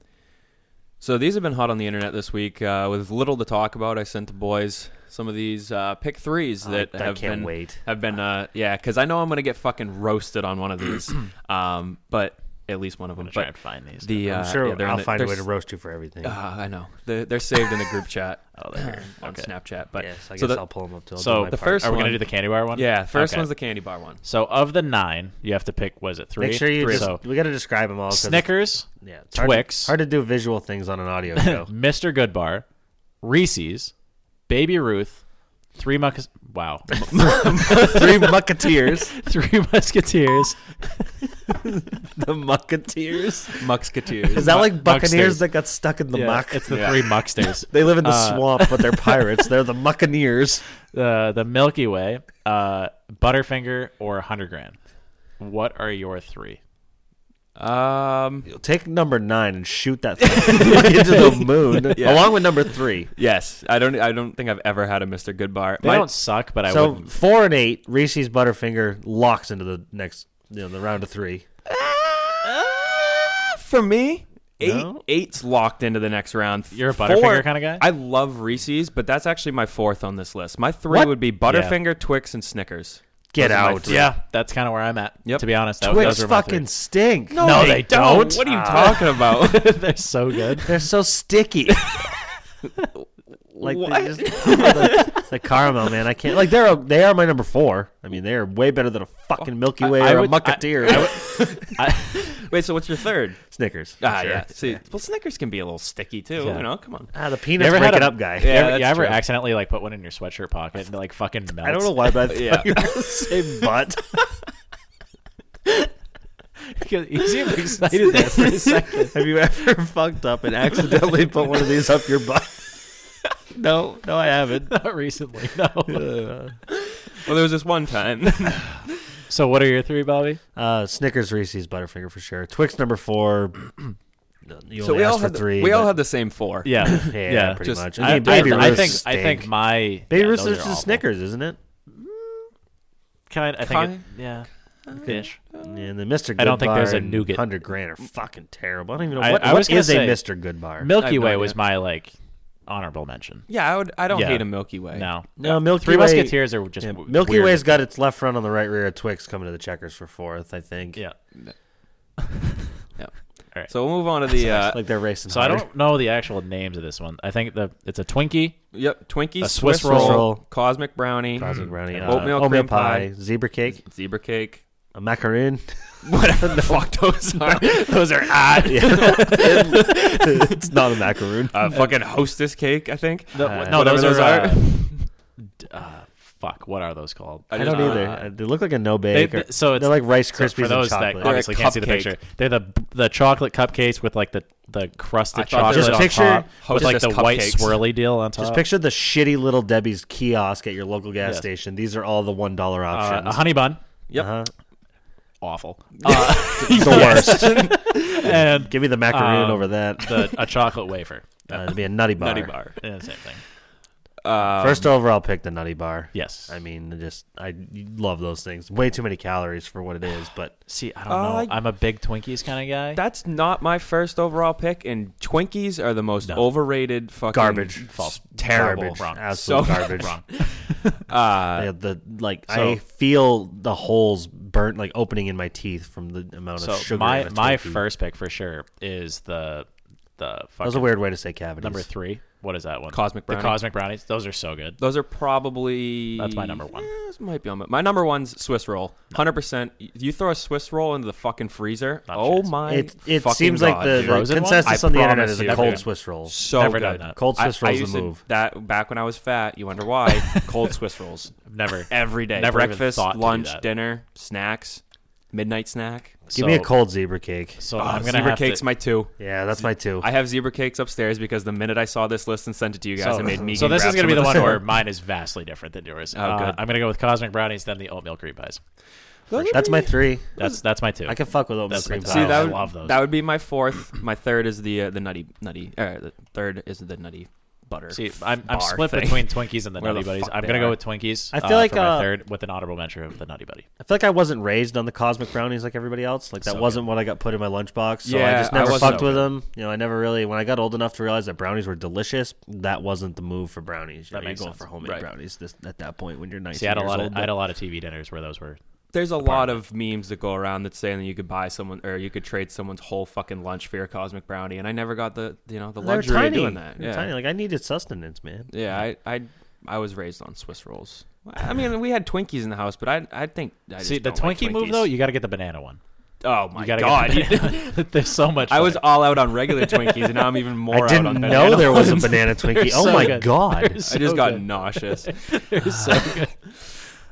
[SPEAKER 1] So these have been hot on the internet this week uh, with little to talk about. I sent the boys some of these uh, pick threes that
[SPEAKER 2] I
[SPEAKER 1] have
[SPEAKER 2] can't
[SPEAKER 1] been
[SPEAKER 2] wait.
[SPEAKER 1] have been uh, yeah because I know I'm gonna get fucking roasted on one of these, um, but at least one of them.
[SPEAKER 10] gonna try
[SPEAKER 1] but
[SPEAKER 10] and find these.
[SPEAKER 1] The, uh,
[SPEAKER 2] I'm sure
[SPEAKER 1] yeah, they're in
[SPEAKER 2] I'll
[SPEAKER 1] the-
[SPEAKER 2] find a
[SPEAKER 1] they're
[SPEAKER 2] way to
[SPEAKER 1] s-
[SPEAKER 2] roast you for everything.
[SPEAKER 1] Uh, I know they're, they're saved in the group chat
[SPEAKER 10] Oh, there.
[SPEAKER 1] on
[SPEAKER 10] Okay.
[SPEAKER 1] Snapchat, but
[SPEAKER 2] yes, I guess
[SPEAKER 1] so the,
[SPEAKER 2] I'll pull him up. Till I'll do
[SPEAKER 10] So
[SPEAKER 2] my
[SPEAKER 10] the
[SPEAKER 2] part.
[SPEAKER 1] first
[SPEAKER 10] first, are we
[SPEAKER 1] one-
[SPEAKER 10] gonna do the candy bar one?
[SPEAKER 1] yeah, first
[SPEAKER 10] Okay.
[SPEAKER 1] one's the candy bar one.
[SPEAKER 10] So of the nine, you have to pick. Was it three?
[SPEAKER 2] Make sure you
[SPEAKER 10] three.
[SPEAKER 2] just.
[SPEAKER 10] so
[SPEAKER 2] we got to describe them all. 'cause it's-
[SPEAKER 10] Snickers,
[SPEAKER 2] Yeah, it's hard to-
[SPEAKER 10] Twix,
[SPEAKER 2] Hard to, do visual things on an audio show.
[SPEAKER 10] Mr. Goodbar, Reese's, Baby Ruth, Three Muckus. Wow,
[SPEAKER 2] Three Mucketeers.
[SPEAKER 10] Three Musketeers.
[SPEAKER 2] the Mucketeers.
[SPEAKER 1] Musketeers.
[SPEAKER 2] Is that like Buccaneers
[SPEAKER 10] Mucksters.
[SPEAKER 2] that got stuck in the muck?
[SPEAKER 10] It's the Three Mucksters.
[SPEAKER 2] they live in the swamp, but they're pirates. They're the Muccaneers.
[SPEAKER 10] uh, the Milky Way, uh, Butterfinger, or Hundred Grand. What are your three?
[SPEAKER 1] um.
[SPEAKER 2] Take number nine and shoot that thing into the moon, along with number three.
[SPEAKER 1] Yes, I don't. I don't think I've ever had a Mr. Goodbar.
[SPEAKER 10] They
[SPEAKER 1] My-
[SPEAKER 10] don't suck, but I
[SPEAKER 2] so
[SPEAKER 10] would.
[SPEAKER 2] four and eight, Reese's Butterfinger locks into the next, you know, the round of three.
[SPEAKER 1] Ah, for me, eight
[SPEAKER 2] No?
[SPEAKER 1] eight's locked into the next round.
[SPEAKER 10] You're a
[SPEAKER 1] Four-
[SPEAKER 10] Butterfinger kinda guy?
[SPEAKER 1] I love Reese's, but that's actually my fourth on this list. My three
[SPEAKER 2] What?
[SPEAKER 1] would be Butterfinger, Twix, and Snickers.
[SPEAKER 2] Get
[SPEAKER 1] Those are my
[SPEAKER 2] out.
[SPEAKER 1] three.
[SPEAKER 10] Yeah, that's kind of where I'm at.
[SPEAKER 1] Yep.
[SPEAKER 10] To be honest, that,
[SPEAKER 2] Twix
[SPEAKER 10] those were my
[SPEAKER 2] fucking stink.
[SPEAKER 10] three. No, they, don't.
[SPEAKER 1] Ah.
[SPEAKER 2] Ah.
[SPEAKER 1] What are you talking about?
[SPEAKER 10] They're so good.
[SPEAKER 2] They're so sticky. Like they just the, the caramel, man. I can't. Like they're they are my number four. I mean, they are way better than a fucking Milky Way
[SPEAKER 10] I
[SPEAKER 2] or
[SPEAKER 10] would-
[SPEAKER 2] a
[SPEAKER 10] I-
[SPEAKER 2] Mucketeer.
[SPEAKER 1] Wait, so what's your third?
[SPEAKER 2] Snickers.
[SPEAKER 1] Ah,
[SPEAKER 2] sure.
[SPEAKER 1] yeah. See, well, Snickers can be a little sticky too.
[SPEAKER 10] Yeah.
[SPEAKER 1] You know, come on.
[SPEAKER 2] Ah, the
[SPEAKER 10] You
[SPEAKER 2] peanuts
[SPEAKER 10] ever
[SPEAKER 2] break it
[SPEAKER 10] had a-
[SPEAKER 2] up, guy.
[SPEAKER 10] You
[SPEAKER 1] Yeah,
[SPEAKER 10] ever, you
[SPEAKER 1] that's
[SPEAKER 10] ever
[SPEAKER 1] true.
[SPEAKER 10] accidentally like put one in your sweatshirt pocket and it, like fucking melts?
[SPEAKER 2] I don't know why, but I
[SPEAKER 1] Yeah.
[SPEAKER 2] thought you were gonna say butt.
[SPEAKER 10] You seem excited there for a second.
[SPEAKER 2] Have you ever fucked up and accidentally put one of these up your butt? no, no, I haven't.
[SPEAKER 10] Not recently, no.
[SPEAKER 1] Well, there was this one time.
[SPEAKER 10] So what are your three, Bobby?
[SPEAKER 2] Uh, Snickers, Reese's, Butterfinger for sure. Twix number four. You
[SPEAKER 1] so
[SPEAKER 2] only
[SPEAKER 1] we all
[SPEAKER 2] asked for
[SPEAKER 1] had the-
[SPEAKER 2] three.
[SPEAKER 1] we all
[SPEAKER 2] but-
[SPEAKER 1] had the same four.
[SPEAKER 10] Yeah,
[SPEAKER 2] yeah, pretty
[SPEAKER 1] just-
[SPEAKER 2] much.
[SPEAKER 10] I,
[SPEAKER 2] mean, Baby
[SPEAKER 10] I, I
[SPEAKER 2] Ruth's
[SPEAKER 10] think I
[SPEAKER 2] stink.
[SPEAKER 10] think my
[SPEAKER 2] Baby
[SPEAKER 10] yeah,
[SPEAKER 2] Ruth's
[SPEAKER 10] those
[SPEAKER 2] is
[SPEAKER 10] are
[SPEAKER 2] just
[SPEAKER 10] awful.
[SPEAKER 2] Snickers, isn't it?
[SPEAKER 10] Kind, I think it,
[SPEAKER 1] Kind-
[SPEAKER 10] yeah, fish.
[SPEAKER 2] Yeah, and then Mr. Goodbar
[SPEAKER 10] I don't think there's a
[SPEAKER 2] and
[SPEAKER 10] nougat.
[SPEAKER 2] Hundred grand are fucking terrible. I don't even know
[SPEAKER 10] I-
[SPEAKER 2] what,
[SPEAKER 10] I
[SPEAKER 2] what
[SPEAKER 10] was gonna
[SPEAKER 2] is a
[SPEAKER 10] say,
[SPEAKER 2] Mr. Goodbar.
[SPEAKER 1] I
[SPEAKER 10] Milky
[SPEAKER 1] have no
[SPEAKER 10] Way
[SPEAKER 1] idea.
[SPEAKER 10] was my like honorable mention.
[SPEAKER 1] Yeah, I would. I don't
[SPEAKER 10] Yeah.
[SPEAKER 1] hate a Milky Way.
[SPEAKER 10] No,
[SPEAKER 2] no, Milky
[SPEAKER 10] Three
[SPEAKER 2] Way.
[SPEAKER 10] Musketeers are just
[SPEAKER 2] Yeah,
[SPEAKER 10] w-
[SPEAKER 2] Milky
[SPEAKER 10] weird.
[SPEAKER 2] Way's got its left front on the right rear of Twix coming to the checkers for fourth, I think.
[SPEAKER 10] Yeah.
[SPEAKER 1] Yeah.
[SPEAKER 10] Alright.
[SPEAKER 1] So we'll move on to the. Uh,
[SPEAKER 2] like they're racing.
[SPEAKER 10] So I
[SPEAKER 2] hard.
[SPEAKER 10] don't know the actual names of this one. I think the it's a Twinkie.
[SPEAKER 1] yep. Twinkies,
[SPEAKER 10] A
[SPEAKER 1] Swiss,
[SPEAKER 10] Swiss
[SPEAKER 1] roll,
[SPEAKER 2] roll.
[SPEAKER 1] cosmic brownie,
[SPEAKER 10] Hmm.
[SPEAKER 2] Cosmic brownie, uh,
[SPEAKER 1] Oatmeal cream pie.
[SPEAKER 2] zebra cake,
[SPEAKER 1] zebra cake,
[SPEAKER 2] a macaroon.
[SPEAKER 1] whatever the fuck those are.
[SPEAKER 2] Those are odd. it's not a macaroon.
[SPEAKER 1] uh, fucking hostess cake, I think.
[SPEAKER 2] Uh,
[SPEAKER 10] no,
[SPEAKER 1] whatever
[SPEAKER 10] those,
[SPEAKER 1] those
[SPEAKER 10] are.
[SPEAKER 1] are.
[SPEAKER 10] uh, d- uh, fuck, what are those called?
[SPEAKER 2] I don't
[SPEAKER 1] just-
[SPEAKER 2] either.
[SPEAKER 1] uh,
[SPEAKER 2] Uh, They look like a no
[SPEAKER 10] They-
[SPEAKER 2] bake.
[SPEAKER 10] they- so it's
[SPEAKER 2] they're like Rice Krispies
[SPEAKER 10] so for those
[SPEAKER 2] and
[SPEAKER 10] that
[SPEAKER 2] chocolate.
[SPEAKER 10] obviously can't see the
[SPEAKER 1] cupcake.
[SPEAKER 10] picture. They're the the chocolate cupcakes with like the the
[SPEAKER 1] I
[SPEAKER 10] crusted
[SPEAKER 1] thought
[SPEAKER 10] chocolate
[SPEAKER 1] they
[SPEAKER 2] were
[SPEAKER 10] on
[SPEAKER 2] just
[SPEAKER 10] top,
[SPEAKER 1] picture
[SPEAKER 10] with like the
[SPEAKER 1] Hostess
[SPEAKER 10] white
[SPEAKER 1] cupcakes.
[SPEAKER 10] swirly deal on top.
[SPEAKER 2] Just picture the shitty little Debbie's kiosk at your local gas
[SPEAKER 10] Yeah.
[SPEAKER 2] station. These are all the one dollar
[SPEAKER 10] uh,
[SPEAKER 2] options.
[SPEAKER 10] a honey bun,
[SPEAKER 1] Yep.
[SPEAKER 2] Uh-huh.
[SPEAKER 10] awful,
[SPEAKER 2] It's the worst.
[SPEAKER 10] and
[SPEAKER 2] Give me the macaroon
[SPEAKER 10] Um,
[SPEAKER 2] over that.
[SPEAKER 10] the, a chocolate wafer.
[SPEAKER 2] Uh, it'd be a nutty bar.
[SPEAKER 1] Nutty bar.
[SPEAKER 10] Yeah, same thing.
[SPEAKER 2] First overall pick, the nutty bar.
[SPEAKER 10] Um, Yes.
[SPEAKER 2] I mean, it just I love those things. Way too many calories for what it is, but
[SPEAKER 10] See, I don't
[SPEAKER 1] Uh,
[SPEAKER 10] know. I'm a big Twinkies kind of guy.
[SPEAKER 1] That's not my first overall pick, and Twinkies are the most overrated fucking
[SPEAKER 2] Garbage.
[SPEAKER 1] s-
[SPEAKER 2] False.
[SPEAKER 1] Terrible.
[SPEAKER 2] garbage,
[SPEAKER 10] Wrong.
[SPEAKER 2] absolute
[SPEAKER 1] So-
[SPEAKER 2] garbage.
[SPEAKER 10] Wrong. Uh,
[SPEAKER 2] Yeah, the like I feel the holes burnt, like opening in my teeth from the amount
[SPEAKER 10] So
[SPEAKER 2] of sugar. in
[SPEAKER 10] my
[SPEAKER 2] a
[SPEAKER 10] my
[SPEAKER 2] Twinkie.
[SPEAKER 10] first pick for sure is the the
[SPEAKER 2] That was a
[SPEAKER 10] fucking
[SPEAKER 2] weird way to say cavities.
[SPEAKER 10] number three. What is that one?
[SPEAKER 1] Cosmic brownie.
[SPEAKER 10] The cosmic brownies. Those are so good.
[SPEAKER 1] Those are probably
[SPEAKER 10] That's my number one.
[SPEAKER 1] Eh, this might be on my, my number one's Swiss roll. Hundred percent. You throw a Swiss roll into the fucking freezer.
[SPEAKER 10] Not a
[SPEAKER 1] oh
[SPEAKER 10] chance.
[SPEAKER 1] my!
[SPEAKER 2] It it
[SPEAKER 1] fucking
[SPEAKER 2] seems
[SPEAKER 1] God,
[SPEAKER 2] like the,
[SPEAKER 1] dude.
[SPEAKER 2] the
[SPEAKER 10] Frozen one?
[SPEAKER 2] consensus
[SPEAKER 1] I
[SPEAKER 2] on the internet
[SPEAKER 1] promise
[SPEAKER 2] is a
[SPEAKER 1] you.
[SPEAKER 2] cold
[SPEAKER 1] Never.
[SPEAKER 2] Swiss roll.
[SPEAKER 1] so
[SPEAKER 10] Never
[SPEAKER 1] good.
[SPEAKER 10] done that.
[SPEAKER 2] Cold Swiss
[SPEAKER 1] I- I
[SPEAKER 2] rolls the
[SPEAKER 1] used to-
[SPEAKER 2] move.
[SPEAKER 1] That back when I was fat, you wonder why. Cold Swiss rolls
[SPEAKER 10] Never.
[SPEAKER 1] every day.
[SPEAKER 10] Never even
[SPEAKER 1] Breakfast,
[SPEAKER 10] thought to do
[SPEAKER 1] lunch,
[SPEAKER 10] that.
[SPEAKER 1] dinner, snacks, midnight snack.
[SPEAKER 2] Give me a
[SPEAKER 10] So-
[SPEAKER 2] cold zebra cake.
[SPEAKER 10] So
[SPEAKER 1] Ah,
[SPEAKER 10] I'm gonna
[SPEAKER 1] zebra
[SPEAKER 10] have
[SPEAKER 1] cakes,
[SPEAKER 10] to,
[SPEAKER 1] my two.
[SPEAKER 2] Yeah, that's my two.
[SPEAKER 1] I have zebra cakes upstairs because the minute I saw this list and sent it to you guys,
[SPEAKER 10] so,
[SPEAKER 1] it made me.
[SPEAKER 10] so this is
[SPEAKER 1] going to
[SPEAKER 10] gonna be the one where mine is vastly different than yours.
[SPEAKER 1] Oh,
[SPEAKER 10] Uh,
[SPEAKER 1] good.
[SPEAKER 10] I'm gonna go with cosmic brownies, then the oatmeal cream pies.
[SPEAKER 2] that's my three.
[SPEAKER 10] That's that's my two.
[SPEAKER 2] I can fuck with oatmeal
[SPEAKER 10] That's
[SPEAKER 2] cream
[SPEAKER 10] my-
[SPEAKER 2] pie.
[SPEAKER 1] See, that
[SPEAKER 10] I
[SPEAKER 1] would,
[SPEAKER 10] love those.
[SPEAKER 1] That would be my fourth. My third is the uh, the nutty nutty. Uh, the third is the nutty butter.
[SPEAKER 10] See, I'm, I'm
[SPEAKER 1] bar
[SPEAKER 10] split
[SPEAKER 1] thing.
[SPEAKER 10] between Twinkies and the
[SPEAKER 1] Where
[SPEAKER 10] Nutty
[SPEAKER 1] the
[SPEAKER 10] Buddies.
[SPEAKER 1] fuck
[SPEAKER 10] I'm
[SPEAKER 1] they
[SPEAKER 10] gonna
[SPEAKER 1] are.
[SPEAKER 10] go with Twinkies.
[SPEAKER 2] I feel like,
[SPEAKER 10] for my
[SPEAKER 2] uh,
[SPEAKER 10] third with an honorable mention of the Nutty Buddy.
[SPEAKER 2] I feel like I wasn't raised on the cosmic brownies like everybody else. Like that
[SPEAKER 10] So
[SPEAKER 2] wasn't what I got put in my lunchbox. So I
[SPEAKER 1] Yeah,
[SPEAKER 2] just
[SPEAKER 1] I
[SPEAKER 2] never
[SPEAKER 1] wasn't
[SPEAKER 2] fucked with them. You know, I never really. When I got old enough to realize that brownies were delicious, that wasn't the move for brownies. You
[SPEAKER 10] That
[SPEAKER 2] know,
[SPEAKER 10] makes
[SPEAKER 2] you're going
[SPEAKER 10] sense.
[SPEAKER 2] for homemade
[SPEAKER 1] Right.
[SPEAKER 2] brownies this, at that point when you're 19
[SPEAKER 10] See, I had a
[SPEAKER 2] years
[SPEAKER 10] lot
[SPEAKER 2] old.
[SPEAKER 10] of I had a lot of TV dinners where those were.
[SPEAKER 1] There's a lot of memes that go around that say that you could buy someone or you could trade someone's whole fucking lunch for your cosmic brownie, and I never got the you know the
[SPEAKER 2] They're
[SPEAKER 1] luxury
[SPEAKER 2] tiny.
[SPEAKER 1] of doing that.
[SPEAKER 2] They're
[SPEAKER 1] Yeah,
[SPEAKER 2] tiny. Like I needed sustenance, man.
[SPEAKER 1] yeah. I, I I was raised on Swiss rolls. I mean, we had Twinkies in the house, but I I think I just
[SPEAKER 10] See, the
[SPEAKER 1] don't like
[SPEAKER 10] Twinkie move
[SPEAKER 1] Twinkies.
[SPEAKER 10] though, you got to get the banana one.
[SPEAKER 1] oh
[SPEAKER 10] You
[SPEAKER 1] my
[SPEAKER 10] gotta
[SPEAKER 1] god,
[SPEAKER 10] Get the banana. There's so much.
[SPEAKER 1] I was
[SPEAKER 10] better.
[SPEAKER 1] all out on regular Twinkies, and now I'm even more.
[SPEAKER 2] I
[SPEAKER 1] out on
[SPEAKER 2] didn't know
[SPEAKER 1] banana
[SPEAKER 2] there was a
[SPEAKER 1] ones.
[SPEAKER 2] banana Twinkie. Oh
[SPEAKER 10] so
[SPEAKER 2] my
[SPEAKER 10] good.
[SPEAKER 2] god!
[SPEAKER 1] I just
[SPEAKER 10] so
[SPEAKER 1] got
[SPEAKER 10] good.
[SPEAKER 1] nauseous.
[SPEAKER 10] They're so good. Oh.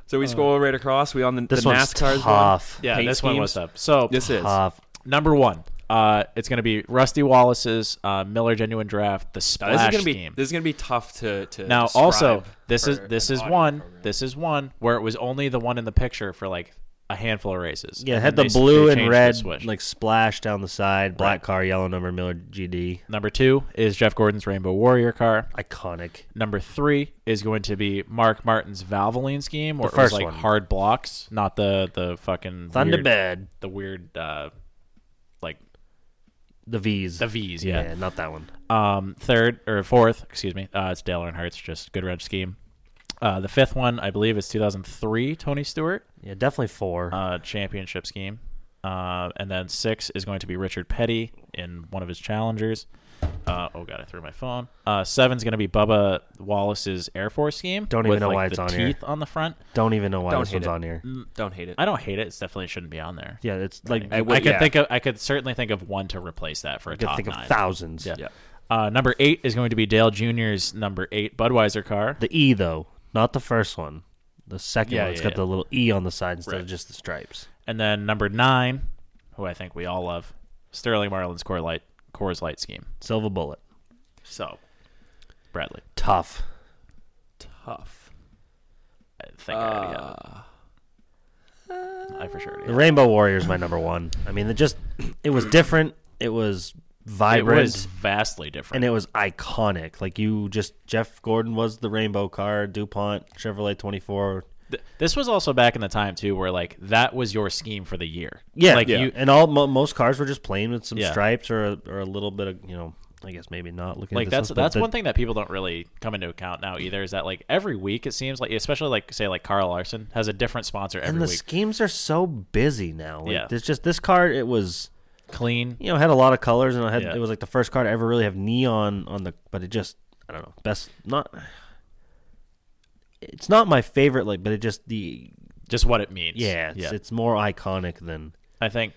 [SPEAKER 1] So we scroll right across. We on the,
[SPEAKER 2] This
[SPEAKER 1] the
[SPEAKER 2] one's
[SPEAKER 1] NASCAR's
[SPEAKER 2] tough.
[SPEAKER 10] Yeah,
[SPEAKER 1] Paint
[SPEAKER 10] this one was
[SPEAKER 1] schemes.
[SPEAKER 10] up. So
[SPEAKER 1] one. This is
[SPEAKER 2] Tough.
[SPEAKER 10] number one. Uh, it's gonna be Rusty Wallace's uh, Miller Genuine Draft,
[SPEAKER 1] Now,
[SPEAKER 10] the
[SPEAKER 1] this is
[SPEAKER 10] Splash
[SPEAKER 1] gonna be
[SPEAKER 10] Game.
[SPEAKER 1] this is gonna be tough to to
[SPEAKER 10] now,
[SPEAKER 1] describe
[SPEAKER 10] also, this
[SPEAKER 1] for
[SPEAKER 10] is this
[SPEAKER 1] an
[SPEAKER 10] is
[SPEAKER 1] audio
[SPEAKER 10] one.
[SPEAKER 1] program.
[SPEAKER 10] This is one where it was only the one in the picture for like a handful of races.
[SPEAKER 2] Yeah, it
[SPEAKER 10] And
[SPEAKER 2] had the
[SPEAKER 10] then they-
[SPEAKER 2] blue
[SPEAKER 10] they
[SPEAKER 2] and
[SPEAKER 10] changed the
[SPEAKER 2] red
[SPEAKER 10] switch.
[SPEAKER 2] like splash down the side. Black car, yellow number, Miller GD.
[SPEAKER 10] Number two is Jeff Gordon's Rainbow Warrior car.
[SPEAKER 2] Iconic.
[SPEAKER 10] Number three is going to be Mark Martin's Valvoline scheme, where
[SPEAKER 2] The
[SPEAKER 10] it was
[SPEAKER 2] first
[SPEAKER 10] like
[SPEAKER 2] one.
[SPEAKER 10] hard blocks, not the the fucking weird-
[SPEAKER 2] Thunderbird.
[SPEAKER 10] the weird uh, like
[SPEAKER 2] The V's.
[SPEAKER 10] the V's.
[SPEAKER 2] yeah.
[SPEAKER 10] Yeah.
[SPEAKER 2] not that one.
[SPEAKER 10] Um, third or fourth, excuse me, uh, it's Dale Earnhardt's just good wrench scheme. Uh, the fifth one, I believe, is 2003 Tony Stewart
[SPEAKER 2] Yeah, definitely four.
[SPEAKER 10] uh, championship scheme. Uh, and then six is going to be Richard Petty in one of his challengers. Uh, oh god, I threw my phone. Uh, seven's going to be Bubba Wallace's Air Force scheme.
[SPEAKER 2] Don't even
[SPEAKER 10] with,
[SPEAKER 2] know
[SPEAKER 10] like,
[SPEAKER 2] why it's
[SPEAKER 10] the
[SPEAKER 2] on here.
[SPEAKER 10] teeth on the front.
[SPEAKER 2] Don't even know why
[SPEAKER 1] Don't
[SPEAKER 2] this
[SPEAKER 1] hate
[SPEAKER 2] one's
[SPEAKER 1] it.
[SPEAKER 2] on here.
[SPEAKER 10] Mm.
[SPEAKER 1] Don't hate it.
[SPEAKER 10] I don't hate it. It's definitely shouldn't be on there.
[SPEAKER 2] Yeah, it's like
[SPEAKER 10] I,
[SPEAKER 2] I,
[SPEAKER 1] would-
[SPEAKER 10] could
[SPEAKER 1] yeah.
[SPEAKER 10] think of. I could certainly think of one to replace that for a
[SPEAKER 2] could
[SPEAKER 10] top
[SPEAKER 2] think
[SPEAKER 10] nine.
[SPEAKER 2] of thousands.
[SPEAKER 10] Yeah. Uh, number eight is going to be Dale Jr.'s number eight Budweiser car.
[SPEAKER 2] The E though, not the first one. The second
[SPEAKER 10] Yeah,
[SPEAKER 2] one, it's
[SPEAKER 10] yeah,
[SPEAKER 2] got
[SPEAKER 10] yeah.
[SPEAKER 2] the little E on the side instead
[SPEAKER 10] Right.
[SPEAKER 2] of just the stripes.
[SPEAKER 10] And then number nine, who I think we all love, Sterling Marlin's Core Light, Coors Light scheme.
[SPEAKER 2] Silver bullet.
[SPEAKER 10] So, Bradley,
[SPEAKER 2] Tough.
[SPEAKER 1] Tough.
[SPEAKER 10] I think I already have it. I for sure already
[SPEAKER 2] Uh, The
[SPEAKER 10] have
[SPEAKER 2] Rainbow Warrior is my number one. I mean, it just it was different. It was
[SPEAKER 10] it. It
[SPEAKER 2] vibrant.
[SPEAKER 10] was vastly different.
[SPEAKER 2] and it was iconic. Like you just Jeff Gordon was the rainbow car, DuPont, Chevrolet 24.
[SPEAKER 10] Th- this was also back in the time too, where like that was your scheme for the year.
[SPEAKER 2] Yeah,
[SPEAKER 10] like
[SPEAKER 2] like
[SPEAKER 10] you.
[SPEAKER 2] and all mo- most cars were just plain with some
[SPEAKER 10] Yeah.
[SPEAKER 2] stripes or a, or a little bit of, you know, I guess maybe not looking
[SPEAKER 10] Like
[SPEAKER 2] at
[SPEAKER 10] that's
[SPEAKER 2] this one, but
[SPEAKER 10] that's
[SPEAKER 2] the-
[SPEAKER 10] one thing that people don't really come into account now either is that like every week it seems like especially like say like Carl Larson has a different sponsor every
[SPEAKER 2] And the
[SPEAKER 10] week.
[SPEAKER 2] schemes are so busy now. Like,
[SPEAKER 10] Yeah.
[SPEAKER 2] it's just this car it was
[SPEAKER 10] Clean,
[SPEAKER 2] you know, had a lot of colors and it had
[SPEAKER 10] Yeah.
[SPEAKER 2] it was like the first car to ever really have neon on the but it just I don't know. Best not It's not my favorite like but it just the
[SPEAKER 10] just what it means.
[SPEAKER 2] yeah, it's,
[SPEAKER 10] yeah.
[SPEAKER 2] it's more iconic than
[SPEAKER 10] I think,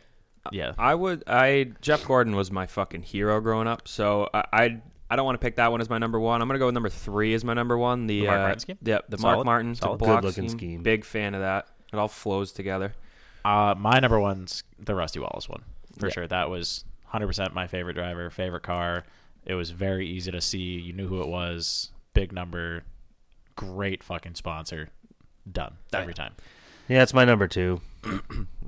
[SPEAKER 10] yeah.
[SPEAKER 1] I would. I Jeff Gordon was my fucking hero growing up, so I I, I don't want to pick that one as my number one. I'm gonna go with number three as my number one. The,
[SPEAKER 10] The Mark
[SPEAKER 1] uh,
[SPEAKER 10] Martin scheme?
[SPEAKER 1] The, the
[SPEAKER 10] Solid.
[SPEAKER 1] Mark Martin
[SPEAKER 10] Solid.
[SPEAKER 1] block
[SPEAKER 2] Good-looking
[SPEAKER 1] scheme.
[SPEAKER 2] scheme.
[SPEAKER 1] Big fan of that. It all flows together.
[SPEAKER 10] Uh, my number one's the Rusty Wallace one for sure. That was 100% my favorite driver, favorite car. It was very easy to see. You knew who it was. Big number, great fucking sponsor. Done every time.
[SPEAKER 2] Yeah, it's my number two.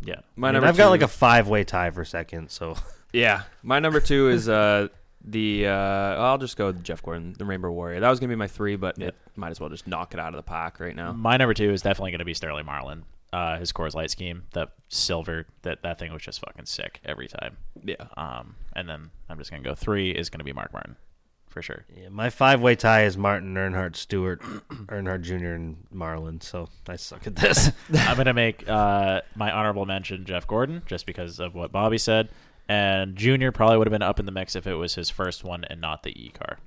[SPEAKER 10] Yeah.
[SPEAKER 1] My
[SPEAKER 2] I mean,
[SPEAKER 1] number
[SPEAKER 2] I've got
[SPEAKER 1] two-
[SPEAKER 2] like a five way tie for second, so
[SPEAKER 1] Yeah, my number two is uh the uh I'll just go with Jeff Gordon, the Rainbow Warrior. That was gonna be my three, but it, might as well just knock it out of the park right now.
[SPEAKER 10] My number two is definitely going to be Sterling Marlin. Uh, his Coors Light scheme, the silver, that that thing was just fucking sick every time.
[SPEAKER 1] Yeah,
[SPEAKER 10] Um, and then I'm just gonna go three is gonna be Mark Martin, for sure.
[SPEAKER 2] Yeah, my five way tie is Martin Earnhardt, Stewart, Earnhardt Jr., and Marlin. So I suck at this.
[SPEAKER 10] I'm gonna make uh, my honorable mention Jeff Gordon just because of what Bobby said, and Junior probably would have been up in the mix if it was his first one and not the E car.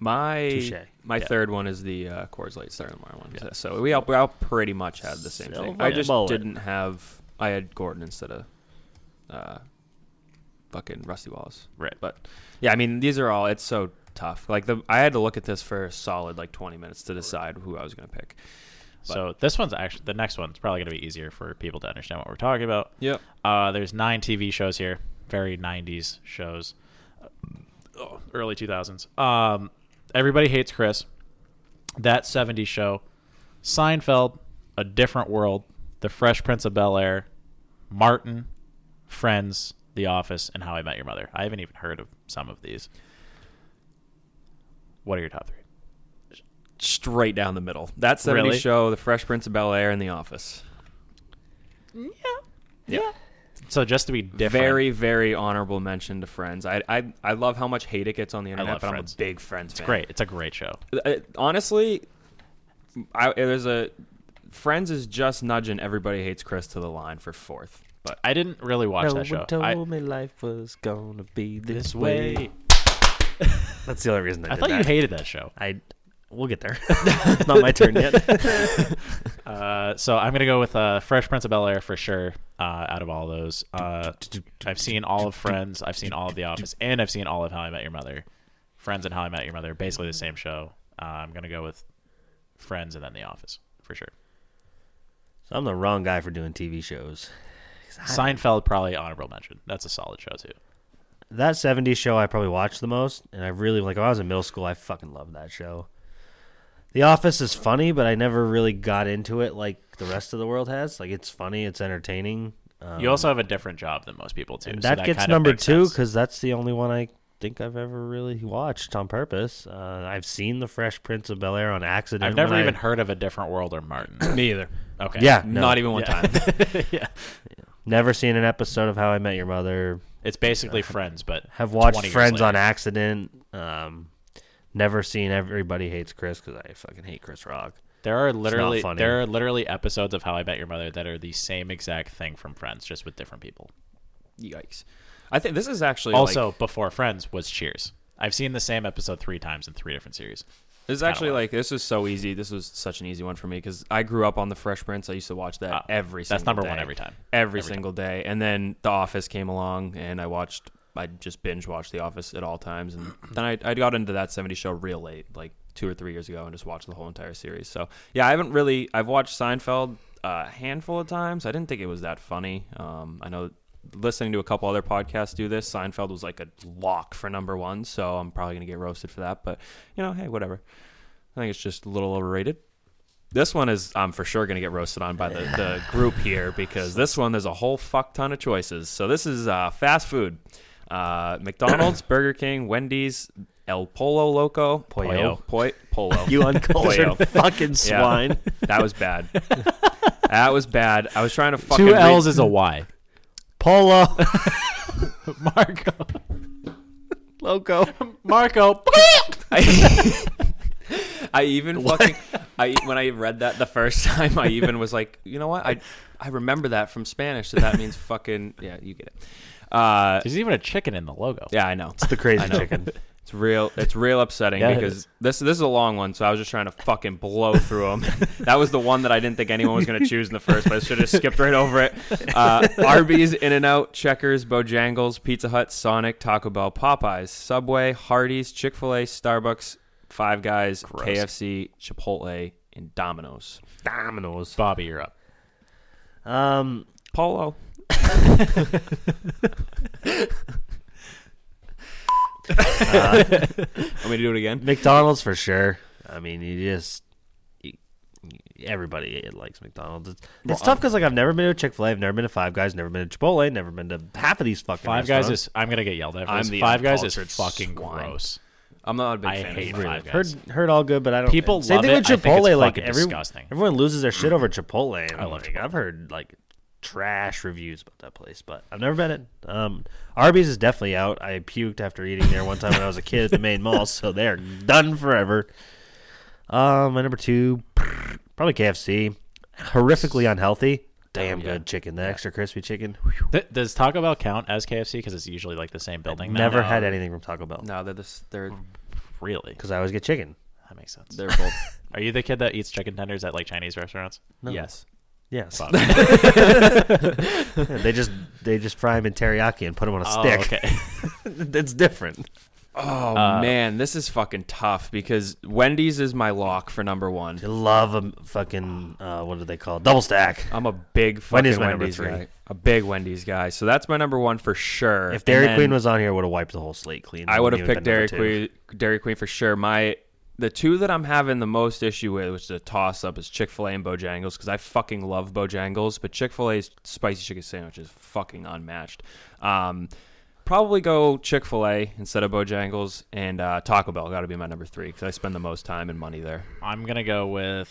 [SPEAKER 1] my
[SPEAKER 2] Touche.
[SPEAKER 1] my third one is the uh, Coors Light Sterling one. So we all, we all pretty much had the same thing.
[SPEAKER 2] Silver
[SPEAKER 1] I just
[SPEAKER 2] bullet.
[SPEAKER 1] didn't have I had Gordon instead of uh fucking Rusty Wallace.
[SPEAKER 10] Right.
[SPEAKER 1] but yeah, I mean these are all it's so tough. Like the I had to look at this for a solid like 20 minutes to decide who I was gonna pick.
[SPEAKER 10] So this one's actually the next one's probably gonna be easier for people to understand what we're talking about.
[SPEAKER 1] Yep.
[SPEAKER 10] Uh, there's nine TV shows here, very 90s shows, oh, early 2000s. Um, Everybody Hates Chris, that 70s show, Seinfeld, A Different World, The Fresh Prince of Bel Air, Martin, Friends, The Office, and How I Met Your Mother. I haven't even heard of some of these. What are your top three?
[SPEAKER 1] straight down the middle. That 70s
[SPEAKER 10] Really?
[SPEAKER 1] show, The Fresh Prince of Bel Air, and The Office.
[SPEAKER 10] So just to be different,
[SPEAKER 1] Very, very honorable mention to Friends. I, I, I love how much hate it gets on the internet,
[SPEAKER 10] love
[SPEAKER 1] but
[SPEAKER 10] Friends.
[SPEAKER 1] I'm a big Friends fan.
[SPEAKER 10] great. It's a great show.
[SPEAKER 1] Uh, honestly, I, there's a Friends is just nudging Everybody Hates Chris to the line for fourth. But
[SPEAKER 10] I didn't really watch that show. I,
[SPEAKER 2] me life was gonna be this,
[SPEAKER 10] this way.
[SPEAKER 2] That's the only reason I,
[SPEAKER 10] I
[SPEAKER 2] did
[SPEAKER 10] thought
[SPEAKER 2] that.
[SPEAKER 10] you hated that show.
[SPEAKER 2] I we'll get there. It's not my turn yet.
[SPEAKER 10] Uh, so I'm gonna go with uh, Fresh Prince of Bel Air for sure. Uh, out of all those, uh, I've seen all of Friends, I've seen all of The Office, and I've seen all of How I Met Your Mother. Friends and How I Met Your Mother, basically the same show. Uh, I'm gonna go with Friends and then The Office for sure.
[SPEAKER 2] So I'm the wrong guy for doing TV shows.
[SPEAKER 10] Seinfeld probably honorable mention. That's a solid show too.
[SPEAKER 2] That 70s show I probably watched the most, and I really like. When I was in middle school, I fucking loved that show. The Office is funny, but I never really got into it like the rest of the world has. Like it's funny, it's entertaining. Um,
[SPEAKER 10] you also
[SPEAKER 1] Um,
[SPEAKER 10] have a different job than most people too. so
[SPEAKER 2] that, gets
[SPEAKER 10] kinda
[SPEAKER 2] number
[SPEAKER 10] makes
[SPEAKER 2] two
[SPEAKER 10] sense.
[SPEAKER 2] because that's the only one I think I've ever really watched on purpose. Uh, I've seen The Fresh Prince of Bel Air on accident.
[SPEAKER 10] I've never
[SPEAKER 2] when I-
[SPEAKER 10] even heard of a different world or Martin.
[SPEAKER 1] me either.
[SPEAKER 10] Okay.
[SPEAKER 2] Yeah, no.
[SPEAKER 1] Not even one time.
[SPEAKER 2] never seen an episode of How I Met Your Mother.
[SPEAKER 10] It's basically Friends, but
[SPEAKER 2] Have watched
[SPEAKER 10] 20 years
[SPEAKER 2] Friends on
[SPEAKER 10] later.
[SPEAKER 2] accident. Um, never seen Everybody Hates Chris because I fucking hate Chris Rock.
[SPEAKER 10] There are literally
[SPEAKER 2] funny.
[SPEAKER 10] there are literally episodes of How I Met Your Mother that are the same exact thing from Friends, just with different people.
[SPEAKER 1] Yikes. I think this is actually
[SPEAKER 10] Also,
[SPEAKER 1] like,
[SPEAKER 10] before Friends was Cheers. I've seen the same episode three times in three different series.
[SPEAKER 1] this is actually like this is so easy. This was such an easy one for me because I grew up on The Fresh Prince. I used to watch that
[SPEAKER 10] Ah,
[SPEAKER 1] every.
[SPEAKER 10] that's
[SPEAKER 1] single
[SPEAKER 10] number
[SPEAKER 1] day.
[SPEAKER 10] one every time.
[SPEAKER 1] Every,
[SPEAKER 10] Every
[SPEAKER 1] single day, and then The Office came along, and I watched. I just binge watched The Office at all times, and then I, I got into that '70s show real late, like two or three years ago, and just watched the whole entire series. So yeah, I haven't really. I've watched Seinfeld a handful of times. I didn't think it was that funny. Um, I know listening to a couple other podcasts do this. Seinfeld was like a lock for number one, so I'm probably gonna get roasted for that. But you know, hey, whatever. I think it's just a little overrated. This one is I'm for sure gonna get roasted on by the, the group here because this one there's a whole fuck ton of choices. So this is uh, fast food, uh, McDonald's, Burger King, Wendy's, El Polo Loco,
[SPEAKER 10] Pollo.
[SPEAKER 1] Poi, Polo.
[SPEAKER 2] You uncultured
[SPEAKER 1] Pollo.
[SPEAKER 2] fucking
[SPEAKER 1] Yeah.
[SPEAKER 2] swine.
[SPEAKER 1] That was bad. that was bad. I was trying to fucking
[SPEAKER 10] Two
[SPEAKER 1] read-
[SPEAKER 10] L's is a Y.
[SPEAKER 2] Polo.
[SPEAKER 10] Marco.
[SPEAKER 2] Loco.
[SPEAKER 10] Marco.
[SPEAKER 1] I, I even fucking I when I read that the first time I even was like, you know what? I I remember that from Spanish, so that means fucking yeah, you get it. Uh
[SPEAKER 10] There's even a chicken in the logo.
[SPEAKER 1] yeah, I know.
[SPEAKER 2] The crazy chicken.
[SPEAKER 1] It's real it's real upsetting
[SPEAKER 10] Yeah, it
[SPEAKER 1] because
[SPEAKER 10] is.
[SPEAKER 1] this this is a long one, so I was just trying to fucking blow through them. that was the one that I didn't think anyone was going to choose in the first place. Should have skipped right over it. Uh, Arby's, In and Out, Checkers, Bojangles, Pizza Hut, Sonic, Taco Bell, Popeyes, Subway, Hardee's, Chick Fil A, Starbucks, Five Guys, KFC, Chipotle, and Domino's.
[SPEAKER 2] Dominoes.
[SPEAKER 10] Bobby, you're up.
[SPEAKER 2] Um,
[SPEAKER 1] Polo. Uh, Want me to do it again?
[SPEAKER 2] McDonald's for sure. I mean, you just you- everybody likes McDonald's. It's, it's
[SPEAKER 10] um,
[SPEAKER 2] tough because like I've never been to a Chick Fil A, I've never been to Five Guys, never been to Chipotle, never been to half of these fucking
[SPEAKER 10] Five Guys
[SPEAKER 2] restaurants.
[SPEAKER 10] is. I'm gonna get yelled at. For
[SPEAKER 1] I'm
[SPEAKER 10] this.
[SPEAKER 1] the
[SPEAKER 10] Five Guys is
[SPEAKER 1] uncultured
[SPEAKER 10] fucking
[SPEAKER 1] swine.
[SPEAKER 10] gross.
[SPEAKER 1] I'm not a big
[SPEAKER 10] I
[SPEAKER 1] fan
[SPEAKER 10] hate
[SPEAKER 1] of Five
[SPEAKER 10] Five
[SPEAKER 1] Guys.
[SPEAKER 10] Guys.
[SPEAKER 2] heard heard all good, but I don't.
[SPEAKER 10] People
[SPEAKER 2] same
[SPEAKER 10] love
[SPEAKER 2] thing
[SPEAKER 10] it.
[SPEAKER 2] with
[SPEAKER 10] I think
[SPEAKER 2] Chipotle.
[SPEAKER 10] it's
[SPEAKER 2] like
[SPEAKER 10] fucking
[SPEAKER 2] every-
[SPEAKER 10] disgusting.
[SPEAKER 2] everyone loses their shit over Chipotle. And I
[SPEAKER 10] love
[SPEAKER 2] like, I've heard like trash reviews about that place, but I've never been it. Um, Arby's is definitely out. I puked after eating there one time when I was a kid at the main mall, so they're done forever. Um, my number two, probably KFC. Horrifically unhealthy. Damn good chicken. The extra crispy chicken. Whew.
[SPEAKER 10] Th- does Taco Bell count as KFC because it's usually like the same building? now?
[SPEAKER 2] Never had anything from Taco Bell
[SPEAKER 1] No, they're this, they're
[SPEAKER 2] Oh.
[SPEAKER 10] Really?
[SPEAKER 2] because I always get chicken.
[SPEAKER 10] That makes sense.
[SPEAKER 1] they're both
[SPEAKER 10] Are you the kid that eats chicken tenders at like Chinese restaurants?
[SPEAKER 1] yes.
[SPEAKER 2] Yes,
[SPEAKER 10] Bobby.
[SPEAKER 2] they just they just fry them in teriyaki and put them on a
[SPEAKER 10] Oh,
[SPEAKER 2] stick.
[SPEAKER 10] okay.
[SPEAKER 2] That's different.
[SPEAKER 1] Oh man, this is fucking tough because Wendy's is my lock for number one.
[SPEAKER 2] I love a fucking uh, what do they call it? double stack.
[SPEAKER 1] I'm a big fucking
[SPEAKER 2] Wendy's
[SPEAKER 1] Wendy's,
[SPEAKER 2] my number three.
[SPEAKER 1] guy. A big Wendy's guy. So that's my number one for sure.
[SPEAKER 2] If Dairy
[SPEAKER 1] And then
[SPEAKER 2] Queen was on here, would have wiped the whole slate clean.
[SPEAKER 1] I would have
[SPEAKER 2] Wouldn't
[SPEAKER 1] picked Dairy
[SPEAKER 2] even been number two.
[SPEAKER 1] Queen. Dairy Queen for sure. My the two that I'm having the most issue with, which is a toss up, is Chick Fil A and Bojangles because I fucking love Bojangles, but Chick Fil A's spicy chicken sandwich is fucking unmatched. Um, probably go Chick Fil A instead of Bojangles, and uh, Taco Bell got to be my number three because I spend the most time and money there.
[SPEAKER 10] I'm gonna go with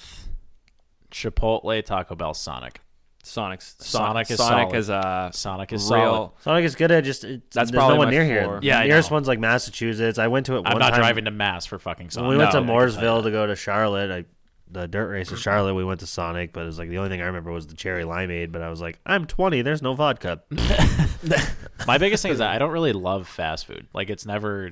[SPEAKER 10] Chipotle, Taco Bell, Sonic.
[SPEAKER 1] Sonic's
[SPEAKER 10] Sonic is
[SPEAKER 1] Sonic
[SPEAKER 10] solid.
[SPEAKER 1] is uh
[SPEAKER 10] Sonic is solid.
[SPEAKER 1] real.
[SPEAKER 2] Sonic is good at just it's,
[SPEAKER 1] That's
[SPEAKER 2] there's
[SPEAKER 1] probably
[SPEAKER 2] no one
[SPEAKER 1] my
[SPEAKER 2] near here.
[SPEAKER 1] four.
[SPEAKER 10] Yeah,
[SPEAKER 2] the
[SPEAKER 10] I
[SPEAKER 2] nearest
[SPEAKER 10] know.
[SPEAKER 2] one's like Massachusetts. I went to it.
[SPEAKER 10] I'm
[SPEAKER 2] one
[SPEAKER 10] not
[SPEAKER 2] time.
[SPEAKER 10] driving to Mass for fucking Sonic.
[SPEAKER 2] When we went
[SPEAKER 10] No,
[SPEAKER 2] to
[SPEAKER 10] I can tell you
[SPEAKER 2] Mooresville to go to Charlotte, I the dirt race of Charlotte, we went to Sonic, but it was like the only thing I remember was the cherry limeade. But I was like, I'm 20. There's no vodka.
[SPEAKER 10] that. My biggest thing is that I don't really love fast food. Like it's never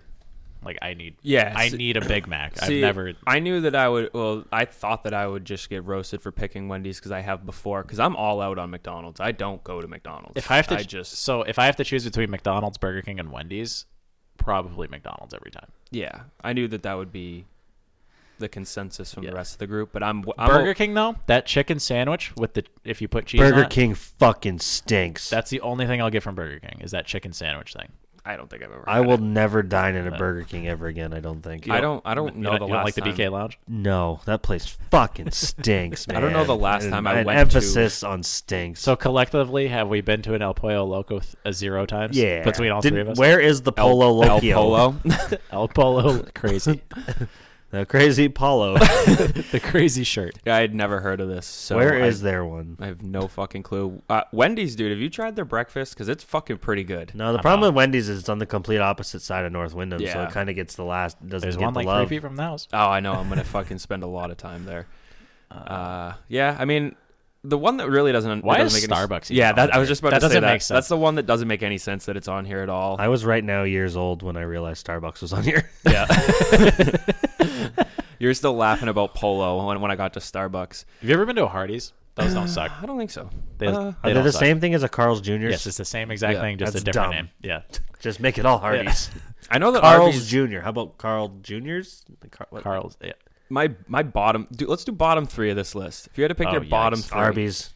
[SPEAKER 10] like I need.
[SPEAKER 1] Yeah,
[SPEAKER 10] I
[SPEAKER 1] see-
[SPEAKER 10] need a Big Mac.
[SPEAKER 1] See,
[SPEAKER 10] I've never.
[SPEAKER 1] I knew that I would. Well, I thought that I would just get roasted for picking Wendy's because I have before. Because I'm all out on McDonald's. I don't go to McDonald's.
[SPEAKER 10] If I have to,
[SPEAKER 1] I
[SPEAKER 10] just
[SPEAKER 1] just
[SPEAKER 10] so if I have to choose between McDonald's, Burger King, and Wendy's, probably McDonald's every time.
[SPEAKER 1] yeah, I knew that that would be the consensus from the rest of the group. But I'm, I'm
[SPEAKER 10] Burger King though, that chicken sandwich with the if you put cheese on
[SPEAKER 2] Burger
[SPEAKER 10] it,
[SPEAKER 2] King fucking stinks.
[SPEAKER 10] that's the only thing I'll get from Burger King is that chicken sandwich thing.
[SPEAKER 1] I don't think I've ever.
[SPEAKER 2] I
[SPEAKER 1] had
[SPEAKER 2] will
[SPEAKER 1] it.
[SPEAKER 2] never dine at a Burger King ever again. I don't think.
[SPEAKER 1] I don't. I don't
[SPEAKER 10] You
[SPEAKER 1] know
[SPEAKER 10] don't,
[SPEAKER 1] the
[SPEAKER 10] you don't
[SPEAKER 1] last
[SPEAKER 10] like the
[SPEAKER 1] time.
[SPEAKER 10] BK Lounge?
[SPEAKER 2] No, that place fucking stinks, man.
[SPEAKER 1] I don't know the last
[SPEAKER 2] And
[SPEAKER 1] time I
[SPEAKER 2] an
[SPEAKER 1] went to-
[SPEAKER 2] Emphasis on stinks.
[SPEAKER 10] So collectively, have we been to an El Pollo Loco th- a zero times?
[SPEAKER 2] yeah,
[SPEAKER 10] between all
[SPEAKER 2] Did-
[SPEAKER 10] three of us,
[SPEAKER 2] Where is the
[SPEAKER 1] El,
[SPEAKER 2] Polo
[SPEAKER 1] El
[SPEAKER 2] Loco?
[SPEAKER 1] Polo.
[SPEAKER 10] El Pollo crazy,
[SPEAKER 2] the crazy Polo.
[SPEAKER 10] the crazy shirt.
[SPEAKER 1] I had never heard of this. So
[SPEAKER 2] Where is
[SPEAKER 1] I,
[SPEAKER 2] their one?
[SPEAKER 1] I have no fucking clue. Uh, Wendy's, dude. Have you tried their breakfast? Because it's fucking pretty good.
[SPEAKER 2] No, the problem with Wendy's is it's on the complete opposite side of North Wyndham, so
[SPEAKER 1] Yeah.
[SPEAKER 2] it kind of gets the last. Doesn't
[SPEAKER 10] There's
[SPEAKER 2] get
[SPEAKER 10] one
[SPEAKER 2] the
[SPEAKER 10] like
[SPEAKER 2] love.
[SPEAKER 10] three feet from the house.
[SPEAKER 1] Oh, I know. I'm gonna fucking spend a lot of time there. Uh, yeah, I mean, the one that really doesn't.
[SPEAKER 10] Why
[SPEAKER 1] it doesn't
[SPEAKER 10] is
[SPEAKER 1] make any,
[SPEAKER 10] Starbucks
[SPEAKER 1] s-
[SPEAKER 10] even
[SPEAKER 1] Yeah, that,
[SPEAKER 10] on
[SPEAKER 1] I was just about
[SPEAKER 10] there?
[SPEAKER 1] to
[SPEAKER 10] That
[SPEAKER 1] say
[SPEAKER 10] doesn't
[SPEAKER 1] that.
[SPEAKER 10] make sense.
[SPEAKER 1] That's the one that doesn't make any sense that it's on here at all.
[SPEAKER 2] I was right now years old when I realized Starbucks was on here.
[SPEAKER 1] You're still laughing about Polo when, when I got to Starbucks.
[SPEAKER 10] Have you ever been to a Hardee's? Those don't suck.
[SPEAKER 1] I don't think so.
[SPEAKER 10] They,
[SPEAKER 1] Uh,
[SPEAKER 10] they
[SPEAKER 2] Are they
[SPEAKER 10] don't
[SPEAKER 2] the
[SPEAKER 10] suck.
[SPEAKER 2] same thing as a Carl's Jr.?
[SPEAKER 10] Yes, it's the same exact
[SPEAKER 1] Yeah,
[SPEAKER 10] thing, just a
[SPEAKER 2] that's
[SPEAKER 10] different
[SPEAKER 2] dumb.
[SPEAKER 10] name. Yeah.
[SPEAKER 2] Just make it all Hardee's.
[SPEAKER 1] I know that
[SPEAKER 2] Carl's
[SPEAKER 1] Arby's-
[SPEAKER 2] Jr. How about Carl Jr.'s? The Car- what?
[SPEAKER 10] Carl's. Yeah.
[SPEAKER 1] my my bottom. Dude, let's do bottom three of this list. If you had to pick
[SPEAKER 10] Oh,
[SPEAKER 1] your
[SPEAKER 10] yikes.
[SPEAKER 1] bottom three,
[SPEAKER 2] Arby's.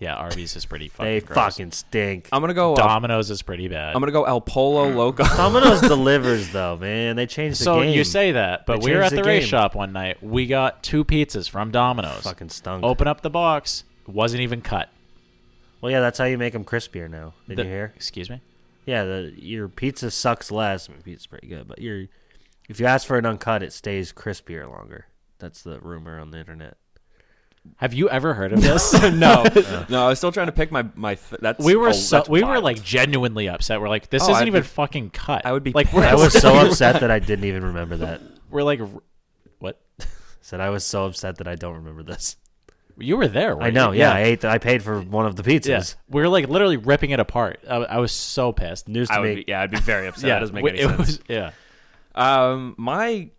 [SPEAKER 10] Yeah, Arby's is pretty fucking
[SPEAKER 2] They
[SPEAKER 10] gross.
[SPEAKER 2] fucking stink.
[SPEAKER 1] I'm gonna go. Uh,
[SPEAKER 10] Domino's is pretty bad.
[SPEAKER 1] I'm gonna go El Polo Loco.
[SPEAKER 2] Domino's delivers though, man. They changed the
[SPEAKER 10] so
[SPEAKER 2] game.
[SPEAKER 10] you say that, but
[SPEAKER 2] They
[SPEAKER 10] we were at
[SPEAKER 2] changed
[SPEAKER 10] the,
[SPEAKER 2] the
[SPEAKER 10] race
[SPEAKER 2] game.
[SPEAKER 10] shop one night. We got two pizzas from Domino's.
[SPEAKER 2] fucking stunk.
[SPEAKER 10] Open up the box, wasn't even cut.
[SPEAKER 2] Well, yeah, that's how you make them crispier now. Did
[SPEAKER 10] The-
[SPEAKER 2] you hear?
[SPEAKER 10] Excuse me.
[SPEAKER 2] Yeah, the, your pizza sucks less. I mean, pizza's pretty good, but your if you ask for an uncut, it stays crispier longer. That's the rumor on the internet.
[SPEAKER 10] Have you ever heard of this?
[SPEAKER 1] no, no. I was still trying to pick my my. Th- that's
[SPEAKER 10] we were
[SPEAKER 1] oh,
[SPEAKER 10] so,
[SPEAKER 1] that's
[SPEAKER 10] we were
[SPEAKER 1] wild.
[SPEAKER 10] like genuinely upset. We're like, this
[SPEAKER 1] Oh,
[SPEAKER 10] isn't
[SPEAKER 1] I'd
[SPEAKER 10] even
[SPEAKER 1] be-
[SPEAKER 10] fucking cut.
[SPEAKER 1] I would be
[SPEAKER 10] like,
[SPEAKER 1] pissed.
[SPEAKER 10] we're,
[SPEAKER 2] I was so upset that I didn't even remember that.
[SPEAKER 10] we're like, r- what?
[SPEAKER 2] Said I was so upset that I don't remember this.
[SPEAKER 10] You were there.
[SPEAKER 2] I
[SPEAKER 10] weren't
[SPEAKER 2] know.
[SPEAKER 10] you?
[SPEAKER 2] Yeah, I ate. The, I paid for one of the pizzas.
[SPEAKER 10] Yeah. We were like literally ripping it apart. I, I was so pissed.
[SPEAKER 2] News
[SPEAKER 1] I
[SPEAKER 2] to
[SPEAKER 1] would
[SPEAKER 2] me.
[SPEAKER 1] be, yeah, I'd be very upset. that doesn't make
[SPEAKER 10] we-
[SPEAKER 1] any
[SPEAKER 10] it
[SPEAKER 1] sense.
[SPEAKER 10] was- yeah.
[SPEAKER 1] Um, my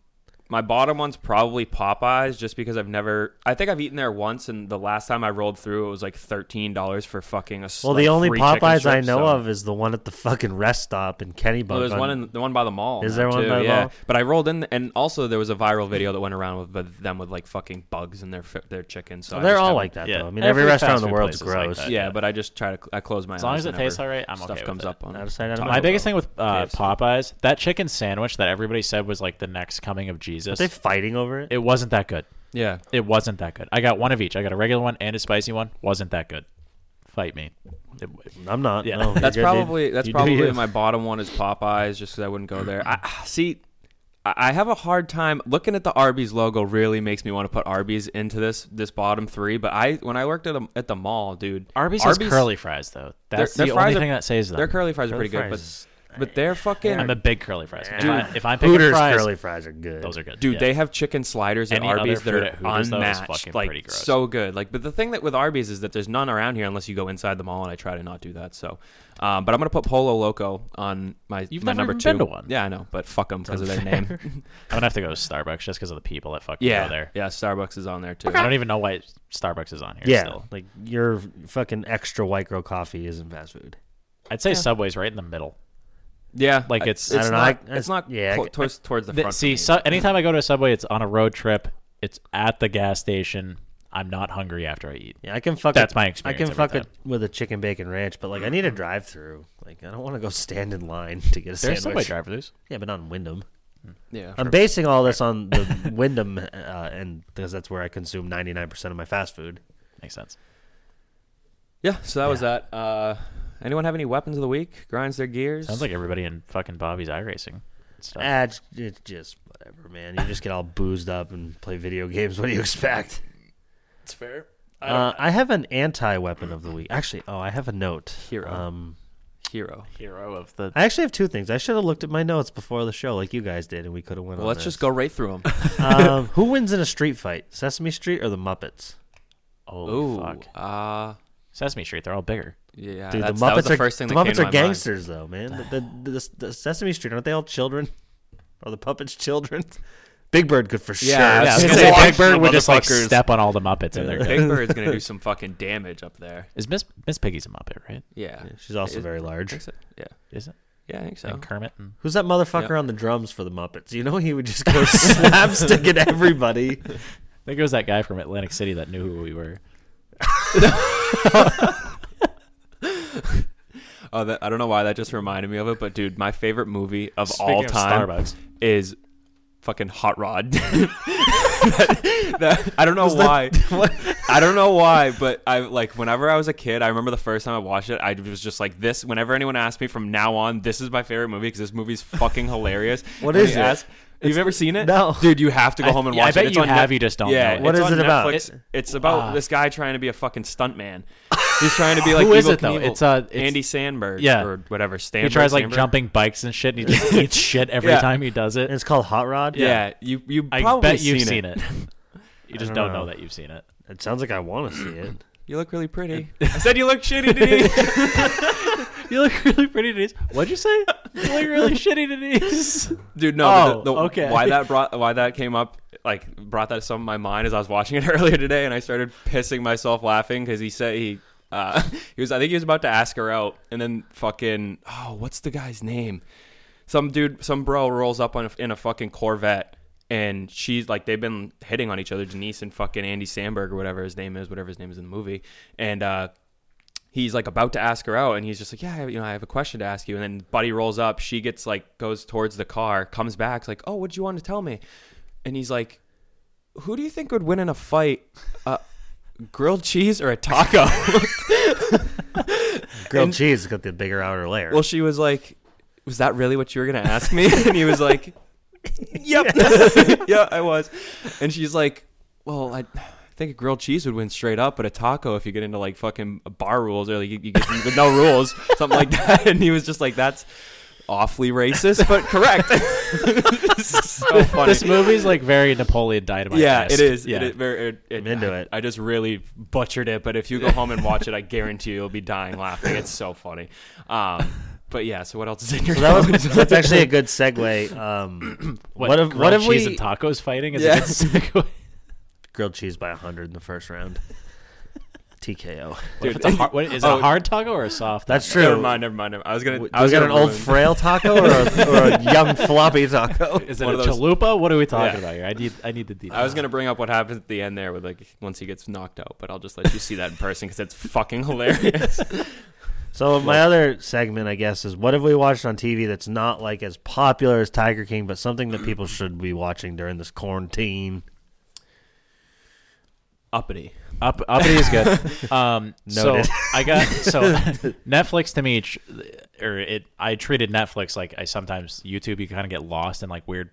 [SPEAKER 1] my bottom one's probably Popeyes, just because I've never. I think I've eaten there once, and the last time I rolled through, it was like thirteen dollars for fucking a. s-
[SPEAKER 2] Well,
[SPEAKER 1] like,
[SPEAKER 2] the only
[SPEAKER 1] free chicken
[SPEAKER 2] Popeyes I
[SPEAKER 1] strips,
[SPEAKER 2] know
[SPEAKER 1] so-
[SPEAKER 2] of is the one at the fucking rest stop in Kennybunk.
[SPEAKER 1] Well, there's
[SPEAKER 2] on-
[SPEAKER 1] one in the one by the mall.
[SPEAKER 2] Is
[SPEAKER 1] now,
[SPEAKER 2] there one
[SPEAKER 1] too,
[SPEAKER 2] by the
[SPEAKER 1] yeah.
[SPEAKER 2] mall?
[SPEAKER 1] But I rolled in, and also there was a viral video that went around with, with them with like fucking bugs in their fi- their chicken. So I
[SPEAKER 2] They're
[SPEAKER 1] just
[SPEAKER 2] all
[SPEAKER 1] haven't-
[SPEAKER 2] like that
[SPEAKER 10] yeah.
[SPEAKER 2] though. I mean, every,
[SPEAKER 10] Every
[SPEAKER 2] restaurant
[SPEAKER 10] fast
[SPEAKER 2] in the
[SPEAKER 10] food
[SPEAKER 2] world's
[SPEAKER 10] place is like
[SPEAKER 2] gross.
[SPEAKER 10] that.
[SPEAKER 1] Yeah, but I just try to. I close my eyes
[SPEAKER 10] long as it
[SPEAKER 1] whenever
[SPEAKER 10] tastes all right, I'm
[SPEAKER 1] stuff
[SPEAKER 10] okay with
[SPEAKER 1] comes
[SPEAKER 10] it.
[SPEAKER 1] up on
[SPEAKER 2] Out of sight, out of
[SPEAKER 10] My
[SPEAKER 2] mind.
[SPEAKER 10] biggest thing with uh,
[SPEAKER 1] KFC.
[SPEAKER 10] Popeyes, that chicken sandwich that everybody said was like the next coming of Jesus.
[SPEAKER 2] Are they fighting over it?
[SPEAKER 10] it wasn't that good.
[SPEAKER 1] Yeah,
[SPEAKER 10] It wasn't that good. I got one of each. I got a regular one and a spicy one. Wasn't that good. Fight me. It-
[SPEAKER 2] I'm not.
[SPEAKER 10] Yeah.
[SPEAKER 2] No, you're
[SPEAKER 1] That's
[SPEAKER 2] good, dude.
[SPEAKER 1] probably that's
[SPEAKER 2] You do
[SPEAKER 1] probably
[SPEAKER 2] you.
[SPEAKER 1] my bottom one is Popeyes, just because I wouldn't go there. I ah, see. I I have a hard time looking at the Arby's logo. Really makes me want to put Arby's into this this bottom three. But I when I worked at a, at the mall, dude,
[SPEAKER 10] Arby's, has curly fries though. That's the only
[SPEAKER 1] fries are-
[SPEAKER 10] thing that saves them.
[SPEAKER 1] Their curly fries are
[SPEAKER 2] Curly
[SPEAKER 1] pretty
[SPEAKER 2] fries.
[SPEAKER 1] good, but but they're fucking
[SPEAKER 10] I'm a big curly fries. guy. If,
[SPEAKER 2] Dude,
[SPEAKER 10] I, if I'm picking
[SPEAKER 2] Hooters
[SPEAKER 10] fries,
[SPEAKER 2] curly fries are good.
[SPEAKER 10] those are good.
[SPEAKER 1] Dude,
[SPEAKER 10] Yeah.
[SPEAKER 1] they have chicken sliders at
[SPEAKER 10] Any other
[SPEAKER 1] Arby's that
[SPEAKER 10] food
[SPEAKER 1] are
[SPEAKER 10] at Hooters, though, is
[SPEAKER 1] unmatched.
[SPEAKER 10] fucking pretty
[SPEAKER 1] Like
[SPEAKER 10] gross.
[SPEAKER 1] so good. Like, but the thing that with Arby's is that there's none around here unless you go inside the mall, and I try to not do that. So, um, but I'm gonna put Polo Loco on my
[SPEAKER 10] You've
[SPEAKER 1] my
[SPEAKER 10] never
[SPEAKER 1] number
[SPEAKER 10] even
[SPEAKER 1] two.
[SPEAKER 10] been to one.
[SPEAKER 1] Yeah, I know, but fuck them because of their name.
[SPEAKER 10] I'm gonna have to go to Starbucks just because of the people that fucking
[SPEAKER 1] yeah,
[SPEAKER 10] go there.
[SPEAKER 1] yeah. Starbucks is on there too.
[SPEAKER 10] I don't even know why Starbucks is on here.
[SPEAKER 2] Yeah,
[SPEAKER 10] Still.
[SPEAKER 2] like your fucking extra white girl coffee isn't fast food.
[SPEAKER 10] I'd say Subway's right in the middle.
[SPEAKER 1] Yeah,
[SPEAKER 10] Like,
[SPEAKER 1] I-
[SPEAKER 10] it's-
[SPEAKER 1] it's
[SPEAKER 2] I don't know,
[SPEAKER 1] not
[SPEAKER 2] I- I-
[SPEAKER 1] it's not
[SPEAKER 2] yeah,
[SPEAKER 1] yeah
[SPEAKER 2] I-
[SPEAKER 1] towards towards the
[SPEAKER 10] Th-
[SPEAKER 1] front. for
[SPEAKER 10] see,
[SPEAKER 1] me.
[SPEAKER 10] su- anytime I go to a Subway, it's on a road trip. It's at the gas station. I'm not hungry after I eat.
[SPEAKER 2] Yeah, I can fuck.
[SPEAKER 10] That's
[SPEAKER 2] it-
[SPEAKER 10] my
[SPEAKER 2] I
[SPEAKER 10] experience
[SPEAKER 2] can
[SPEAKER 10] every
[SPEAKER 2] fuck it
[SPEAKER 10] time.
[SPEAKER 2] with a chicken bacon ranch, but like I need a drive through. Like I don't want to go stand in line to get a
[SPEAKER 10] There's Subway
[SPEAKER 2] sandwich.
[SPEAKER 10] drive-thrus.
[SPEAKER 2] Yeah, but not in Wyndham.
[SPEAKER 1] yeah,
[SPEAKER 2] I'm basing all this on the Wyndham, uh, and because that's where I consume 99 percent of my fast food.
[SPEAKER 10] Makes sense.
[SPEAKER 1] yeah. So that was that. Uh, anyone have any weapons of the week? Grinds their gears.
[SPEAKER 10] Sounds like everybody in fucking Bobby's iRacing stuff.
[SPEAKER 2] Ah, it's, it's just whatever, man. You just get all boozed up and play video games. What do you expect?
[SPEAKER 10] That's fair.
[SPEAKER 2] I, uh, I have an anti weapon of the week. Actually, oh, I have a note.
[SPEAKER 1] Hero.
[SPEAKER 2] Um,
[SPEAKER 1] hero.
[SPEAKER 10] Hero of the.
[SPEAKER 2] I actually have two things. I should have looked at my notes before the show, like you guys did, and we could have went.
[SPEAKER 1] Well,
[SPEAKER 2] on
[SPEAKER 1] let's
[SPEAKER 2] this.
[SPEAKER 1] just go right through them.
[SPEAKER 2] um, who wins in a street fight, Sesame Street or the Muppets?
[SPEAKER 10] Holy
[SPEAKER 1] Ooh,
[SPEAKER 10] fuck.
[SPEAKER 1] uh,
[SPEAKER 10] Sesame Street. They're all bigger.
[SPEAKER 1] yeah.
[SPEAKER 2] Dude, the
[SPEAKER 1] that's-
[SPEAKER 2] Muppets
[SPEAKER 1] that was
[SPEAKER 2] are
[SPEAKER 1] the first thing
[SPEAKER 2] the
[SPEAKER 1] that came
[SPEAKER 2] Muppets
[SPEAKER 1] to
[SPEAKER 2] are
[SPEAKER 1] my mind.
[SPEAKER 2] gangsters, though, man. The, the, the, the Sesame Street aren't they all children? Are the puppets children? Big Bird could for
[SPEAKER 1] I
[SPEAKER 2] sure.
[SPEAKER 1] was
[SPEAKER 10] Yeah, I was
[SPEAKER 1] Just
[SPEAKER 10] gonna say
[SPEAKER 1] watch
[SPEAKER 10] Big Bird
[SPEAKER 1] the
[SPEAKER 10] would just like
[SPEAKER 1] motherfuckers.
[SPEAKER 10] step on all the Muppets and they're good.
[SPEAKER 1] Big Bird's gonna do some fucking damage up there.
[SPEAKER 10] Is Miss Miss Piggy's a Muppet, right?
[SPEAKER 1] Yeah,
[SPEAKER 2] She's also
[SPEAKER 1] Is-
[SPEAKER 2] very
[SPEAKER 1] I think
[SPEAKER 2] large.
[SPEAKER 1] so. Yeah,
[SPEAKER 10] Is it?
[SPEAKER 1] yeah, I think so.
[SPEAKER 10] And Kermit.
[SPEAKER 1] Mm.
[SPEAKER 10] And...
[SPEAKER 2] Who's that motherfucker on the drums for the Muppets? You know he would just go slapstick at everybody.
[SPEAKER 10] I think it was that guy from Atlantic City that knew who we were.
[SPEAKER 1] Oh, that, I don't know why that just reminded me of it, but dude, my favorite movie of
[SPEAKER 10] Speaking
[SPEAKER 1] all
[SPEAKER 10] of
[SPEAKER 1] time
[SPEAKER 10] Starbucks.
[SPEAKER 1] is fucking Hot Rod. That- that- I don't know why. I don't know why, but I like whenever I was a kid, I remember the first time I watched it, I was just like this. Whenever anyone asked me from now on, this is my favorite movie because this movie's fucking hilarious. What
[SPEAKER 2] is
[SPEAKER 1] is
[SPEAKER 2] it?
[SPEAKER 1] You've ever seen it?
[SPEAKER 2] no.
[SPEAKER 1] dude, you have to go
[SPEAKER 10] I-
[SPEAKER 1] home and
[SPEAKER 10] yeah, I
[SPEAKER 1] watch it.
[SPEAKER 10] bet
[SPEAKER 1] It's
[SPEAKER 10] you
[SPEAKER 1] on
[SPEAKER 10] have,
[SPEAKER 1] Net-
[SPEAKER 10] you just don't
[SPEAKER 1] Yeah,
[SPEAKER 10] know it.
[SPEAKER 2] What
[SPEAKER 1] it's
[SPEAKER 2] is
[SPEAKER 1] on
[SPEAKER 2] it about?
[SPEAKER 1] Netflix. It's about
[SPEAKER 10] Ah.
[SPEAKER 1] this guy trying to be a fucking stuntman. He's trying to be like
[SPEAKER 10] Who is
[SPEAKER 1] Evel
[SPEAKER 10] it, though?
[SPEAKER 1] Knievel.
[SPEAKER 10] It's, uh, it's-
[SPEAKER 1] Andy Sandberg,
[SPEAKER 10] Yeah.
[SPEAKER 1] or whatever. Stamberg,
[SPEAKER 10] He tries like
[SPEAKER 1] Sandberg?
[SPEAKER 10] jumping bikes and shit, and he just eats shit every
[SPEAKER 1] Yeah.
[SPEAKER 10] time he does
[SPEAKER 2] And
[SPEAKER 10] it.
[SPEAKER 2] it's called Hot Rod.
[SPEAKER 1] Yeah, you you
[SPEAKER 10] I
[SPEAKER 1] probably
[SPEAKER 10] bet you've
[SPEAKER 1] seen,
[SPEAKER 10] seen
[SPEAKER 1] it.
[SPEAKER 10] it. you just
[SPEAKER 2] I
[SPEAKER 10] don't
[SPEAKER 2] don't
[SPEAKER 10] know.
[SPEAKER 2] know.
[SPEAKER 10] that you've seen it.
[SPEAKER 2] It sounds like I want to see it.
[SPEAKER 1] You look really pretty. I said you look shitty, dude.
[SPEAKER 10] You look really pretty, Denise. What'd you say? You look really shitty, Denise.
[SPEAKER 1] dude, no. but
[SPEAKER 10] Oh,
[SPEAKER 1] the, the,
[SPEAKER 10] okay.
[SPEAKER 1] Why that brought why that came up like brought that to some of my mind as I was watching it earlier today, and I started pissing myself laughing because he said he. Uh, he was. I think he was about to ask her out, and then fucking. Oh, what's the guy's name? Some dude, some bro rolls up on a, in a fucking Corvette, and she's like, they've been hitting on each other, Denise and fucking Andy Sandberg or whatever his name is, whatever his name is in the movie, and uh, he's like about to ask her out and he's just like yeah you know i have a question to ask you and then buddy rolls up she gets like goes towards the car comes back is like oh what do you want to tell me and he's like who do you think would win in a fight uh, grilled cheese or a taco
[SPEAKER 2] Grilled cheese has got the bigger outer layer.
[SPEAKER 1] well she was like was that really what you were gonna ask me and he was like yep yeah i was and she's like well i think a grilled cheese would win straight up but a taco if you get into like fucking bar rules or like you, you get with no rules something like that and he was just like that's awfully racist but correct so funny
[SPEAKER 10] This movie's like very Napoleon Dynamite.
[SPEAKER 1] yeah it is
[SPEAKER 10] Yeah.
[SPEAKER 1] it, it, very- it, it,
[SPEAKER 2] I'm into
[SPEAKER 1] I,
[SPEAKER 2] it.
[SPEAKER 1] i just really butchered it but if you go home and watch it i guarantee you'll be dying laughing it's so funny um but yeah so what else is in your
[SPEAKER 2] that was, that's actually a good segue. Um, what, if
[SPEAKER 10] grilled
[SPEAKER 2] what if we
[SPEAKER 10] cheese and tacos fighting? Is
[SPEAKER 1] Yeah.
[SPEAKER 10] a good segue.
[SPEAKER 2] grilled cheese by hundred in the first round? TKO.
[SPEAKER 10] What if it's a hard, what, is it
[SPEAKER 1] Oh.
[SPEAKER 10] a hard taco or a soft?
[SPEAKER 2] That's true.
[SPEAKER 1] Never mind, never mind. Never. I was gonna.
[SPEAKER 2] W-
[SPEAKER 1] I
[SPEAKER 2] was
[SPEAKER 1] was
[SPEAKER 2] that
[SPEAKER 1] gonna
[SPEAKER 2] an old
[SPEAKER 1] ruin-
[SPEAKER 2] frail taco or a, or a young floppy taco?
[SPEAKER 10] Is it
[SPEAKER 1] one
[SPEAKER 10] a
[SPEAKER 1] of those-
[SPEAKER 10] chalupa? What are we talking
[SPEAKER 1] Yeah.
[SPEAKER 10] about here? I need I need the details.
[SPEAKER 1] I was gonna bring up what happens at the end there with like once he gets knocked out, but I'll just let you see that in person because it's fucking hilarious.
[SPEAKER 2] So my other segment, I guess, is what have we watched on TV that's not like as popular as Tiger King, but something that people should be watching during this quarantine.
[SPEAKER 1] Uppity.
[SPEAKER 10] Up, uppity is good. Um, so
[SPEAKER 2] Noted.
[SPEAKER 10] I got so Netflix to me, tr- or it. I treated Netflix like I sometimes YouTube. You kind of get lost in like weird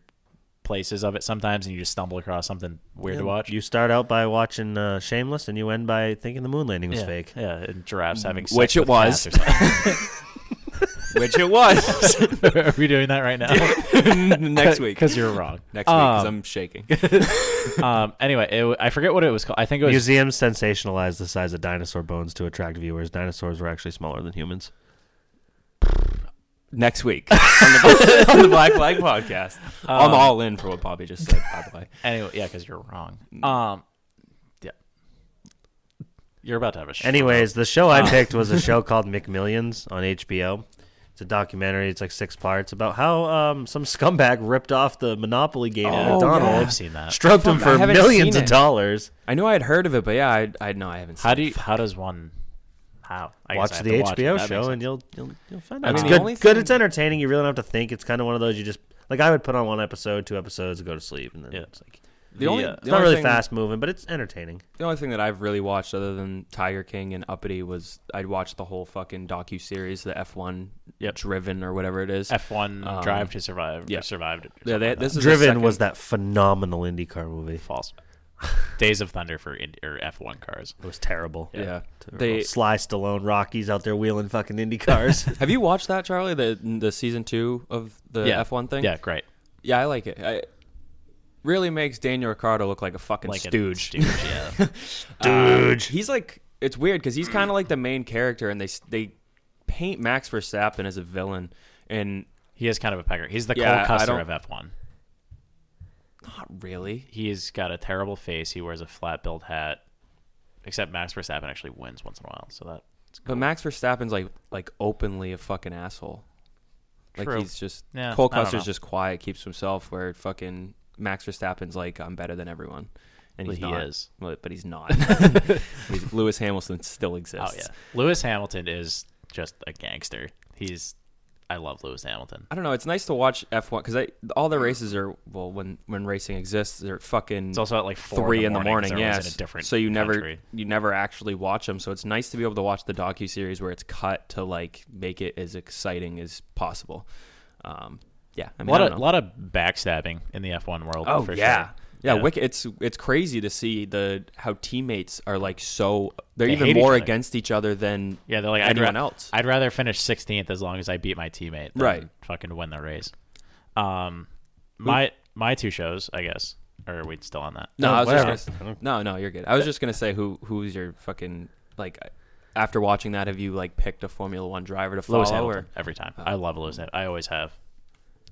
[SPEAKER 10] places of it sometimes, and you just stumble across something weird to watch.
[SPEAKER 2] You start out by watching uh, Shameless, and you end by thinking the moon landing was
[SPEAKER 10] yeah,
[SPEAKER 2] fake.
[SPEAKER 10] Yeah, and giraffes having sex
[SPEAKER 1] Mm, Which it
[SPEAKER 10] with cats
[SPEAKER 1] was.
[SPEAKER 10] or something.
[SPEAKER 1] Which it was
[SPEAKER 10] Are we doing that right now?
[SPEAKER 1] next week.
[SPEAKER 10] because you're wrong.
[SPEAKER 1] next week, because
[SPEAKER 10] Um,
[SPEAKER 1] I'm shaking.
[SPEAKER 10] Um, anyway, it, w- I forget what it was called. I think it was
[SPEAKER 2] Museums sensationalized the size of dinosaur bones to attract viewers. Dinosaurs were actually smaller than humans.
[SPEAKER 1] next week on the, on the Black Flag podcast.
[SPEAKER 2] Um,
[SPEAKER 1] I'm all in for what Bobby just said. By the way,
[SPEAKER 10] anyway. Yeah, because you're wrong.
[SPEAKER 1] Mm.
[SPEAKER 10] Um, yeah, you're about to have a sh-
[SPEAKER 2] Anyways, the show
[SPEAKER 1] Uh.
[SPEAKER 2] I picked was a show called McMillions on HBO. It's a documentary. It's like six parts about how um, some scumbag ripped off the Monopoly game at
[SPEAKER 1] Oh,
[SPEAKER 2] McDonald's.
[SPEAKER 10] yeah, I've seen that.
[SPEAKER 2] Stroked him
[SPEAKER 1] Fuck, I
[SPEAKER 2] for
[SPEAKER 1] haven't
[SPEAKER 2] millions
[SPEAKER 1] seen it.
[SPEAKER 2] of dollars.
[SPEAKER 1] I knew I had heard of it, but yeah, I, I no, I haven't. Seen
[SPEAKER 10] How do you? How does one? How I guess I
[SPEAKER 2] Watch
[SPEAKER 10] have
[SPEAKER 2] the
[SPEAKER 10] to
[SPEAKER 2] HBO
[SPEAKER 10] watch it. That makes
[SPEAKER 2] show
[SPEAKER 10] sense.
[SPEAKER 2] and you'll you'll you'll find
[SPEAKER 1] I mean,
[SPEAKER 2] out. it's
[SPEAKER 1] the
[SPEAKER 2] good.
[SPEAKER 1] only
[SPEAKER 2] good.
[SPEAKER 1] thing-
[SPEAKER 2] It's entertaining. You really don't have to think. It's kind of one of those you just like. I would put on one episode, two episodes, go to sleep, and then
[SPEAKER 10] Yeah.
[SPEAKER 2] it's like
[SPEAKER 1] it. the only,
[SPEAKER 10] Yeah.
[SPEAKER 2] it's
[SPEAKER 1] the
[SPEAKER 2] not
[SPEAKER 1] only
[SPEAKER 2] really
[SPEAKER 1] thing,
[SPEAKER 2] fast moving, but it's entertaining.
[SPEAKER 1] The only thing that I've really watched other than Tiger King and Uppity was I'd watched the whole fucking docu series, the F1 Driven or whatever it is.
[SPEAKER 10] F1
[SPEAKER 1] Um,
[SPEAKER 10] Drive to Survive.
[SPEAKER 1] yeah.
[SPEAKER 10] Yeah, survived. it or
[SPEAKER 1] Yeah,
[SPEAKER 10] something
[SPEAKER 1] they,
[SPEAKER 10] like
[SPEAKER 1] this is the
[SPEAKER 2] Driven
[SPEAKER 1] second-
[SPEAKER 2] was that phenomenal IndyCar movie.
[SPEAKER 10] that. false. Days of Thunder for Ind- or F1 cars.
[SPEAKER 2] It was terrible.
[SPEAKER 1] Yeah.
[SPEAKER 2] They,
[SPEAKER 1] They
[SPEAKER 2] Sly Stallone, Rockies out there wheeling fucking IndyCars.
[SPEAKER 1] have you watched that Charlie the the season 2 of the
[SPEAKER 10] yeah,
[SPEAKER 1] F1 thing?
[SPEAKER 10] Yeah, great.
[SPEAKER 1] Yeah, I like it. I really makes Daniel Ricciardo look like a fucking
[SPEAKER 10] Like a
[SPEAKER 1] stooge.
[SPEAKER 10] stooge, yeah.
[SPEAKER 2] Dude.
[SPEAKER 1] He's like it's weird cuz he's kind of like the main character and they s- they paint Max Verstappen as a villain and
[SPEAKER 10] he is kind of a pecker. He's the
[SPEAKER 1] Yeah, I
[SPEAKER 10] Cole Custer
[SPEAKER 1] don't-
[SPEAKER 10] of F1.
[SPEAKER 1] not really.
[SPEAKER 10] He's got a terrible face. He wears a flat billed hat. Except Max Verstappen actually wins once in a while, so that
[SPEAKER 1] But Max Verstappen's like like openly a fucking asshole. Like
[SPEAKER 10] True.
[SPEAKER 1] he's just
[SPEAKER 10] Yeah,
[SPEAKER 1] Cole
[SPEAKER 10] I don't
[SPEAKER 1] Custer's
[SPEAKER 10] know.
[SPEAKER 1] just quiet, keeps to himself. Where fucking Max Verstappen's like, I'm better than everyone, and
[SPEAKER 10] But
[SPEAKER 1] he's
[SPEAKER 10] he
[SPEAKER 1] not.
[SPEAKER 10] is.
[SPEAKER 1] But, but he's not. But he's- Lewis Hamilton still
[SPEAKER 10] oh
[SPEAKER 1] exists.
[SPEAKER 10] yeah. Lewis Hamilton is just a gangster. He's I love Lewis Hamilton.
[SPEAKER 1] I don't know. It's nice to watch F1 because all the races are well when when racing exists they're fucking.
[SPEAKER 10] It's also at like four
[SPEAKER 1] three
[SPEAKER 10] in the morning. 'cause everyone's
[SPEAKER 1] yes.
[SPEAKER 10] in a different
[SPEAKER 1] so you never
[SPEAKER 10] country.
[SPEAKER 1] you never actually watch them. So it's nice to be able to watch the docu series where it's cut to like make it as exciting as possible. Um, yeah, I mean,
[SPEAKER 10] A lot
[SPEAKER 1] I don't
[SPEAKER 10] of
[SPEAKER 1] know.
[SPEAKER 10] lot of backstabbing in the F1 world.
[SPEAKER 1] Oh
[SPEAKER 10] for
[SPEAKER 1] yeah.
[SPEAKER 10] sure.
[SPEAKER 1] Yeah,
[SPEAKER 10] Yeah.
[SPEAKER 1] Wicked, it's it's crazy to see the how teammates are like so they're
[SPEAKER 10] They
[SPEAKER 1] even
[SPEAKER 10] hate
[SPEAKER 1] more
[SPEAKER 10] each other.
[SPEAKER 1] against each other than
[SPEAKER 10] Yeah, they're like I'd
[SPEAKER 1] anyone
[SPEAKER 10] ra-
[SPEAKER 1] else.
[SPEAKER 10] I'd rather finish 16th as long as I beat my teammate, than
[SPEAKER 1] Right.
[SPEAKER 10] Fucking win the race. Um, my my two shows, I guess. Or are we still on that?
[SPEAKER 1] No,
[SPEAKER 2] No,
[SPEAKER 1] I was just
[SPEAKER 2] whatever.
[SPEAKER 1] gonna s-
[SPEAKER 2] I don't-
[SPEAKER 1] no, no, you're good. I was just gonna say who who's your fucking like after watching that have you like picked a Formula One driver to follow
[SPEAKER 10] Lewis Hamilton
[SPEAKER 1] or
[SPEAKER 10] every time. I love Lewis Hamilton. I always have.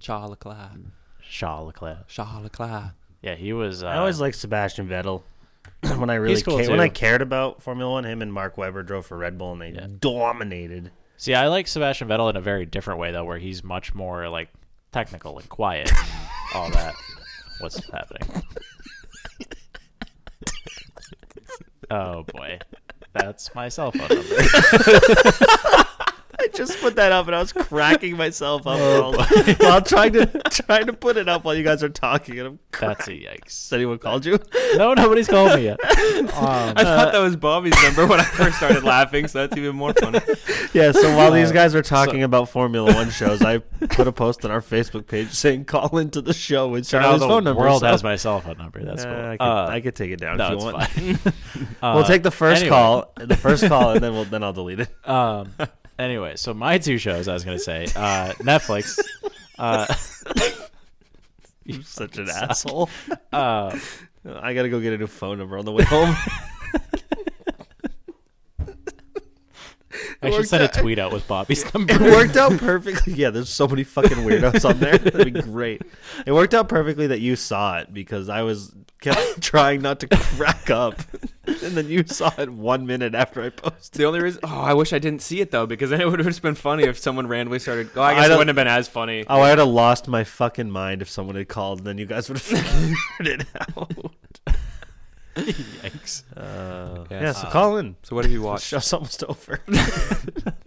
[SPEAKER 1] Charles Leclerc?
[SPEAKER 10] Charles Leclerc.
[SPEAKER 1] Charles Leclerc.
[SPEAKER 10] Yeah, he was. Uh,
[SPEAKER 2] I always liked Sebastian Vettel. when I really
[SPEAKER 10] cool,
[SPEAKER 2] ca- when
[SPEAKER 10] too.
[SPEAKER 2] I cared about Formula One, him and Mark Webber drove for Red Bull and they dominated.
[SPEAKER 10] see. I like Sebastian Vettel in a very different way though, where he's much more like technical and quiet. all that. What's happening? oh boy, that's my cell phone number.
[SPEAKER 2] I just put that up and I was cracking myself up while, while trying to trying to put it up while you guys are talking. And I'm
[SPEAKER 10] That's a yikes.
[SPEAKER 2] Has anyone called you?
[SPEAKER 10] No, nobody's called me yet.
[SPEAKER 1] I thought that was Bobby's number when I first started laughing, so that's even more funny.
[SPEAKER 2] Yeah. Uh, So while these guys were talking about Formula One shows, I put a post on our Facebook page saying "Call into the show with
[SPEAKER 10] Now
[SPEAKER 2] Charlie's
[SPEAKER 10] the
[SPEAKER 2] phone number."
[SPEAKER 10] world
[SPEAKER 2] So-
[SPEAKER 10] has my cell phone number. That's
[SPEAKER 2] Uh,
[SPEAKER 10] cool.
[SPEAKER 2] I, could,
[SPEAKER 10] Uh,
[SPEAKER 2] I could take it down
[SPEAKER 10] no,
[SPEAKER 2] if you
[SPEAKER 10] it's
[SPEAKER 2] want.
[SPEAKER 10] fine. Uh,
[SPEAKER 2] we'll take the first
[SPEAKER 10] anyway.
[SPEAKER 2] call, the first call, and then we'll then I'll delete it.
[SPEAKER 10] Um, anyway, so my two shows I was gonna say uh, Netflix.
[SPEAKER 2] You're such an asshole.
[SPEAKER 10] uh,
[SPEAKER 2] I gotta go get a new phone number on the way home.
[SPEAKER 10] I should
[SPEAKER 2] worked
[SPEAKER 10] send a
[SPEAKER 2] out.
[SPEAKER 10] tweet out with Bobby's number.
[SPEAKER 2] it worked out perfectly. Yeah, there's so many fucking weirdos on there. That'd be great. It worked out perfectly that you saw it because I was kept trying not to crack up, and then you saw it one minute after I posted.
[SPEAKER 1] The only reason, oh, I wish I didn't see it though, because then it would have just been funny if someone randomly started. Oh, I guess it
[SPEAKER 2] don't-
[SPEAKER 1] wouldn't have been as funny.
[SPEAKER 2] Oh, I'd have lost my fucking mind if someone had called, and then you guys would have figured it out.
[SPEAKER 10] Yikes.
[SPEAKER 1] Yes.
[SPEAKER 2] Yeah, Uh, so call in.
[SPEAKER 1] uh, so what have you
[SPEAKER 2] The
[SPEAKER 1] watched?
[SPEAKER 2] show's almost over.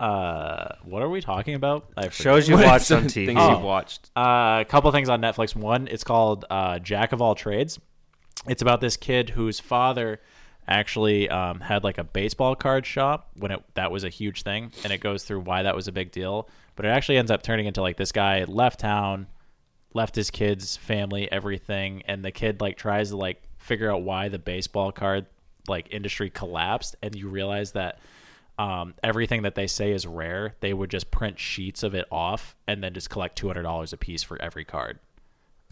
[SPEAKER 10] Uh, what are we talking about? I forget.
[SPEAKER 2] Shows you
[SPEAKER 1] What are
[SPEAKER 2] watched
[SPEAKER 1] some
[SPEAKER 2] on TV.
[SPEAKER 1] Things
[SPEAKER 10] Oh.
[SPEAKER 1] you've watched.
[SPEAKER 10] Uh, a couple things on Netflix. One, it's called uh, Jack of All Trades. It's about this kid whose father actually um, had like a baseball card shop when it that was a huge thing, and it goes through why that was a big deal. But it actually ends up turning into like this guy left town, left his kids, family, everything, and the kid like tries to like figure out why the baseball card like industry collapsed, and you realize that um, everything that they say is rare, they would just print sheets of it off and then just collect two hundred dollars a piece for every card.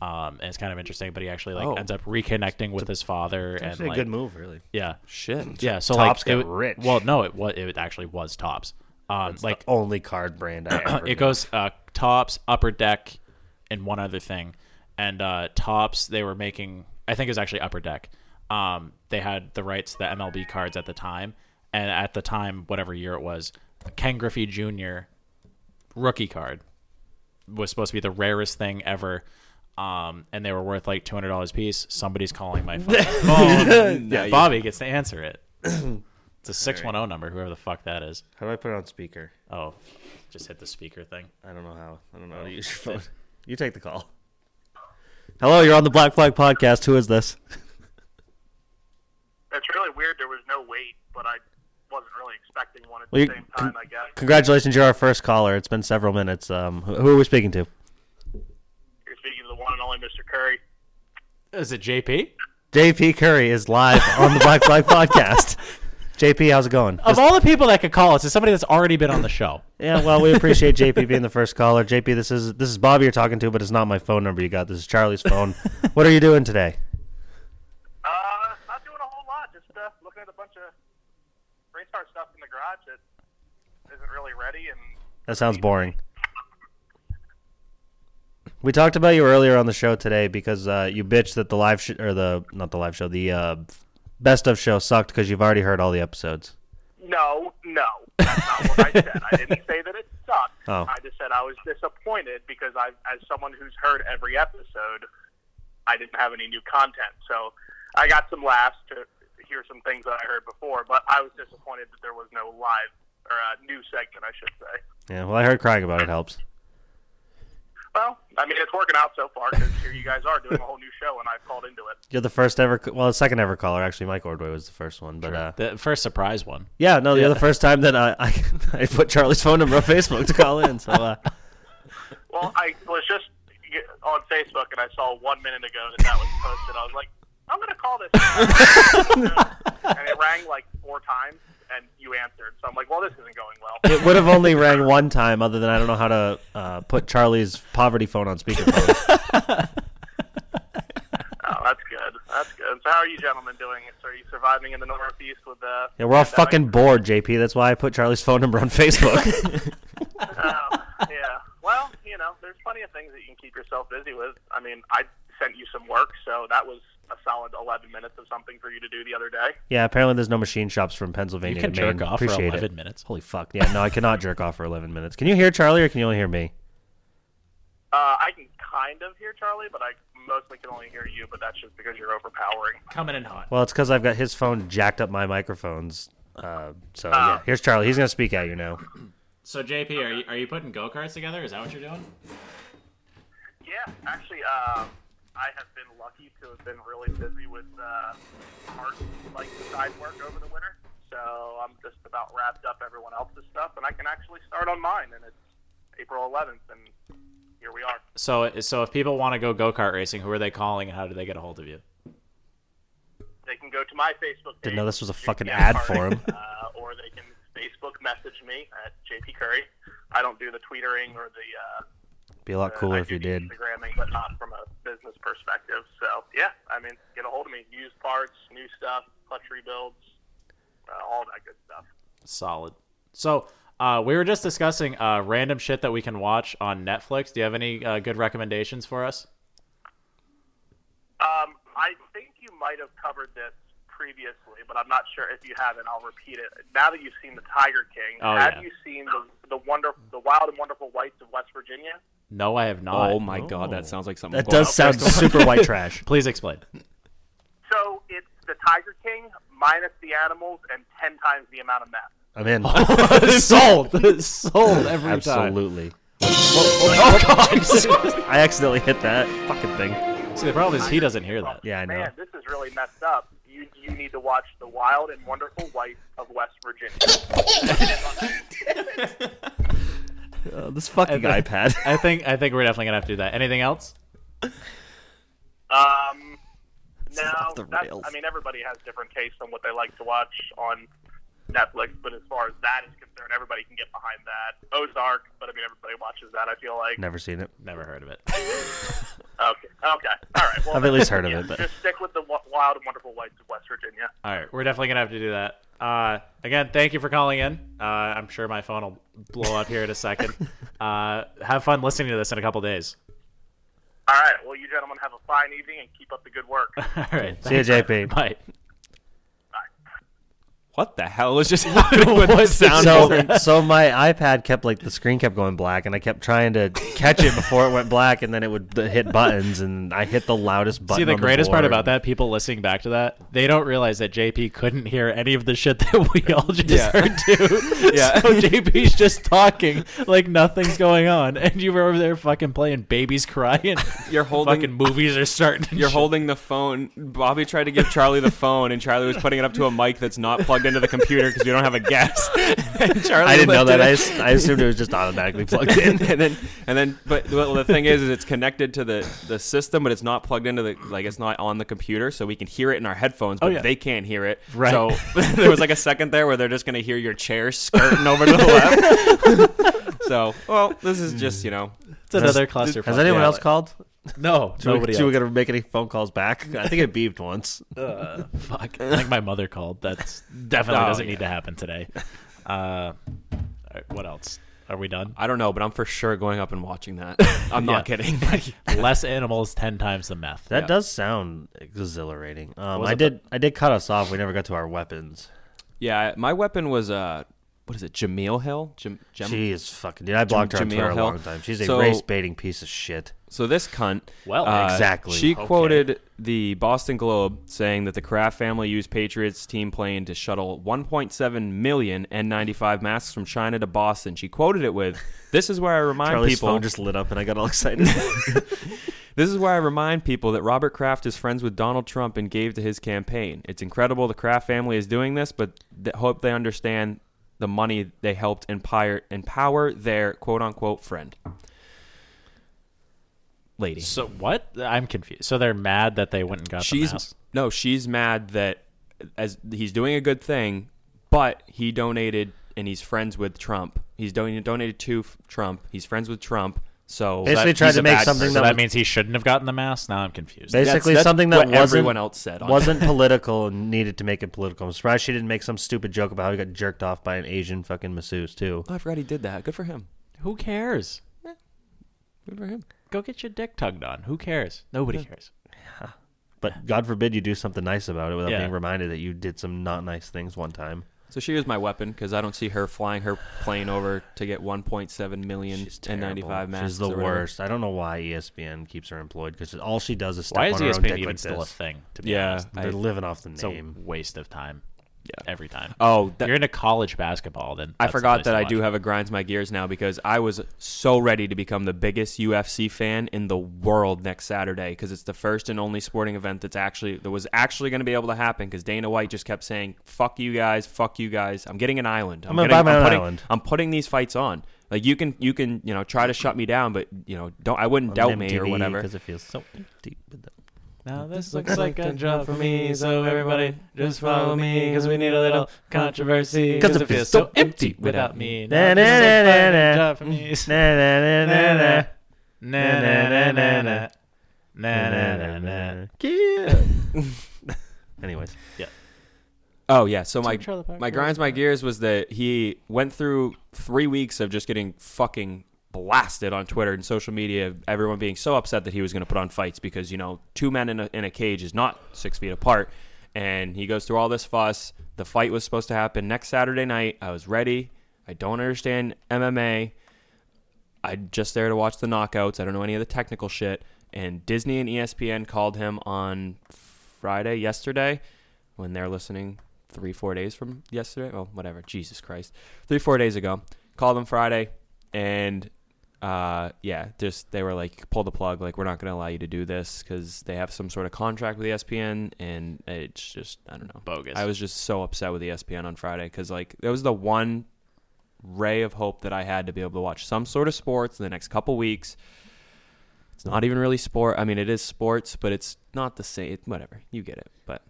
[SPEAKER 10] Um, and it's kind of interesting, but he actually like
[SPEAKER 1] Oh.
[SPEAKER 10] ends up reconnecting with his father and
[SPEAKER 2] Actually,
[SPEAKER 10] like
[SPEAKER 2] a good move, really.
[SPEAKER 10] yeah,
[SPEAKER 1] Shit.
[SPEAKER 10] yeah. So
[SPEAKER 2] Topps
[SPEAKER 10] like, it
[SPEAKER 2] got
[SPEAKER 10] w-
[SPEAKER 2] rich.
[SPEAKER 10] Well, no, it was it actually was tops. Um, like
[SPEAKER 2] Only card brand I ever.
[SPEAKER 10] it
[SPEAKER 2] knew.
[SPEAKER 10] goes uh, tops, upper deck, and one other thing. And uh, tops, they were making. I think it was actually upper deck. Um, they had the rights to the MLB cards at the time, and at the time, whatever year it was, Ken Griffey Jr. rookie card was supposed to be the rarest thing ever. Um, and they were worth like two hundred dollars a piece. Somebody's calling my phone.
[SPEAKER 1] Yeah,
[SPEAKER 10] Bobby gets to answer it. It's a six one zero number, whoever the fuck that is.
[SPEAKER 2] How do I put it on speaker?
[SPEAKER 10] Oh, just hit the speaker thing.
[SPEAKER 2] I don't know how. I don't know how
[SPEAKER 10] Oh,
[SPEAKER 2] to use your phone. You take the call. Hello, you're on the Black Flag Podcast. Who is this?
[SPEAKER 5] That's really weird. There was no wait, but I wasn't really expecting one at
[SPEAKER 2] Well, you-
[SPEAKER 5] the same time, I guess.
[SPEAKER 2] Congratulations, you're our first caller. It's been several minutes. Um, who, who are we speaking to?
[SPEAKER 5] You're speaking to the one and only Mr. Curry.
[SPEAKER 10] Is it JP?
[SPEAKER 2] JP Curry is live on the Black Flag Podcast. JP, how's it going?
[SPEAKER 10] Of all the people that could call us, it's somebody that's already been on the show.
[SPEAKER 2] Yeah, well, we appreciate JP being the first caller. JP, this is this is Bobby you're talking to, but it's not my phone number you got. This is Charlie's phone. what are you doing today?
[SPEAKER 5] Uh, not doing a whole lot. Just uh, looking at a bunch of race car stuff in the garage that isn't really ready. And
[SPEAKER 2] That sounds boring. We talked about you earlier on the show today because uh, you bitched that the live sh- or the not the live show the uh, best of show sucked because you've already heard all the episodes.
[SPEAKER 5] no, no, that's not what I said. I didn't say that it sucked.
[SPEAKER 2] Oh.
[SPEAKER 5] I just said I was disappointed because I, as someone who's heard every episode, I didn't have any new content. So I got some laughs to hear some things that I heard before, but I was disappointed that there was no live or uh, new segment, I should say.
[SPEAKER 2] Yeah, well, I heard crying about it helps.
[SPEAKER 5] Well, I mean, it's working out so far because here you guys are doing a whole new show, and I've called into it.
[SPEAKER 2] You're the first ever, well, the second ever caller actually. Mike Ordway was the first one, but uh,
[SPEAKER 10] The first surprise one.
[SPEAKER 2] yeah, no, you're the first time that I, I I put Charlie's phone number on Facebook to call in. So uh,
[SPEAKER 5] Well, I was just on Facebook, and I saw one minute ago that that was posted. I was like, I'm going to call this. and it rang like four times, and you answered. So I'm like, well, this isn't going well.
[SPEAKER 2] it would have only rang one time, other than I don't know how to uh, put Charlie's poverty phone on speakerphone.
[SPEAKER 5] Oh, That's good. So how are you gentlemen doing? So are you surviving in the Northeast with the?
[SPEAKER 2] Yeah, we're all fucking bored, JP. That's why I put Charlie's phone number on Facebook.
[SPEAKER 5] Yeah. Well, you know, there's plenty of things that you can keep yourself busy with. I mean, I sent you some work, so that was a solid 11 minutes of something for you to do the other day.
[SPEAKER 2] yeah, apparently there's no machine shops from Pennsylvania
[SPEAKER 10] You can
[SPEAKER 2] to Maine.
[SPEAKER 10] jerk off for
[SPEAKER 2] Appreciate
[SPEAKER 10] 11
[SPEAKER 2] it.
[SPEAKER 10] minutes.
[SPEAKER 2] Holy fuck. Yeah, no, I cannot jerk off for 11 minutes. Can you hear Charlie or can you only hear me?
[SPEAKER 5] Uh, I can kind of hear Charlie, but I mostly can only hear you. But that's just because you're overpowering.
[SPEAKER 10] Coming in hot.
[SPEAKER 2] Well, it's because I've got his phone jacked up my microphones. Uh, so yeah, here's Charlie. He's gonna speak at you now.
[SPEAKER 10] So JP, are you, are you putting go karts together? Is that what you're doing?
[SPEAKER 5] Yeah, actually, uh, I have been lucky to have been really busy with uh, art, like side work over the winter. So I'm just about wrapped up everyone else's stuff, and I can actually start on mine. And it's April 11th, and here we are.
[SPEAKER 10] So so if people want to go go kart racing, who are they calling and how do they get a hold of you?
[SPEAKER 5] They can go to my Facebook. Page,
[SPEAKER 2] Didn't know this was a
[SPEAKER 5] JP
[SPEAKER 2] fucking
[SPEAKER 5] Curry,
[SPEAKER 2] ad for him.
[SPEAKER 5] Uh, or they can Facebook message me at JP Curry. I don't do the tweetering or the. Uh,
[SPEAKER 2] Be a lot
[SPEAKER 5] Uh,
[SPEAKER 2] cooler
[SPEAKER 5] I
[SPEAKER 2] if
[SPEAKER 5] do
[SPEAKER 2] you
[SPEAKER 5] the
[SPEAKER 2] did.
[SPEAKER 5] Instagramming, but not from a business perspective. So yeah, I mean, get a hold of me. Used parts, new stuff, clutch rebuilds, uh, all that good stuff.
[SPEAKER 10] Solid. So uh, we were just discussing uh, random shit that we can watch on Netflix. Do you have any uh, good recommendations for us?
[SPEAKER 5] Um, I think you might have covered this previously, but I'm not sure if you haven't. I'll repeat it. Now that you've seen the Tiger King,
[SPEAKER 10] Oh,
[SPEAKER 5] have
[SPEAKER 10] yeah.
[SPEAKER 5] you seen the the wonder, the wild and wonderful whites of West Virginia?
[SPEAKER 10] No, I have not.
[SPEAKER 1] Oh my god, that sounds like something.
[SPEAKER 2] That
[SPEAKER 1] I'm
[SPEAKER 2] does
[SPEAKER 1] going
[SPEAKER 2] sound super white trash.
[SPEAKER 10] Please explain.
[SPEAKER 5] So it's the Tiger King minus the animals and ten times the amount of meth.
[SPEAKER 2] I'm in.
[SPEAKER 10] sold, sold every
[SPEAKER 2] Absolutely. Oh god! I accidentally hit that fucking thing.
[SPEAKER 10] time. See, the problem is he doesn't hear that.
[SPEAKER 2] Yeah, I know.
[SPEAKER 5] Man, this is really messed up. You, you need to watch The Wild and Wonderful Wife of West Virginia.
[SPEAKER 2] Uh, this fucking iPad.
[SPEAKER 10] I think I think we're definitely gonna have to do that. Anything else?
[SPEAKER 5] Um, now,
[SPEAKER 2] off the
[SPEAKER 5] that's,
[SPEAKER 2] rails.
[SPEAKER 5] I mean, everybody has different tastes on what they like to watch on Netflix, but as far as that is concerned, everybody can get behind that. Ozark, but I mean, everybody watches that, I feel like.
[SPEAKER 2] Never seen it.
[SPEAKER 10] Never heard of it.
[SPEAKER 5] Okay, okay. All right. Well,
[SPEAKER 2] I've at least heard of
[SPEAKER 5] yeah,
[SPEAKER 2] it, but-
[SPEAKER 5] Just stick with The Wa- Wild and Wonderful Wife of West Virginia.
[SPEAKER 10] All right, we're definitely gonna have to do that. Uh, again, thank you for calling in. Uh, I'm sure my phone will blow up here in a second. Uh, have fun listening to this in a couple days.
[SPEAKER 5] All right. Well, you gentlemen have a fine evening and keep up the good work.
[SPEAKER 10] All right,
[SPEAKER 2] See ya, JP.
[SPEAKER 10] Bye.
[SPEAKER 1] What the hell is just happening with the sound?
[SPEAKER 2] so, so my iPad kept like the screen kept going black, and I kept trying to catch it before it went black, and then it would hit buttons, and I hit the loudest button.
[SPEAKER 10] See, the
[SPEAKER 2] on
[SPEAKER 10] greatest part
[SPEAKER 2] board.
[SPEAKER 10] about that, people listening back to that, they don't realize that JP couldn't hear any of the shit that we all just
[SPEAKER 1] Yeah.
[SPEAKER 10] heard too.
[SPEAKER 1] Yeah.
[SPEAKER 10] So JP's just talking like nothing's going on, and you were over there fucking playing "Babies Cry" and
[SPEAKER 1] You're
[SPEAKER 10] fucking
[SPEAKER 1] holding.
[SPEAKER 10] movies are starting. and
[SPEAKER 1] You're
[SPEAKER 10] shit.
[SPEAKER 1] holding the phone. Bobby tried to give Charlie the phone, and Charlie was putting it up to a mic that's not plugged into the computer because we don't have a guest. And Charlie
[SPEAKER 2] I didn't know
[SPEAKER 1] lifted
[SPEAKER 2] that. I,
[SPEAKER 1] it.
[SPEAKER 2] as- I assumed it was just automatically plugged in.
[SPEAKER 1] and then and then but well, the thing is is it's connected to the the system but it's not plugged into the like it's not on the computer so we can hear it in our headphones
[SPEAKER 2] Oh,
[SPEAKER 1] but
[SPEAKER 10] yeah.
[SPEAKER 1] they can't hear it
[SPEAKER 10] Right.
[SPEAKER 1] so there was like a second there where they're just gonna hear your chair skirting over to the left so well this is just you know
[SPEAKER 10] It's another cluster.
[SPEAKER 2] Has anyone else called?
[SPEAKER 10] No,
[SPEAKER 2] Do we-
[SPEAKER 10] nobody.
[SPEAKER 2] Do we
[SPEAKER 10] else. Uh,
[SPEAKER 2] got to make any phone calls back? I think it beeped once.
[SPEAKER 10] Fuck. I think my mother called. That's definitely
[SPEAKER 1] Oh,
[SPEAKER 10] doesn't
[SPEAKER 1] yeah.
[SPEAKER 10] need to happen today. Uh, all right, what else? Are we done?
[SPEAKER 1] i don't know but i'm for sure going up and watching that i'm not
[SPEAKER 10] Yeah.
[SPEAKER 1] kidding
[SPEAKER 10] Less animals, ten times the meth.
[SPEAKER 2] That does sound exhilarating. Um,
[SPEAKER 10] Was
[SPEAKER 2] I
[SPEAKER 10] it the-
[SPEAKER 2] did. I did cut us off. We never got to our weapons.
[SPEAKER 1] yeah my weapon was uh what is it jameel hill Jam- Jam-
[SPEAKER 2] Jeez, fucking dude! I blocked her on
[SPEAKER 1] Jamil
[SPEAKER 2] Twitter a
[SPEAKER 1] Hill.
[SPEAKER 2] long time. She's a
[SPEAKER 1] So-
[SPEAKER 2] race baiting piece of shit.
[SPEAKER 1] So this cunt. uh,
[SPEAKER 10] Well,
[SPEAKER 2] exactly.
[SPEAKER 1] She
[SPEAKER 2] Okay.
[SPEAKER 1] quoted the Boston Globe saying that the Kraft family used Patriots team plane to shuttle 1.7 million N95 masks from China to Boston. She quoted it with, "This is where I remind
[SPEAKER 2] Charlie's
[SPEAKER 1] people.
[SPEAKER 2] phone just lit up, and I got all excited.
[SPEAKER 1] This is where I remind people that Robert Kraft is friends with Donald Trump and gave to his campaign. It's incredible the Kraft family is doing this, but th- hope they understand." The money they helped empower, empower their quote unquote friend. Lady.
[SPEAKER 10] So what? I'm confused. So they're mad that they went and got the
[SPEAKER 1] she's
[SPEAKER 10] mask.
[SPEAKER 1] no she's mad that as he's doing a good thing but he donated and he's friends with trump he's don- donated to f- trump he's friends with trump So
[SPEAKER 2] Basically
[SPEAKER 1] that-
[SPEAKER 2] tried
[SPEAKER 1] he's
[SPEAKER 2] to
[SPEAKER 1] a
[SPEAKER 2] make
[SPEAKER 1] bad
[SPEAKER 2] something
[SPEAKER 1] person.
[SPEAKER 10] So
[SPEAKER 2] that
[SPEAKER 10] that
[SPEAKER 2] was-
[SPEAKER 10] means he shouldn't have gotten the mask. Now I'm confused.
[SPEAKER 2] Basically,
[SPEAKER 1] that's
[SPEAKER 2] something
[SPEAKER 1] what
[SPEAKER 2] that wasn't
[SPEAKER 1] everyone else said on
[SPEAKER 2] wasn't political and needed to make it political. I'm surprised she didn't make some stupid joke about how he got jerked off by an Asian fucking masseuse too.
[SPEAKER 1] Oh, I forgot he did that. Good for him.
[SPEAKER 10] Who cares?
[SPEAKER 1] Good for him.
[SPEAKER 10] Go get your dick tugged on. Who cares? Nobody cares.
[SPEAKER 2] But God forbid you do something nice about it without
[SPEAKER 10] Yeah.
[SPEAKER 2] being reminded that you did some not nice things one time.
[SPEAKER 1] So she is my weapon because I don't see her flying her plane over to get 1.7 million
[SPEAKER 2] She's
[SPEAKER 1] and
[SPEAKER 2] terrible.
[SPEAKER 1] 95 masks.
[SPEAKER 2] She's the
[SPEAKER 1] or whatever.
[SPEAKER 2] worst. I don't know why E ESPN keeps her employed because all she does is step
[SPEAKER 10] Why is E
[SPEAKER 2] on her own
[SPEAKER 10] ESPN
[SPEAKER 2] dick
[SPEAKER 10] even
[SPEAKER 2] like
[SPEAKER 10] still
[SPEAKER 2] this.
[SPEAKER 10] a thing? To be
[SPEAKER 1] Yeah.
[SPEAKER 10] honest?
[SPEAKER 1] I-
[SPEAKER 2] They're living off the
[SPEAKER 10] it's a
[SPEAKER 2] name.
[SPEAKER 10] waste of time.
[SPEAKER 1] Yeah.
[SPEAKER 10] every time.
[SPEAKER 1] Oh, that-
[SPEAKER 10] you're into college basketball. Then
[SPEAKER 1] I
[SPEAKER 10] that's the
[SPEAKER 1] forgot
[SPEAKER 10] place
[SPEAKER 1] that
[SPEAKER 10] to
[SPEAKER 1] I
[SPEAKER 10] watch
[SPEAKER 1] do
[SPEAKER 10] it.
[SPEAKER 1] have a grinds my gears now because I was so ready to become the biggest UFC fan in the world next Saturday because it's the first and only sporting event that's actually that was actually going to be able to happen because Dana White just kept saying "fuck you guys, fuck you guys." I'm getting an island.
[SPEAKER 2] I'm gonna
[SPEAKER 1] getting-
[SPEAKER 2] buy my own
[SPEAKER 1] putting,
[SPEAKER 2] island."
[SPEAKER 1] I'm putting these fights on. Like you can you can you know try to shut me down, but you know don't I wouldn't doubt me or whatever.
[SPEAKER 2] because it feels so empty. But the-
[SPEAKER 10] Now this looks like a job for me, so everybody just follow me, because we need a little controversy.
[SPEAKER 2] 'Cause it feels so empty
[SPEAKER 10] without me.
[SPEAKER 2] Na, na,
[SPEAKER 10] Now this looks
[SPEAKER 2] na, na,
[SPEAKER 10] like a
[SPEAKER 2] na.
[SPEAKER 10] job for me.
[SPEAKER 2] Na, na, na, na, na.
[SPEAKER 10] Na, na, na, na, na. Na, na, na, na.
[SPEAKER 2] Anyways,
[SPEAKER 1] Oh yeah, so my
[SPEAKER 10] Trailer Park
[SPEAKER 1] my
[SPEAKER 10] Boys.
[SPEAKER 1] grinds my gears was that he went through three weeks of just getting fucking blasted on Twitter and social media. Everyone being so upset that he was going to put on fights because you know two men in a, in a cage is not six feet apart, and he goes through all this fuss. The fight was supposed to happen next Saturday night. I was ready. I don't understand MMA. I'm just there to watch the knockouts. I don't know any of the technical shit. And Disney and E ESPN called him on Friday, yesterday, when they're listening three, four days from yesterday. Well, whatever. Jesus Christ. Three, four days ago. Called them Friday. And uh, yeah, just they were like, pull the plug. Like, we're not going to allow you to do this because they have some sort of contract with E ESPN. And it's just, I don't know.
[SPEAKER 10] Bogus.
[SPEAKER 1] I was just so upset with E ESPN on Friday because, like, that was the one ray of hope that I had to be able to watch some sort of sports in the next couple weeks. It's not even really sport. I mean, it is sports, but it's not the same. It, whatever, you get it. But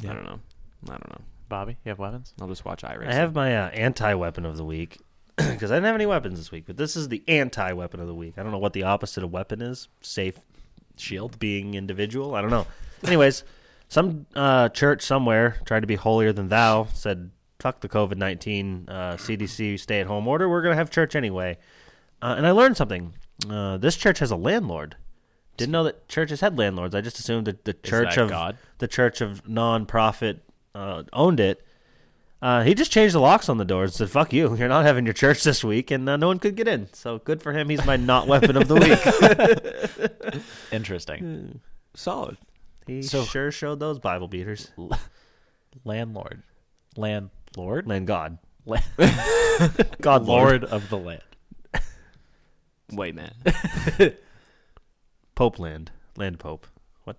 [SPEAKER 1] I don't know. I don't know.
[SPEAKER 10] Bobby, you have weapons?
[SPEAKER 1] I'll just watch Iris.
[SPEAKER 2] I have my uh, anti-weapon of the week because I didn't have any weapons this week. But this is the anti-weapon of the week. I don't know what the opposite of weapon is. Safe shield being individual. I don't know. Anyways, some uh, church somewhere tried to be holier than thou. Said fuck the COVID nineteen uh, CDC stay at home order. We're gonna have church anyway. Uh, and I learned something. Uh, this church has a landlord. Didn't know that churches had landlords. I just assumed that the church
[SPEAKER 10] that
[SPEAKER 2] of
[SPEAKER 10] God?
[SPEAKER 2] the church of nonprofit uh, owned it. Uh, he just changed the locks on the doors and said, "Fuck you! You're not having your church this week," and uh, no one could get in. So good for him. He's my not weapon of the week.
[SPEAKER 10] Interesting.
[SPEAKER 1] solid.
[SPEAKER 2] he
[SPEAKER 10] So-
[SPEAKER 2] sure showed those Bible beaters.
[SPEAKER 10] Landlord. Landlord?
[SPEAKER 2] Land God,
[SPEAKER 10] La-
[SPEAKER 2] God Lord,
[SPEAKER 10] Lord of the land.
[SPEAKER 1] Wait, man.
[SPEAKER 2] Pope Land, Land Pope. What?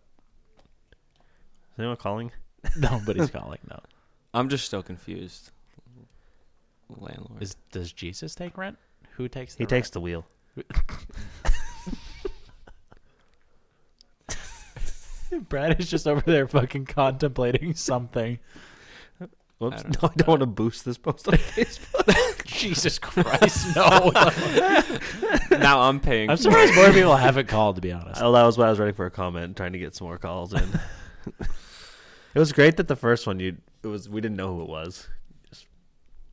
[SPEAKER 2] Is anyone calling?
[SPEAKER 10] Nobody's calling, no.
[SPEAKER 1] I'm just still confused. Landlord.
[SPEAKER 10] Is, does Jesus take rent? Who takes the
[SPEAKER 2] He takes the wheel.
[SPEAKER 10] Brad is just over there fucking contemplating something.
[SPEAKER 2] Whoops!
[SPEAKER 1] don't
[SPEAKER 2] no, I don't want to boost this post on Facebook.
[SPEAKER 10] Jesus Christ, no.
[SPEAKER 1] now I'm paying.
[SPEAKER 10] I'm
[SPEAKER 1] for
[SPEAKER 10] surprised more people haven't called, to be honest.
[SPEAKER 2] oh, that was what I was writing for a comment, trying to get some more calls in. it was great that the first one you it was we didn't know who it was. Just-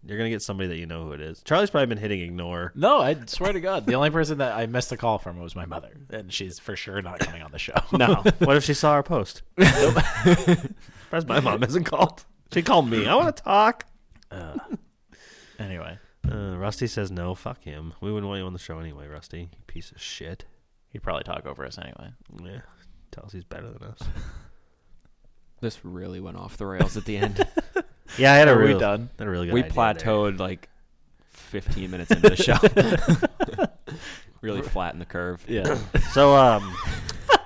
[SPEAKER 2] You're gonna get somebody that you know who it is. Charlie's probably been hitting ignore.
[SPEAKER 10] No, I swear to God, the only person that I missed a call from was my mother, and she's for sure not coming on the show.
[SPEAKER 2] No. what if she saw our post? Surprised my mom hasn't called. She called me. I want to talk.
[SPEAKER 10] anyway,
[SPEAKER 2] Uh, Rusty says no. Fuck him. We wouldn't want you on the show anyway, Rusty. You piece of shit.
[SPEAKER 10] he'd probably talk over us anyway.
[SPEAKER 2] Yeah. Tell us he's better than us.
[SPEAKER 1] this really went off the rails at the end.
[SPEAKER 2] Yeah, I had a
[SPEAKER 10] Are we
[SPEAKER 2] real,
[SPEAKER 10] done?
[SPEAKER 2] Had a really good
[SPEAKER 1] we
[SPEAKER 2] idea there.
[SPEAKER 1] plateaued like 15 minutes into the show. really flattened the curve.
[SPEAKER 10] Yeah,
[SPEAKER 2] So, um,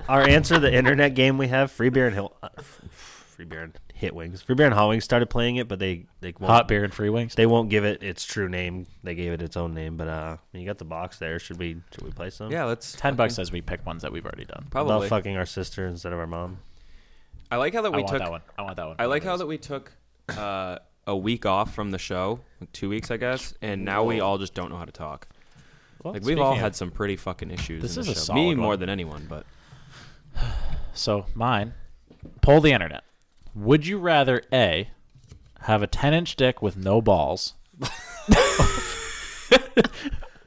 [SPEAKER 2] our answer the internet game we have free beer and hill, uh, f- free beer and hit wings, free beer and hot wings started playing it, but they they won't,
[SPEAKER 10] hot beer and free wings.
[SPEAKER 2] They won't give it its true name. They gave it its own name, but uh, you got the box there. Should we should we play some?
[SPEAKER 1] Yeah, let's
[SPEAKER 10] Ten bucks as we pick ones that we've already done.
[SPEAKER 1] probably.
[SPEAKER 2] About fucking our sister instead of our mom.
[SPEAKER 1] I like how that
[SPEAKER 10] I
[SPEAKER 1] we
[SPEAKER 10] want
[SPEAKER 1] took
[SPEAKER 10] that one. I want that one.
[SPEAKER 1] I like how that we took uh, a week off from the show, two weeks, I guess, and now we all just don't know how to talk.
[SPEAKER 10] Well,
[SPEAKER 1] like we've
[SPEAKER 10] speaking
[SPEAKER 1] all
[SPEAKER 10] of-
[SPEAKER 1] had some pretty fucking issues.
[SPEAKER 10] This
[SPEAKER 1] in
[SPEAKER 10] is
[SPEAKER 1] this
[SPEAKER 10] a
[SPEAKER 1] show.
[SPEAKER 10] solid
[SPEAKER 1] me
[SPEAKER 10] one.
[SPEAKER 1] more than anyone, but
[SPEAKER 10] So mine, poll the internet. Would you rather a have a ten inch dick with no balls,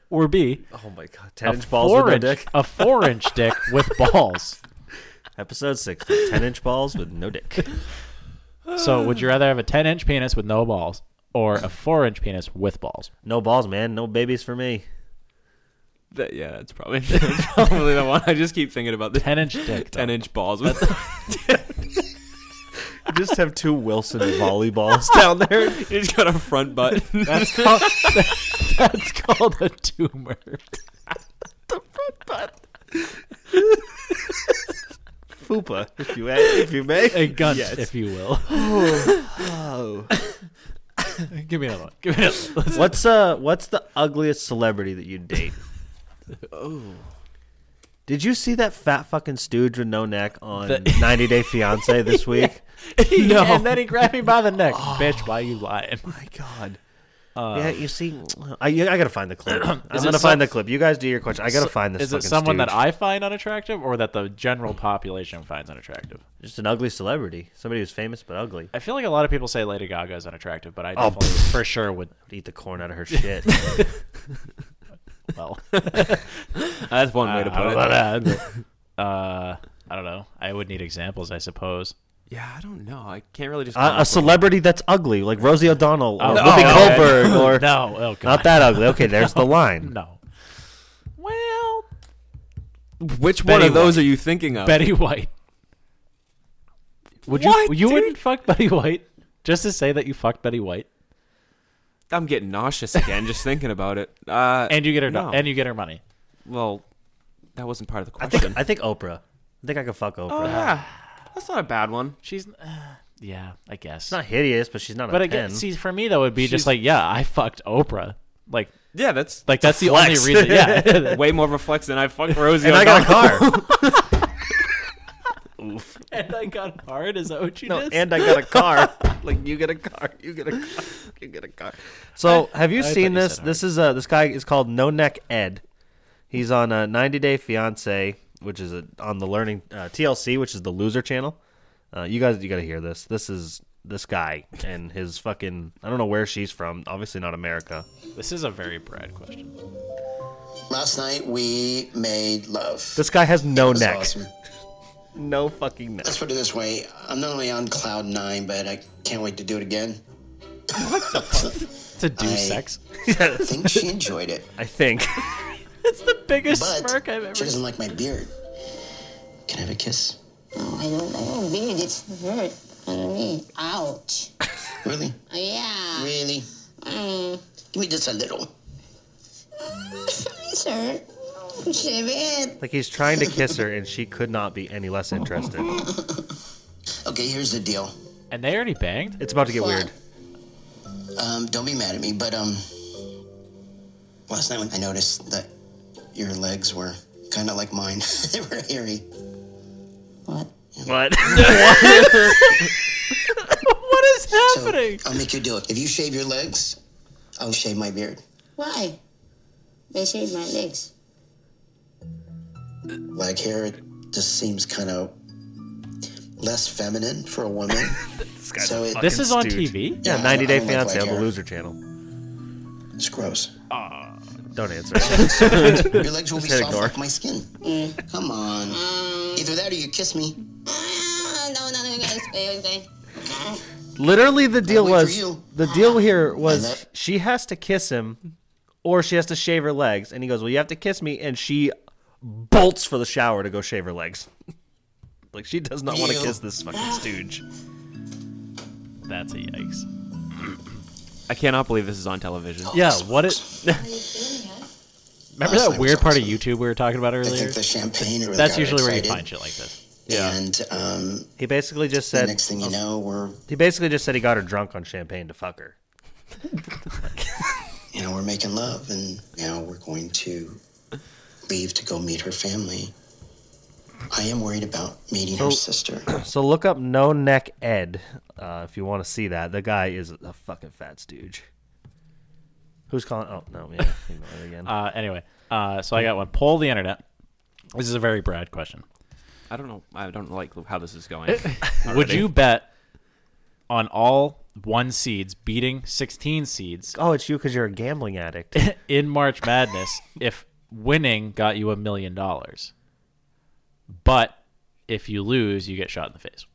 [SPEAKER 10] or b
[SPEAKER 2] Oh my god,
[SPEAKER 10] a
[SPEAKER 2] ten inch balls with
[SPEAKER 10] four
[SPEAKER 2] no
[SPEAKER 10] inch
[SPEAKER 2] dick.
[SPEAKER 10] a four inch dick with balls?
[SPEAKER 2] Episode six: ten inch balls with no dick.
[SPEAKER 10] So would you rather have a ten inch penis with no balls or a four inch penis with balls?
[SPEAKER 2] No balls, man. No babies for me.
[SPEAKER 1] that, yeah, that's probably that's probably the one. I just keep thinking about the
[SPEAKER 10] Ten inch dick.
[SPEAKER 1] ten inch balls. With,
[SPEAKER 2] Just have two Wilson volleyballs down there.
[SPEAKER 1] you just got a front button.
[SPEAKER 10] That's called, that's called a tumor.
[SPEAKER 2] Fupa, if you if you may.
[SPEAKER 10] A gun,
[SPEAKER 2] Yes. Oh.
[SPEAKER 10] if you will. Give me another one. Give me another one.
[SPEAKER 2] What's uh what's the ugliest celebrity that you date? oh. Did you see that fat fucking stooge with no neck on 90 Day Fiance this week?
[SPEAKER 10] no. And then he grabbed me by the neck.
[SPEAKER 1] Oh,
[SPEAKER 10] Bitch, why you lying?
[SPEAKER 2] My god.
[SPEAKER 10] Uh,
[SPEAKER 2] yeah, you see, I, you- I gotta find the clip. I'm gonna
[SPEAKER 10] some-
[SPEAKER 2] find the clip. You guys do your question. I gotta find this.
[SPEAKER 10] Is it
[SPEAKER 2] fucking
[SPEAKER 10] someone that
[SPEAKER 2] stooge.
[SPEAKER 10] I find unattractive or that the general population finds unattractive?
[SPEAKER 2] just an ugly celebrity, somebody who's famous but ugly?
[SPEAKER 10] I feel like a lot of people say Lady Gaga is unattractive, but I
[SPEAKER 2] Oh,
[SPEAKER 10] definitely for sure would.
[SPEAKER 2] I'd eat the corn out of her shit.
[SPEAKER 10] Well,
[SPEAKER 1] That's one way
[SPEAKER 10] I
[SPEAKER 1] to
[SPEAKER 10] don't
[SPEAKER 1] put
[SPEAKER 10] know
[SPEAKER 1] it.
[SPEAKER 10] about that. but, uh, I don't know. I would need examples, I suppose.
[SPEAKER 1] Yeah, I don't know. I can't really just.
[SPEAKER 2] uh, a celebrity that's ugly, like Rosie O'Donnell or
[SPEAKER 10] Oh,
[SPEAKER 2] Whoopi
[SPEAKER 10] no.
[SPEAKER 2] Goldberg, or
[SPEAKER 10] No, oh god,
[SPEAKER 2] not that ugly. Okay, there's the line.
[SPEAKER 10] No. Well,
[SPEAKER 1] Which
[SPEAKER 10] Betty
[SPEAKER 1] one of those are you thinking of?
[SPEAKER 10] Betty White. Would
[SPEAKER 1] What,
[SPEAKER 10] you? You
[SPEAKER 1] dude?
[SPEAKER 10] wouldn't fuck Betty White just to say that you fucked Betty White,
[SPEAKER 1] I'm getting nauseous again just thinking about it. Uh,
[SPEAKER 10] and you get her,
[SPEAKER 1] No.
[SPEAKER 10] and you get her money.
[SPEAKER 1] well, that wasn't part of the
[SPEAKER 2] I think
[SPEAKER 1] question. Oh,
[SPEAKER 2] I think Oprah. I think I could fuck
[SPEAKER 10] Oh,
[SPEAKER 2] Oprah.
[SPEAKER 1] That's not a bad one.
[SPEAKER 10] She's, uh, yeah, I guess.
[SPEAKER 2] She's not hideous, but she's not.
[SPEAKER 10] but
[SPEAKER 2] a
[SPEAKER 10] again,
[SPEAKER 2] 10.
[SPEAKER 10] see, for me, that would be just like, yeah, I fucked Oprah. Like,
[SPEAKER 1] Yeah, that's
[SPEAKER 10] like that's the
[SPEAKER 2] flex.
[SPEAKER 10] only reason. Yeah,
[SPEAKER 1] way more of a flex than I fucked Rosie.
[SPEAKER 2] and I got a car.
[SPEAKER 10] and I got hard. Is that what you
[SPEAKER 2] no,
[SPEAKER 10] did?
[SPEAKER 2] and I got a car. like you get a car, you get a car, you get a car. So have you
[SPEAKER 10] thought
[SPEAKER 2] seen
[SPEAKER 10] you
[SPEAKER 2] this?
[SPEAKER 10] said
[SPEAKER 2] This is uh, this guy is called No Neck Ed. He's on a 90 Day Fiance, which is a, on the learning uh, TLC, which is the loser channel. Uh, you guys, you got to hear this. This is this guy and his fucking. I don't know where she's from. Obviously not America.
[SPEAKER 10] this is a very Brad question.
[SPEAKER 11] Last night we made love.
[SPEAKER 2] This guy has no
[SPEAKER 11] That's
[SPEAKER 2] Oh, neck.
[SPEAKER 11] awesome.
[SPEAKER 2] No fucking neck.
[SPEAKER 11] Let's put it this way: I'm not only on cloud nine, but I can't wait to do it again.
[SPEAKER 10] To do
[SPEAKER 11] I-
[SPEAKER 10] sex.
[SPEAKER 11] I think she enjoyed it,
[SPEAKER 2] I think.
[SPEAKER 10] It's the biggest
[SPEAKER 11] but
[SPEAKER 10] smirk I've ever.
[SPEAKER 11] she
[SPEAKER 10] seen.
[SPEAKER 11] doesn't like my beard. Can I have a kiss?
[SPEAKER 5] I don't, I don't beard. It's hurt on me. Ouch.
[SPEAKER 11] Really?
[SPEAKER 5] Yeah.
[SPEAKER 11] Really?
[SPEAKER 5] Mm.
[SPEAKER 11] Give me just a little.
[SPEAKER 5] It's hurt. Shave it.
[SPEAKER 2] Like he's trying to kiss her, and she could not be any less interested.
[SPEAKER 11] Okay, here's the deal.
[SPEAKER 10] And they already banged.
[SPEAKER 2] It's about to get weird.
[SPEAKER 11] Um, don't be mad at me, but um, last night when I noticed that your legs were kind of like mine. they were hairy.
[SPEAKER 5] What?
[SPEAKER 2] What?
[SPEAKER 10] What is
[SPEAKER 11] So,
[SPEAKER 10] happening?
[SPEAKER 11] I'll make you do it. If you shave your legs, I'll shave my beard.
[SPEAKER 5] Why? They shaved my legs.
[SPEAKER 11] Black hair it just seems kind of less feminine for a woman. so it,
[SPEAKER 10] This is on
[SPEAKER 2] Stooge.
[SPEAKER 10] TV.
[SPEAKER 2] Yeah,
[SPEAKER 11] Yeah,
[SPEAKER 2] 90 Day
[SPEAKER 11] I don't like
[SPEAKER 2] Fiance
[SPEAKER 11] black
[SPEAKER 2] on the
[SPEAKER 11] hair.
[SPEAKER 2] Loser Channel.
[SPEAKER 11] it's gross.
[SPEAKER 2] Don't answer. it.
[SPEAKER 11] Your legs will be
[SPEAKER 2] hit
[SPEAKER 11] soft
[SPEAKER 2] ignore.
[SPEAKER 11] like my skin.
[SPEAKER 5] Mm.
[SPEAKER 11] Come on. Either that or you kiss me.
[SPEAKER 5] Um. Ah, no, no, no, guys. Okay, okay.
[SPEAKER 2] Literally, the deal
[SPEAKER 11] wait for
[SPEAKER 2] was
[SPEAKER 11] you.
[SPEAKER 2] the deal here was
[SPEAKER 11] that-
[SPEAKER 2] she has to kiss him, or she has to shave her legs. And he goes, "Well, you have to kiss me," and she bolts for the shower to go shave her legs. Like she does not want to
[SPEAKER 11] Ew.
[SPEAKER 2] kiss this fucking stooge.
[SPEAKER 10] That's a yikes.
[SPEAKER 1] I cannot believe this is on television.
[SPEAKER 10] Yeah. What it? Remember
[SPEAKER 11] Last
[SPEAKER 10] that
[SPEAKER 11] night
[SPEAKER 10] weird
[SPEAKER 11] was
[SPEAKER 10] part
[SPEAKER 11] awesome.
[SPEAKER 10] of YouTube we were talking about
[SPEAKER 11] I
[SPEAKER 10] earlier?
[SPEAKER 11] think the champagne. Really
[SPEAKER 10] That's
[SPEAKER 11] got her
[SPEAKER 10] usually where you
[SPEAKER 11] excited.
[SPEAKER 10] find shit like this.
[SPEAKER 11] And um,
[SPEAKER 2] He basically just
[SPEAKER 11] the
[SPEAKER 2] said
[SPEAKER 11] next thing you know, we're
[SPEAKER 2] he basically just said he got her drunk on champagne to fuck her.
[SPEAKER 11] you know we're making love, and now we're going to leave to go meet her family. I am worried about meeting her sister.
[SPEAKER 2] So look up No Neck Ed uh, if you want to see that. The guy is a fucking fat stooge. Who's calling? Oh no, yeah, ignore it again.
[SPEAKER 10] Uh, anyway, uh, so I got one. Poll the internet. This is a very Brad question.
[SPEAKER 1] I don't know. I don't like how this is going.
[SPEAKER 10] Would
[SPEAKER 1] already.
[SPEAKER 10] you bet on all one seeds beating 16 seeds
[SPEAKER 2] oh, it's you because you're a gambling addict.
[SPEAKER 10] in March Madness if winning got you a million dollars? But if you lose, you get shot in the face.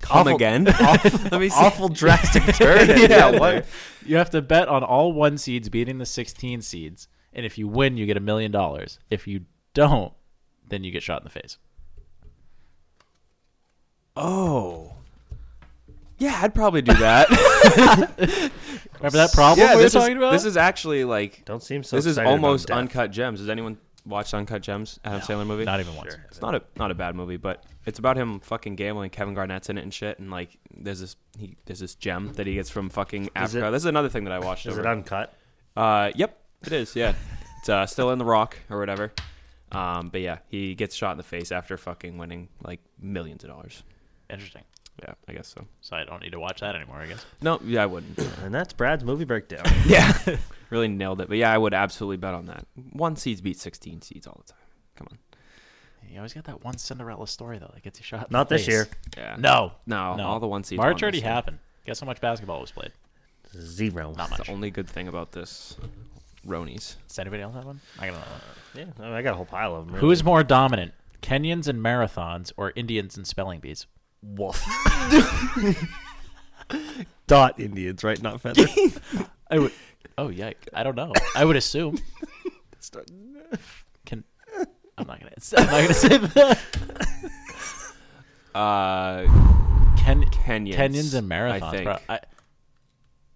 [SPEAKER 1] come again? Let me see.
[SPEAKER 2] Awful drastic turn.
[SPEAKER 10] yeah, what? You have to bet on all one seeds beating the 16 seeds, and if you win, you get a million dollars. If you don't, then you get shot in the face.
[SPEAKER 1] Oh. Yeah, I'd probably do that.
[SPEAKER 10] Remember that problem we were
[SPEAKER 1] this is,
[SPEAKER 10] talking about?
[SPEAKER 1] this is actually like
[SPEAKER 2] Don't seem so
[SPEAKER 1] This is
[SPEAKER 2] excited about
[SPEAKER 1] almost
[SPEAKER 2] death.
[SPEAKER 1] Uncut Gems. Has anyone watched Uncut Gems? Adam Sandler movie?
[SPEAKER 10] Not even once.
[SPEAKER 1] It's not a not a bad movie, but it's about him fucking gambling. Kevin Garnett's in it and shit, and like there's this he there's this gem that he gets from fucking Africa.
[SPEAKER 2] it-
[SPEAKER 1] this is another thing that I watched.
[SPEAKER 2] Is
[SPEAKER 1] over.
[SPEAKER 2] it uncut?
[SPEAKER 1] Uh, yep, it is. Yeah, it's uh, still in the rock or whatever. Um, but yeah, he gets shot in the face after fucking winning like millions of dollars.
[SPEAKER 10] Interesting.
[SPEAKER 1] Yeah, I guess so.
[SPEAKER 10] So I don't need to watch that anymore, I guess.
[SPEAKER 1] No, yeah, I wouldn't.
[SPEAKER 2] And that's Brad's movie breakdown.
[SPEAKER 1] yeah, really nailed it. But yeah, I would absolutely bet on that. One seeds beat sixteen seeds all the time. Come on.
[SPEAKER 10] You always got that one Cinderella story though that gets you shot. in
[SPEAKER 2] Not
[SPEAKER 10] the
[SPEAKER 2] this
[SPEAKER 10] face.
[SPEAKER 2] year.
[SPEAKER 1] Yeah.
[SPEAKER 10] No,
[SPEAKER 1] No, all the one seeds
[SPEAKER 10] March
[SPEAKER 1] won
[SPEAKER 10] already
[SPEAKER 1] this year.
[SPEAKER 10] happened. Guess how much basketball was played?
[SPEAKER 2] Zero.
[SPEAKER 10] Not much.
[SPEAKER 1] The only good thing about this, Ronies.
[SPEAKER 10] Does anybody else have one? I got another one.
[SPEAKER 2] Yeah, I, mean, I got a whole pile of them.
[SPEAKER 10] Who is more dominant, Kenyans and marathons, or Indians and spelling bees?
[SPEAKER 2] wolf? Dot Indians, right? Not feather.
[SPEAKER 10] I would. Oh yike! I don't know. I would assume. Can I'm not gonna. I'm not gonna say that.
[SPEAKER 1] Uh,
[SPEAKER 10] Ken,
[SPEAKER 1] Kenyans,
[SPEAKER 10] Kenyans and marathons.
[SPEAKER 1] I think.
[SPEAKER 10] bro. I,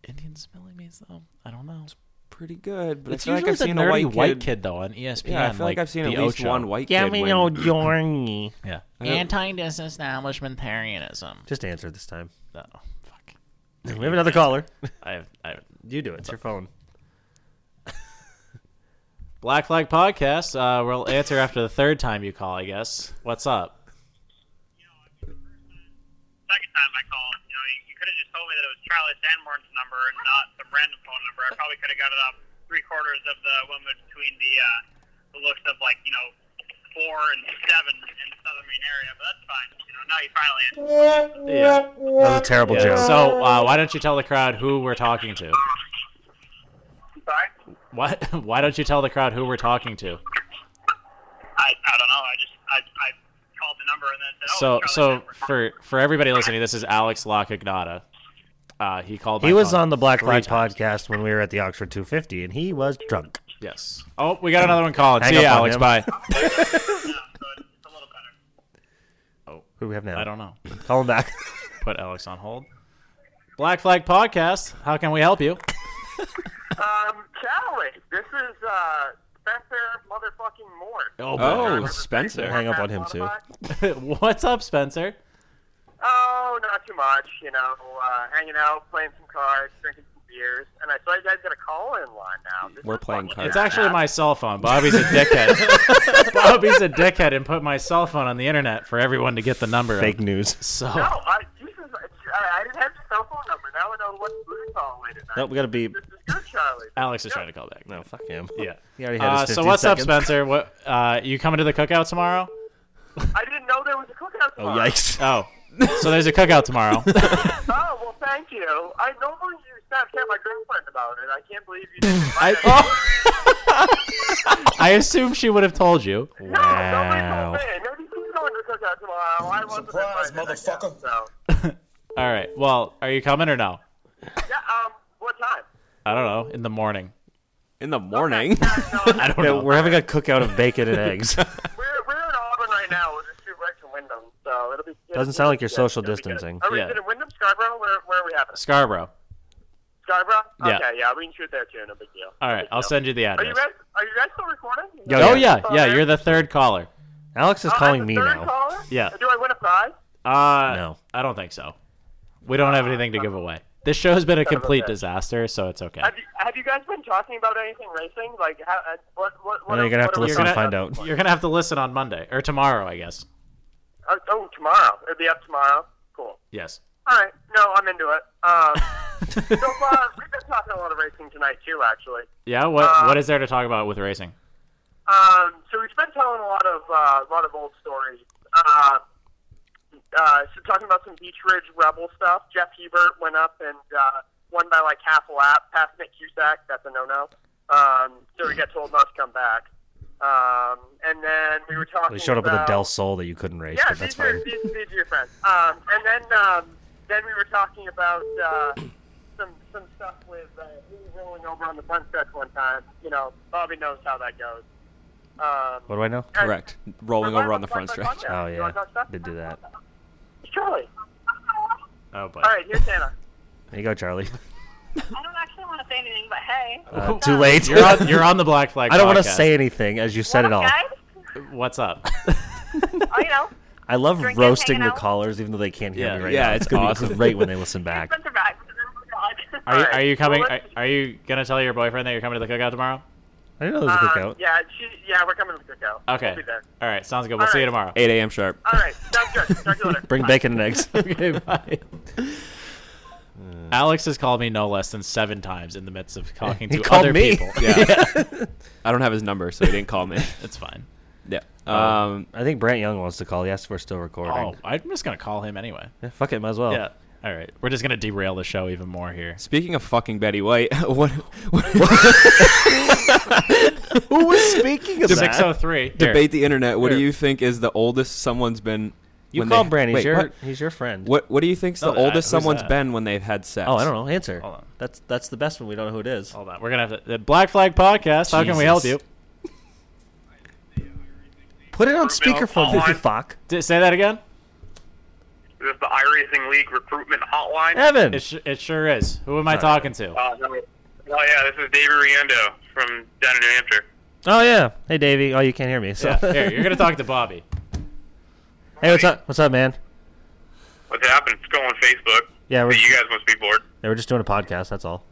[SPEAKER 10] Indian spelling bees though. I don't know.
[SPEAKER 1] pretty good, but
[SPEAKER 10] it's
[SPEAKER 1] I feel like
[SPEAKER 10] usually
[SPEAKER 1] I've
[SPEAKER 10] the
[SPEAKER 1] seen
[SPEAKER 10] nerdy
[SPEAKER 1] a white kid.
[SPEAKER 10] though on E ESPN.
[SPEAKER 1] Yeah, I feel like, I've seen at
[SPEAKER 10] the
[SPEAKER 1] least
[SPEAKER 10] Ocho.
[SPEAKER 1] one white
[SPEAKER 2] Yeah,
[SPEAKER 1] kid.
[SPEAKER 2] me
[SPEAKER 1] win.
[SPEAKER 2] no journey.
[SPEAKER 10] Yeah.
[SPEAKER 1] don't-
[SPEAKER 10] Anti-disestablishmentarianism.
[SPEAKER 2] Just answer this time.
[SPEAKER 10] No, fuck.
[SPEAKER 2] We have another caller.
[SPEAKER 10] I have, I have.
[SPEAKER 2] You do it. It's your phone.
[SPEAKER 10] Black Flag Podcast. Uh, we'll answer after the third time you call, I guess. What's up?
[SPEAKER 5] Second time I called, you know, you, you could have just told me that it was Charlie Sanborn's number and not some random phone number. I probably could have got it off three quarters of the woman between the uh, the looks of like you know four and seven in the southern Maine area, but that's fine. You know, now you finally answered.
[SPEAKER 10] Yeah.
[SPEAKER 2] That was a terrible joke.
[SPEAKER 10] So uh, why don't you tell the crowd who we're talking to?
[SPEAKER 5] Sorry,
[SPEAKER 10] Why Why don't you tell the crowd who we're talking to?
[SPEAKER 5] I I don't know. I just I I called the number and then said, oh,
[SPEAKER 10] So
[SPEAKER 5] it's Charlie
[SPEAKER 10] so
[SPEAKER 5] Sanborn.
[SPEAKER 10] for for everybody listening, this is Alex Lacagnata. Uh, he called.
[SPEAKER 2] he
[SPEAKER 10] my
[SPEAKER 2] was
[SPEAKER 10] phone
[SPEAKER 2] on the Black
[SPEAKER 10] three
[SPEAKER 2] Flag
[SPEAKER 10] times.
[SPEAKER 2] podcast when we were at the Oxford 250, and he was drunk.
[SPEAKER 10] Yes. Oh, we got another one calling.
[SPEAKER 2] Hang
[SPEAKER 10] See you,
[SPEAKER 2] up on
[SPEAKER 10] Alex.
[SPEAKER 2] him.
[SPEAKER 10] Bye.
[SPEAKER 5] it's a little better.
[SPEAKER 2] Who do we have now?
[SPEAKER 10] I don't know.
[SPEAKER 2] Call him back.
[SPEAKER 10] Put Alex on hold. Black Flag Podcast. How can we help you?
[SPEAKER 5] Um, Charlie, this is uh Spencer motherfucking Moore.
[SPEAKER 1] Oh, Spencer.
[SPEAKER 2] Hang up on him, too.
[SPEAKER 10] What's up, Spencer?
[SPEAKER 5] Oh, not too much. You know, uh, hanging out, playing some cards, drinking some beers, and I saw you guys got a call in line now. This
[SPEAKER 1] We're
[SPEAKER 5] is
[SPEAKER 1] playing
[SPEAKER 5] fucking-
[SPEAKER 1] cards.
[SPEAKER 10] It's actually my cell phone. Bobby's a dickhead. Bobby's a dickhead and put my cell phone on the internet for everyone to get the number.
[SPEAKER 2] Fake
[SPEAKER 10] of.
[SPEAKER 2] news.
[SPEAKER 10] So
[SPEAKER 5] No, I, Jesus, I, I didn't have your cell phone number. Now I know what booty call later.
[SPEAKER 2] Nope, we got to beep.
[SPEAKER 5] This is good, Charlie.
[SPEAKER 10] Alex is trying to call back.
[SPEAKER 2] No, fuck him.
[SPEAKER 10] Yeah.
[SPEAKER 2] He already had
[SPEAKER 10] Uh,
[SPEAKER 2] his 15
[SPEAKER 10] so what's
[SPEAKER 2] seconds.
[SPEAKER 10] up, Spencer? What uh, you coming to the cookout tomorrow?
[SPEAKER 5] I didn't know there was a cookout
[SPEAKER 2] Oh,
[SPEAKER 5] tomorrow.
[SPEAKER 2] yikes.
[SPEAKER 10] Oh, so there's a cookout tomorrow.
[SPEAKER 5] Oh, well, thank you. I normally you Snapchat my girlfriend about it. I can't believe you didn't.
[SPEAKER 10] I, oh. I assume she would have told you.
[SPEAKER 5] No, nobody told me. Maybe she's going to the cookout tomorrow. I wasn't
[SPEAKER 12] Surprise,
[SPEAKER 5] invited, I guess,
[SPEAKER 12] motherfucker.
[SPEAKER 5] So,
[SPEAKER 10] All right. Well, are you coming or no?
[SPEAKER 5] yeah, um, what time?
[SPEAKER 10] I don't know. In the morning.
[SPEAKER 1] In the morning.
[SPEAKER 10] I don't
[SPEAKER 2] Yeah,
[SPEAKER 10] know.
[SPEAKER 2] we're having a cookout of bacon and eggs.
[SPEAKER 5] We're, we're in Auburn right now. We're just two right to Wyndham, so it'll be. It'll
[SPEAKER 2] Doesn't
[SPEAKER 5] be
[SPEAKER 2] sound like you're
[SPEAKER 5] good.
[SPEAKER 2] social
[SPEAKER 5] It'll be good.
[SPEAKER 2] distancing.
[SPEAKER 5] Are we
[SPEAKER 10] Yeah.
[SPEAKER 5] is it in Wyndham, Scarborough? Where, where are we having? it?
[SPEAKER 10] Scarborough.
[SPEAKER 5] Scarborough.
[SPEAKER 10] Yeah.
[SPEAKER 5] Okay, yeah, we can shoot there too. No big deal.
[SPEAKER 10] All right. I'll send you the
[SPEAKER 5] Are you
[SPEAKER 10] address.
[SPEAKER 5] guys? Are you guys still recording?
[SPEAKER 2] Yo,
[SPEAKER 10] Oh
[SPEAKER 2] Oh,
[SPEAKER 10] yeah,
[SPEAKER 5] Sorry.
[SPEAKER 10] yeah. You're the third caller.
[SPEAKER 2] Alex is
[SPEAKER 5] Oh, I'm
[SPEAKER 2] calling
[SPEAKER 5] the
[SPEAKER 2] me
[SPEAKER 5] third
[SPEAKER 2] now.
[SPEAKER 5] caller?
[SPEAKER 10] Yeah.
[SPEAKER 5] Do I win a prize?
[SPEAKER 10] Uh,
[SPEAKER 2] No.
[SPEAKER 10] I don't think so. We don't have anything to give away. This show has been a
[SPEAKER 5] Son of a
[SPEAKER 10] complete
[SPEAKER 5] bitch.
[SPEAKER 10] disaster, so it's okay.
[SPEAKER 5] Have you, have you guys been talking about anything racing? Like, how, uh, what, what, what?
[SPEAKER 2] Well, you're gonna have
[SPEAKER 5] what
[SPEAKER 2] to
[SPEAKER 5] are we
[SPEAKER 2] listen to
[SPEAKER 5] talking
[SPEAKER 2] find
[SPEAKER 5] about?
[SPEAKER 2] out.
[SPEAKER 10] You're gonna have to listen on Monday or tomorrow, I guess.
[SPEAKER 5] Oh, oh, tomorrow. It'll be up tomorrow. Cool.
[SPEAKER 10] Yes.
[SPEAKER 5] All right. No, I'm into it. Um, so far, we've been talking a lot of racing tonight too, actually.
[SPEAKER 10] Yeah, what
[SPEAKER 5] Uh,
[SPEAKER 10] what is there to talk about with racing?
[SPEAKER 5] Um, so we've been telling a lot of uh, a lot of old stories. Uh, uh, so talking about some Beach Ridge Rebel stuff. Jeff Hebert went up and uh, won by like half a lap, past Nick Cusack. That's a no-no. Um, so we got told not to come back. Um, and then we were talking.
[SPEAKER 2] They showed up with a
[SPEAKER 5] about-
[SPEAKER 2] Del Sol that you couldn't race,
[SPEAKER 5] yeah,
[SPEAKER 2] but that's
[SPEAKER 5] these are,
[SPEAKER 2] fine.
[SPEAKER 5] These, these are your friends. Um, and then um, then we were talking about uh, some some stuff with uh, me rolling over on the punch deck one time. You know, Bobby knows how that goes. Um,
[SPEAKER 2] What do I know?
[SPEAKER 5] and-
[SPEAKER 1] Correct. Rolling over on the front stretch.
[SPEAKER 2] Oh yeah, they do that.
[SPEAKER 5] Charlie.
[SPEAKER 2] Oh,
[SPEAKER 5] All
[SPEAKER 2] but
[SPEAKER 5] right, here's Hannah.
[SPEAKER 2] there you go, Charlie.
[SPEAKER 12] I don't actually want to say anything, but hey.
[SPEAKER 2] Uh, too late.
[SPEAKER 10] Oh, You're on- you're on the Black Flag
[SPEAKER 2] I don't want to
[SPEAKER 10] podcast.
[SPEAKER 2] say anything as you said it all.
[SPEAKER 12] Guys?
[SPEAKER 10] What's up?
[SPEAKER 12] Oh, you know,
[SPEAKER 2] I love
[SPEAKER 12] Drinking,
[SPEAKER 2] roasting
[SPEAKER 12] hanging
[SPEAKER 2] the
[SPEAKER 12] out.
[SPEAKER 2] callers, even though they can't hear
[SPEAKER 10] Yeah.
[SPEAKER 2] me right
[SPEAKER 10] Yeah,
[SPEAKER 2] now.
[SPEAKER 10] it's
[SPEAKER 2] gonna be
[SPEAKER 10] awesome.
[SPEAKER 2] great when they listen back.
[SPEAKER 12] Spencer back.
[SPEAKER 10] Are you, are you coming? Are, are you gonna tell your boyfriend that you're coming to the cookout tomorrow?
[SPEAKER 2] I didn't
[SPEAKER 10] know
[SPEAKER 5] Um, yeah, she, yeah, we're coming to the cookout.
[SPEAKER 10] Okay.
[SPEAKER 5] We'll be there.
[SPEAKER 10] All right. Sounds good. We'll see you tomorrow.
[SPEAKER 1] 8 a.m. sharp.
[SPEAKER 5] All right, sounds good. Talk to you later.
[SPEAKER 2] Bring
[SPEAKER 10] Bye.
[SPEAKER 2] bacon and eggs.
[SPEAKER 10] okay, bye. Alex has called me no less than seven times in the midst of talking
[SPEAKER 1] He
[SPEAKER 10] to
[SPEAKER 1] called
[SPEAKER 10] other
[SPEAKER 1] me.
[SPEAKER 10] people.
[SPEAKER 1] Yeah. I don't have his number, so he didn't call me.
[SPEAKER 10] It's fine.
[SPEAKER 1] Yeah.
[SPEAKER 2] Um, I think Brant Young wants to call. He asked if we're still recording.
[SPEAKER 10] Oh, I'm just gonna call him anyway.
[SPEAKER 2] Yeah, fuck it, might as well.
[SPEAKER 10] Yeah. All right. We're just gonna derail the show even more here.
[SPEAKER 1] Speaking of fucking Betty White, what? what
[SPEAKER 2] Who was speaking of that?
[SPEAKER 10] 603. Here.
[SPEAKER 1] Debate the internet. What do
[SPEAKER 10] Here.
[SPEAKER 1] you think is the oldest someone's been?
[SPEAKER 2] You
[SPEAKER 1] when
[SPEAKER 2] call Oh,
[SPEAKER 1] they-
[SPEAKER 2] Brand. He's
[SPEAKER 1] wait,
[SPEAKER 2] your
[SPEAKER 1] what?
[SPEAKER 2] he's your friend.
[SPEAKER 1] What What do you think's
[SPEAKER 10] No,
[SPEAKER 1] the
[SPEAKER 10] I-
[SPEAKER 1] oldest
[SPEAKER 10] who's
[SPEAKER 1] someone's
[SPEAKER 10] that?
[SPEAKER 1] been when they've had sex?
[SPEAKER 2] Oh, I don't know. Answer.
[SPEAKER 10] Hold on.
[SPEAKER 2] That's that's the best one. We don't know who it is.
[SPEAKER 10] Hold on. We're gonna have to. The Black Flag Podcast. How can we help you?
[SPEAKER 2] Jesus. Put it on speakerphone,
[SPEAKER 5] hotline.
[SPEAKER 2] you fuck.
[SPEAKER 10] D- say that again.
[SPEAKER 5] Is this the iRacing League recruitment hotline?
[SPEAKER 2] Evan.
[SPEAKER 10] It, sh- it sure is. Who am I
[SPEAKER 2] All right.
[SPEAKER 10] talking to?
[SPEAKER 5] Uh, no. oh yeah, this is David Riendo from down in New Hampshire.
[SPEAKER 2] Oh yeah. Hey Davey. Oh, you can't hear me. So
[SPEAKER 10] Yeah, here, you're gonna talk to Bobby.
[SPEAKER 2] Hey, what's up? What's up, man?
[SPEAKER 5] What's happened? It's going on Facebook.
[SPEAKER 2] Yeah, we're-
[SPEAKER 5] you guys must be bored.
[SPEAKER 2] They were just doing a podcast. That's all.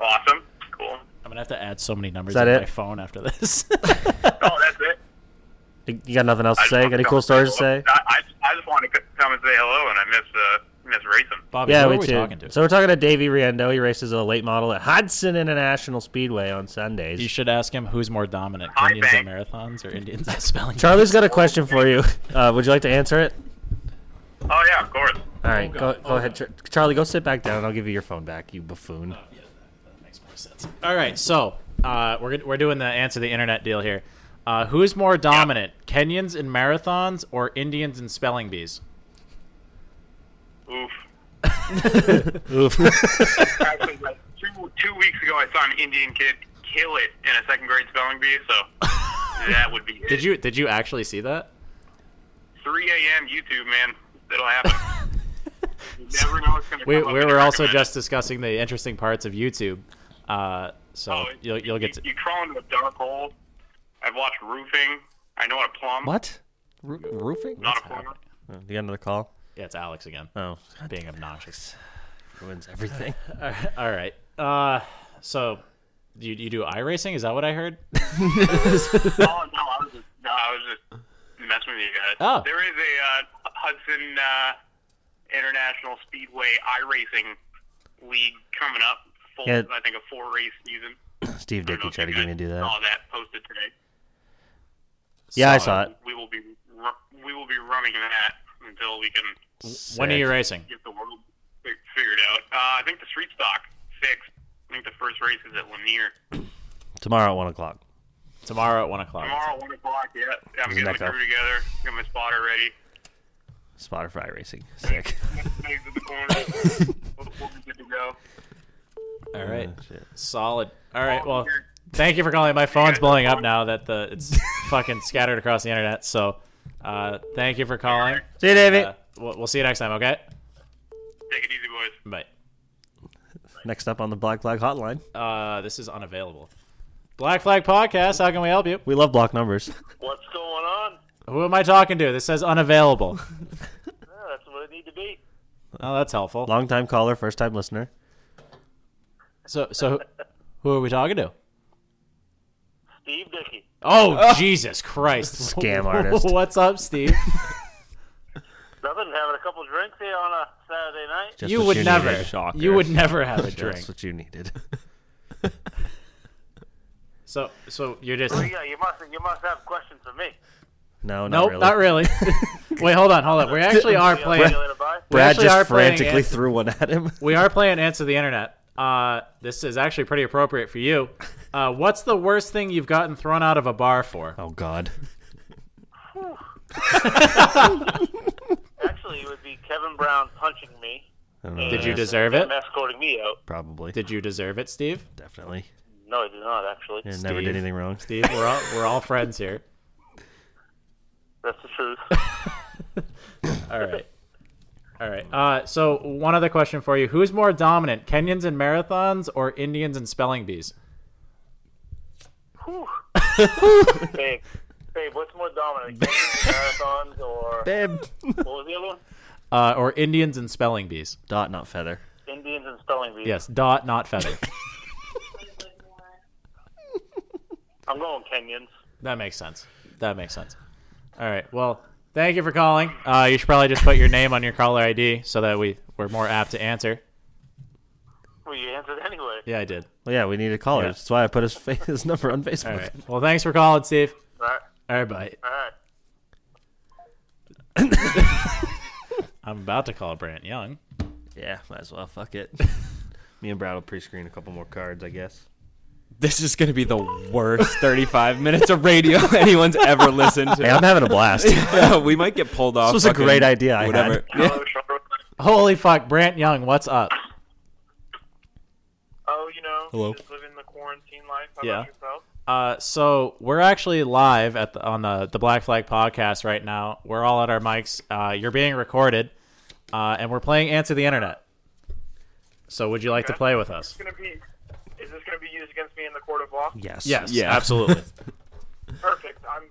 [SPEAKER 5] Awesome. Cool.
[SPEAKER 10] I'm gonna have to add so many numbers
[SPEAKER 2] Is that
[SPEAKER 10] on
[SPEAKER 2] it?
[SPEAKER 10] my phone after this.
[SPEAKER 5] Oh, that's it.
[SPEAKER 2] You you got nothing else to
[SPEAKER 5] I just
[SPEAKER 2] say?
[SPEAKER 5] wanted
[SPEAKER 2] Got any
[SPEAKER 5] come
[SPEAKER 2] cool
[SPEAKER 5] and
[SPEAKER 2] stories to
[SPEAKER 5] hello.
[SPEAKER 2] say?
[SPEAKER 5] I, I, I just wanted to come and say hello, and I miss uh, miss racing.
[SPEAKER 10] Bobby,
[SPEAKER 2] Yeah,
[SPEAKER 10] who
[SPEAKER 2] we
[SPEAKER 10] are we
[SPEAKER 2] too.
[SPEAKER 10] talking to?
[SPEAKER 2] So we're talking to Davey Riendo. He races a late model at Hudson International Speedway on Sundays.
[SPEAKER 10] You should ask him who's more dominant,
[SPEAKER 5] Hi,
[SPEAKER 10] Indians at
[SPEAKER 5] Bank.
[SPEAKER 10] marathons or Indians at spelling.
[SPEAKER 2] Charlie's got a question for you. Uh, would you like to answer it?
[SPEAKER 5] Oh yeah, of course.
[SPEAKER 2] All right, go, go ahead, Char- Charlie. Go sit back down. I'll give you your phone back, you buffoon.
[SPEAKER 10] All right, so uh, we're gonna- we're doing the answer the internet deal here. Uh, who's more dominant, Kenyans in marathons or Indians in spelling bees?
[SPEAKER 5] Oof.
[SPEAKER 2] Oof.
[SPEAKER 5] Actually, like two two weeks ago, I saw an Indian kid kill it in a second grade spelling bee. So that would be it.
[SPEAKER 10] Did you did you actually see that?
[SPEAKER 5] 3 a.m. YouTube, man. That'll happen. you never know what's gonna
[SPEAKER 10] We,
[SPEAKER 5] come up
[SPEAKER 10] we
[SPEAKER 5] in
[SPEAKER 10] were
[SPEAKER 5] your
[SPEAKER 10] also
[SPEAKER 5] recommend.
[SPEAKER 10] just discussing the interesting parts of YouTube, uh, so
[SPEAKER 5] Oh, it-
[SPEAKER 10] you'll you'll get to
[SPEAKER 5] you, you crawl into a dark hole. I've watched roofing. I know how to plumb.
[SPEAKER 2] what? Ro- roofing?
[SPEAKER 5] Not a plumber.
[SPEAKER 2] Oh, you got another call?
[SPEAKER 10] yeah. It's Alex again
[SPEAKER 2] Oh,
[SPEAKER 10] being obnoxious.
[SPEAKER 2] ruins everything.
[SPEAKER 10] All right, uh, so you you do iRacing? Is that what I heard?
[SPEAKER 5] oh, no, I was just, no, I was just messing with you guys.
[SPEAKER 10] Oh.
[SPEAKER 5] There is a uh, Hudson uh, International Speedway iRacing League coming up. Full,
[SPEAKER 2] Yeah.
[SPEAKER 5] I think a four race season.
[SPEAKER 2] Steve
[SPEAKER 5] I don't know
[SPEAKER 2] Dickey
[SPEAKER 5] if
[SPEAKER 2] tried to
[SPEAKER 5] you
[SPEAKER 2] get
[SPEAKER 5] guys
[SPEAKER 2] me to do
[SPEAKER 5] Saw
[SPEAKER 2] that.
[SPEAKER 5] that posted today.
[SPEAKER 2] Yeah, I saw it.
[SPEAKER 5] We will be ru- we will be running that until we can
[SPEAKER 10] When are
[SPEAKER 2] Sick.
[SPEAKER 10] you racing?
[SPEAKER 5] get the world fi- figured out. Uh, I think the street stock fixed. I think the first race is at Lanier
[SPEAKER 2] Tomorrow at one o'clock.
[SPEAKER 10] Tomorrow at one o'clock.
[SPEAKER 5] tomorrow, one o'clock. Yeah, I'm
[SPEAKER 2] Is
[SPEAKER 5] getting
[SPEAKER 2] that
[SPEAKER 5] the
[SPEAKER 2] up?
[SPEAKER 5] crew together. Got my spotter ready.
[SPEAKER 2] Spotify racing. Sick.
[SPEAKER 5] Things in the corner. We'll- we'll be good to go.
[SPEAKER 10] All right,
[SPEAKER 2] Oh, shit.
[SPEAKER 10] solid. All right, well, thank you for calling. My phone's blowing up now that the it's fucking scattered across the internet. So, uh, thank you for calling.
[SPEAKER 2] See you, Davey.
[SPEAKER 10] Uh, we'll, we'll see you next time. Okay,
[SPEAKER 5] Take it easy, boys.
[SPEAKER 10] bye.
[SPEAKER 2] Next up on the Black Flag Hotline.
[SPEAKER 10] Uh, this is unavailable. Black Flag Podcast. How can we help you?
[SPEAKER 2] We love block numbers.
[SPEAKER 5] What's going on?
[SPEAKER 10] Who am I talking to? This says unavailable.
[SPEAKER 5] that's what it need to be.
[SPEAKER 10] Oh, that's helpful.
[SPEAKER 2] Long time caller, first time listener.
[SPEAKER 10] So, so who are we talking to?
[SPEAKER 5] Steve Dickey.
[SPEAKER 2] Oh.
[SPEAKER 10] Oh, Jesus Christ!
[SPEAKER 2] Scam artist.
[SPEAKER 10] What's up, Steve?
[SPEAKER 5] Nothing. Having a couple drinks here on a Saturday night.
[SPEAKER 2] Just
[SPEAKER 10] You
[SPEAKER 2] what
[SPEAKER 10] would never-
[SPEAKER 2] needed.
[SPEAKER 10] Shocker. you would never have a
[SPEAKER 2] That's
[SPEAKER 10] drink.
[SPEAKER 2] what you needed.
[SPEAKER 10] So, so you're just
[SPEAKER 5] Well, yeah, you must. You must have questions for me.
[SPEAKER 2] No,
[SPEAKER 10] nope, not
[SPEAKER 2] not
[SPEAKER 10] really.
[SPEAKER 2] really.
[SPEAKER 10] Wait, hold on, hold on. We actually are
[SPEAKER 5] Brad-
[SPEAKER 10] playing. we
[SPEAKER 2] Brad
[SPEAKER 10] actually
[SPEAKER 2] just
[SPEAKER 10] are playing
[SPEAKER 2] frantically
[SPEAKER 10] Answer-
[SPEAKER 2] threw one at him.
[SPEAKER 10] We are playing answer the internet. Uh, this is actually pretty appropriate for you. Uh, what's the worst thing you've gotten thrown out of a bar for?
[SPEAKER 2] Oh God.
[SPEAKER 5] Actually, it would be Kevin Brown punching me.
[SPEAKER 2] I don't know what
[SPEAKER 10] Did
[SPEAKER 2] that
[SPEAKER 10] you
[SPEAKER 2] is.
[SPEAKER 10] deserve it?
[SPEAKER 5] and escorting me out.
[SPEAKER 2] Probably.
[SPEAKER 10] Did you deserve it, Steve?
[SPEAKER 2] Definitely.
[SPEAKER 5] No, I did not actually.
[SPEAKER 2] Yeah, never did
[SPEAKER 10] Steve.
[SPEAKER 2] anything wrong.
[SPEAKER 10] Steve, we're all we're all friends here.
[SPEAKER 5] That's the truth.
[SPEAKER 10] All right. All right. Uh, so one other question for you: Who's more dominant, Kenyans and marathons, or Indians and spelling bees?
[SPEAKER 5] babe, babe, what's more dominant, games, marathons, or
[SPEAKER 10] Babe.
[SPEAKER 5] What was the other one?
[SPEAKER 10] Uh, or Indians and spelling bees?
[SPEAKER 2] Dot, not feather.
[SPEAKER 5] Indians and spelling bees.
[SPEAKER 10] Yes, dot, not feather.
[SPEAKER 5] I'm going Kenyans.
[SPEAKER 10] That makes sense. That makes sense. All right. Well, thank you for calling. Uh, you should probably just put your name on your caller ID so that we we're more apt to answer.
[SPEAKER 5] Well, you answered anyway.
[SPEAKER 10] Yeah, I did.
[SPEAKER 2] Well, yeah, we needed callers.
[SPEAKER 10] Yeah.
[SPEAKER 2] That's why I put his, fa- his number on Facebook.
[SPEAKER 10] All right. Well, thanks for calling, Steve.
[SPEAKER 5] All right.
[SPEAKER 10] All right, bye.
[SPEAKER 5] All right.
[SPEAKER 10] I'm about to call Brant Young.
[SPEAKER 2] Yeah, might as well. Fuck it. Me and Brad will pre-screen a couple more cards, I guess.
[SPEAKER 1] This is going to be the worst 35 minutes of radio anyone's ever listened to.
[SPEAKER 2] Hey, I'm having a blast.
[SPEAKER 1] yeah, we might get pulled off.
[SPEAKER 2] This was a
[SPEAKER 1] fucking
[SPEAKER 2] great idea I had.
[SPEAKER 1] whatever. Yeah.
[SPEAKER 10] Holy fuck, Brant Young, what's up?
[SPEAKER 5] Oh, you know,
[SPEAKER 10] Hello.
[SPEAKER 5] just living the quarantine life. How
[SPEAKER 10] Yeah.
[SPEAKER 5] about yourself?
[SPEAKER 10] Uh, so we're actually live at the, on the the Black Flag podcast right now. We're all at our mics. Uh, you're being recorded, uh, and we're playing Answer the Internet. So would you like to
[SPEAKER 5] Okay.
[SPEAKER 10] play with us?
[SPEAKER 5] It's gonna be. Is this gonna be used against me in the court of law?
[SPEAKER 2] Yes.
[SPEAKER 10] Yes.
[SPEAKER 2] Yeah.
[SPEAKER 10] Absolutely.
[SPEAKER 5] Perfect. I'm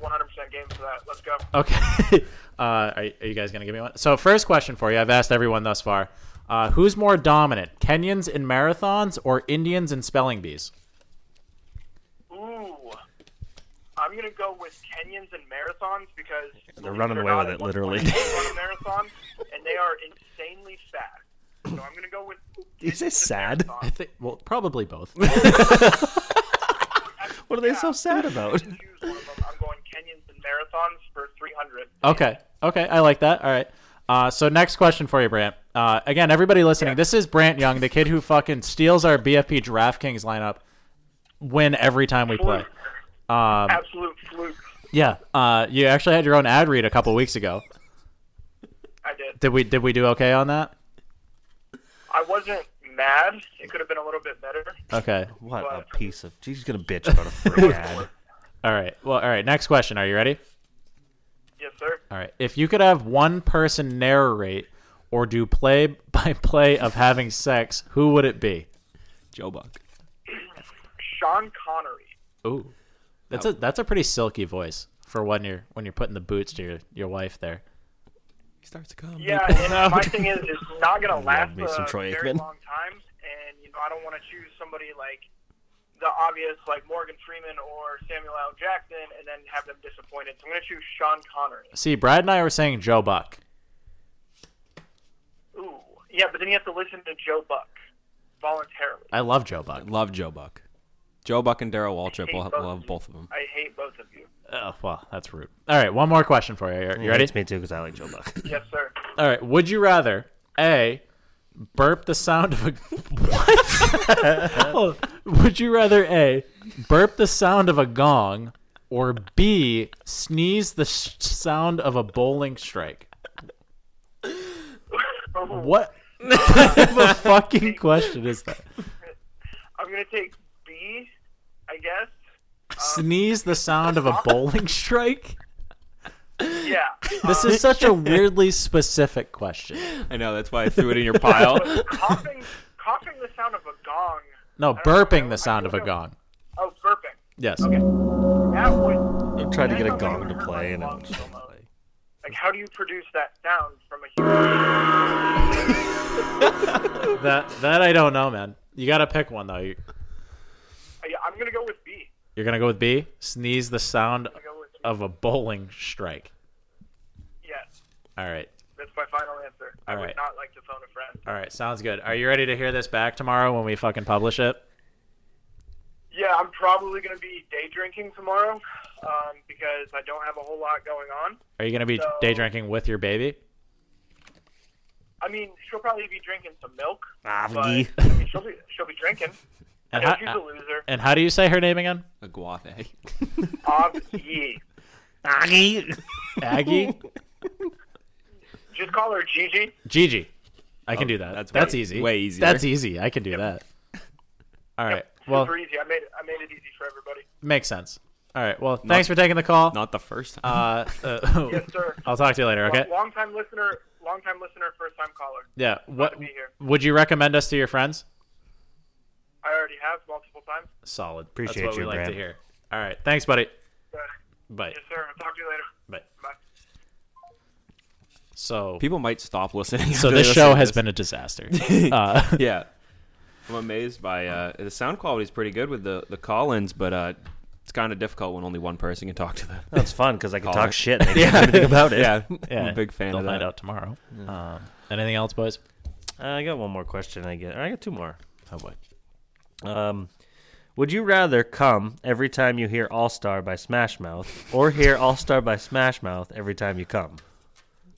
[SPEAKER 5] 100% game for that. Let's go.
[SPEAKER 10] Okay. Uh, are, are you guys going to give me one? So, first question for you. I've asked everyone thus far. Uh, who's more dominant, Kenyans in marathons or Indians in spelling bees?
[SPEAKER 5] Ooh. I'm gonna go with Kenyans and marathons because
[SPEAKER 2] They're running
[SPEAKER 5] believe
[SPEAKER 2] away
[SPEAKER 5] it or
[SPEAKER 2] with
[SPEAKER 5] not,
[SPEAKER 2] it, literally.
[SPEAKER 5] I run a marathon, and they are insanely fast. So I'm gonna go with.
[SPEAKER 2] Is this sad?
[SPEAKER 10] I think, well, probably both.
[SPEAKER 2] What are they so sad about?
[SPEAKER 5] I'm going Kenyans and marathons for 300.
[SPEAKER 10] Okay. Okay. I like that. All right. Uh, so next question for you, Brant. Uh, again, everybody listening, this is Brant Young, the kid who fucking steals our BFP DraftKings lineup, win every time we play. Um,
[SPEAKER 5] Absolute fluke.
[SPEAKER 10] yeah. Uh, you actually had your own ad read a couple weeks ago.
[SPEAKER 5] I did.
[SPEAKER 10] Did we did we do okay on that?
[SPEAKER 5] I wasn't mad. It could have been a little bit better.
[SPEAKER 10] Okay.
[SPEAKER 2] What a piece of. She's gonna bitch about a free ad.
[SPEAKER 10] All right. Well, all right. Next question. Are you ready?
[SPEAKER 5] Yes, sir.
[SPEAKER 10] All right. If you could have one person narrate or do play by play of having sex, who would it be?
[SPEAKER 1] Joe Buck.
[SPEAKER 5] Sean Connery.
[SPEAKER 10] Ooh, that's a that's a pretty silky voice for when you're when you're putting the boots to your, your wife there.
[SPEAKER 1] He starts to come.
[SPEAKER 5] Yeah,
[SPEAKER 1] People
[SPEAKER 5] and
[SPEAKER 1] know.
[SPEAKER 5] my thing is, it's not going to last
[SPEAKER 2] me some
[SPEAKER 5] a
[SPEAKER 2] Troy
[SPEAKER 5] very
[SPEAKER 2] Aikman.
[SPEAKER 5] long time, and you know, I don't want to choose somebody like the obvious, like Morgan Freeman or Samuel L. Jackson, and then have them disappointed. So I'm going to choose Sean Connery.
[SPEAKER 10] See, Brad and I were saying Joe Buck.
[SPEAKER 5] Ooh, yeah, but then you have to listen to Joe Buck voluntarily.
[SPEAKER 10] I love Joe Buck.
[SPEAKER 1] Love Joe Buck. Joe Buck and Daryl Waltrip.
[SPEAKER 5] Hate
[SPEAKER 1] We'll
[SPEAKER 5] both of
[SPEAKER 1] love
[SPEAKER 5] you.
[SPEAKER 1] both of them.
[SPEAKER 5] I hate both of you.
[SPEAKER 10] Oh well, that's rude. All right, one more question for you. You- You ready?
[SPEAKER 2] It's me too, because I like Joe Buck.
[SPEAKER 5] Yes, sir.
[SPEAKER 10] All right. Would you rather a burp the sound of a what? would you rather a burp the sound of a gong or b sneeze the sh- sound of a bowling strike? What type of fucking question is that?
[SPEAKER 5] I'm going to take B, I guess.
[SPEAKER 10] Sneeze the sound of a bowling strike?
[SPEAKER 5] Yeah.
[SPEAKER 10] This is such a weirdly specific question.
[SPEAKER 1] I know. That's why I threw it in your pile.
[SPEAKER 5] coughing, coughing the sound of a gong.
[SPEAKER 10] No, burping the sound of a gong.
[SPEAKER 5] Oh, burping.
[SPEAKER 10] Yes.
[SPEAKER 5] That would
[SPEAKER 2] I'm trying to
[SPEAKER 5] I
[SPEAKER 2] get a
[SPEAKER 5] thought they
[SPEAKER 2] gong
[SPEAKER 5] would
[SPEAKER 2] to
[SPEAKER 5] hurt
[SPEAKER 2] play, and
[SPEAKER 5] my
[SPEAKER 2] it
[SPEAKER 5] lungs
[SPEAKER 2] was
[SPEAKER 5] so much. Like, how do you produce that sound from a human?
[SPEAKER 10] That that I don't know, man. You gotta pick one though. You-
[SPEAKER 5] Yeah, I'm gonna go with B.
[SPEAKER 10] You're gonna go with B. Sneeze the sound
[SPEAKER 5] go with B.
[SPEAKER 10] of a bowling strike.
[SPEAKER 5] Yes.
[SPEAKER 10] All right.
[SPEAKER 13] That's my final answer. I
[SPEAKER 10] All
[SPEAKER 13] would
[SPEAKER 10] right.
[SPEAKER 13] not like to phone a friend.
[SPEAKER 10] All right, sounds good. Are you ready to hear this back tomorrow when we fucking publish it?
[SPEAKER 13] Yeah, I'm probably going to be day drinking tomorrow um, because I don't have a whole lot going on.
[SPEAKER 10] Are you gonna be
[SPEAKER 13] So,
[SPEAKER 10] day drinking with your baby?
[SPEAKER 13] I mean, she'll probably be drinking some milk.
[SPEAKER 10] Avgi.
[SPEAKER 13] but, I mean, she'll be she'll be drinking.
[SPEAKER 10] And
[SPEAKER 13] I know
[SPEAKER 10] how,
[SPEAKER 13] she's a loser.
[SPEAKER 10] and how do you say her name again?
[SPEAKER 1] Aguave.
[SPEAKER 13] Ah, Avgi.
[SPEAKER 2] Aggie.
[SPEAKER 10] Aggie.
[SPEAKER 13] Just call her Gigi.
[SPEAKER 10] Gigi. I can
[SPEAKER 1] Oh,
[SPEAKER 10] do that. That's,
[SPEAKER 1] that's way-
[SPEAKER 10] easy.
[SPEAKER 1] way
[SPEAKER 10] easy.
[SPEAKER 1] easier.
[SPEAKER 10] That's easy. I can do that. All right. Well,
[SPEAKER 13] Super easy. I made it. I made it easy for everybody.
[SPEAKER 10] makes sense. All right. Well, thanks for taking the call.
[SPEAKER 1] Not the first
[SPEAKER 10] Uh,
[SPEAKER 1] time.
[SPEAKER 10] uh,
[SPEAKER 13] Yes, sir.
[SPEAKER 10] I'll talk to you later. Okay.
[SPEAKER 13] Long time listener, long time listener, first time caller.
[SPEAKER 10] Yeah.
[SPEAKER 13] Glad
[SPEAKER 10] What
[SPEAKER 13] to be here.
[SPEAKER 10] would you recommend us to your friends?
[SPEAKER 13] I already have multiple times.
[SPEAKER 10] Solid.
[SPEAKER 2] Appreciate
[SPEAKER 10] That's what
[SPEAKER 2] you,
[SPEAKER 10] we like to
[SPEAKER 2] Brad.
[SPEAKER 10] hear. All right. Thanks, buddy.
[SPEAKER 13] Uh,
[SPEAKER 10] Bye.
[SPEAKER 13] Yes, sir. I'll talk to you later.
[SPEAKER 10] Bye.
[SPEAKER 13] Bye.
[SPEAKER 10] So
[SPEAKER 1] people might stop listening.
[SPEAKER 10] So
[SPEAKER 1] after
[SPEAKER 10] this
[SPEAKER 1] they
[SPEAKER 10] show
[SPEAKER 1] listen to
[SPEAKER 10] has
[SPEAKER 1] this.
[SPEAKER 10] been a disaster. Uh,
[SPEAKER 1] yeah, I'm amazed by uh, the sound quality is pretty good with the the call-ins, but uh, it's kind of difficult when only one person can talk to them.
[SPEAKER 2] That's fun 'cause I can talk shit and they
[SPEAKER 1] yeah,
[SPEAKER 2] can't do anything about it.
[SPEAKER 1] Yeah,
[SPEAKER 10] Yeah,
[SPEAKER 1] I'm a big fan
[SPEAKER 10] they'll
[SPEAKER 1] of that.
[SPEAKER 10] find out tomorrow. Um, anything else, boys?
[SPEAKER 2] Uh, I got one more question. I get. I got two more. Oh boy. Um, would you rather come every time you hear All Star by Smash Mouth, or hear All Star by Smash Mouth every time you come?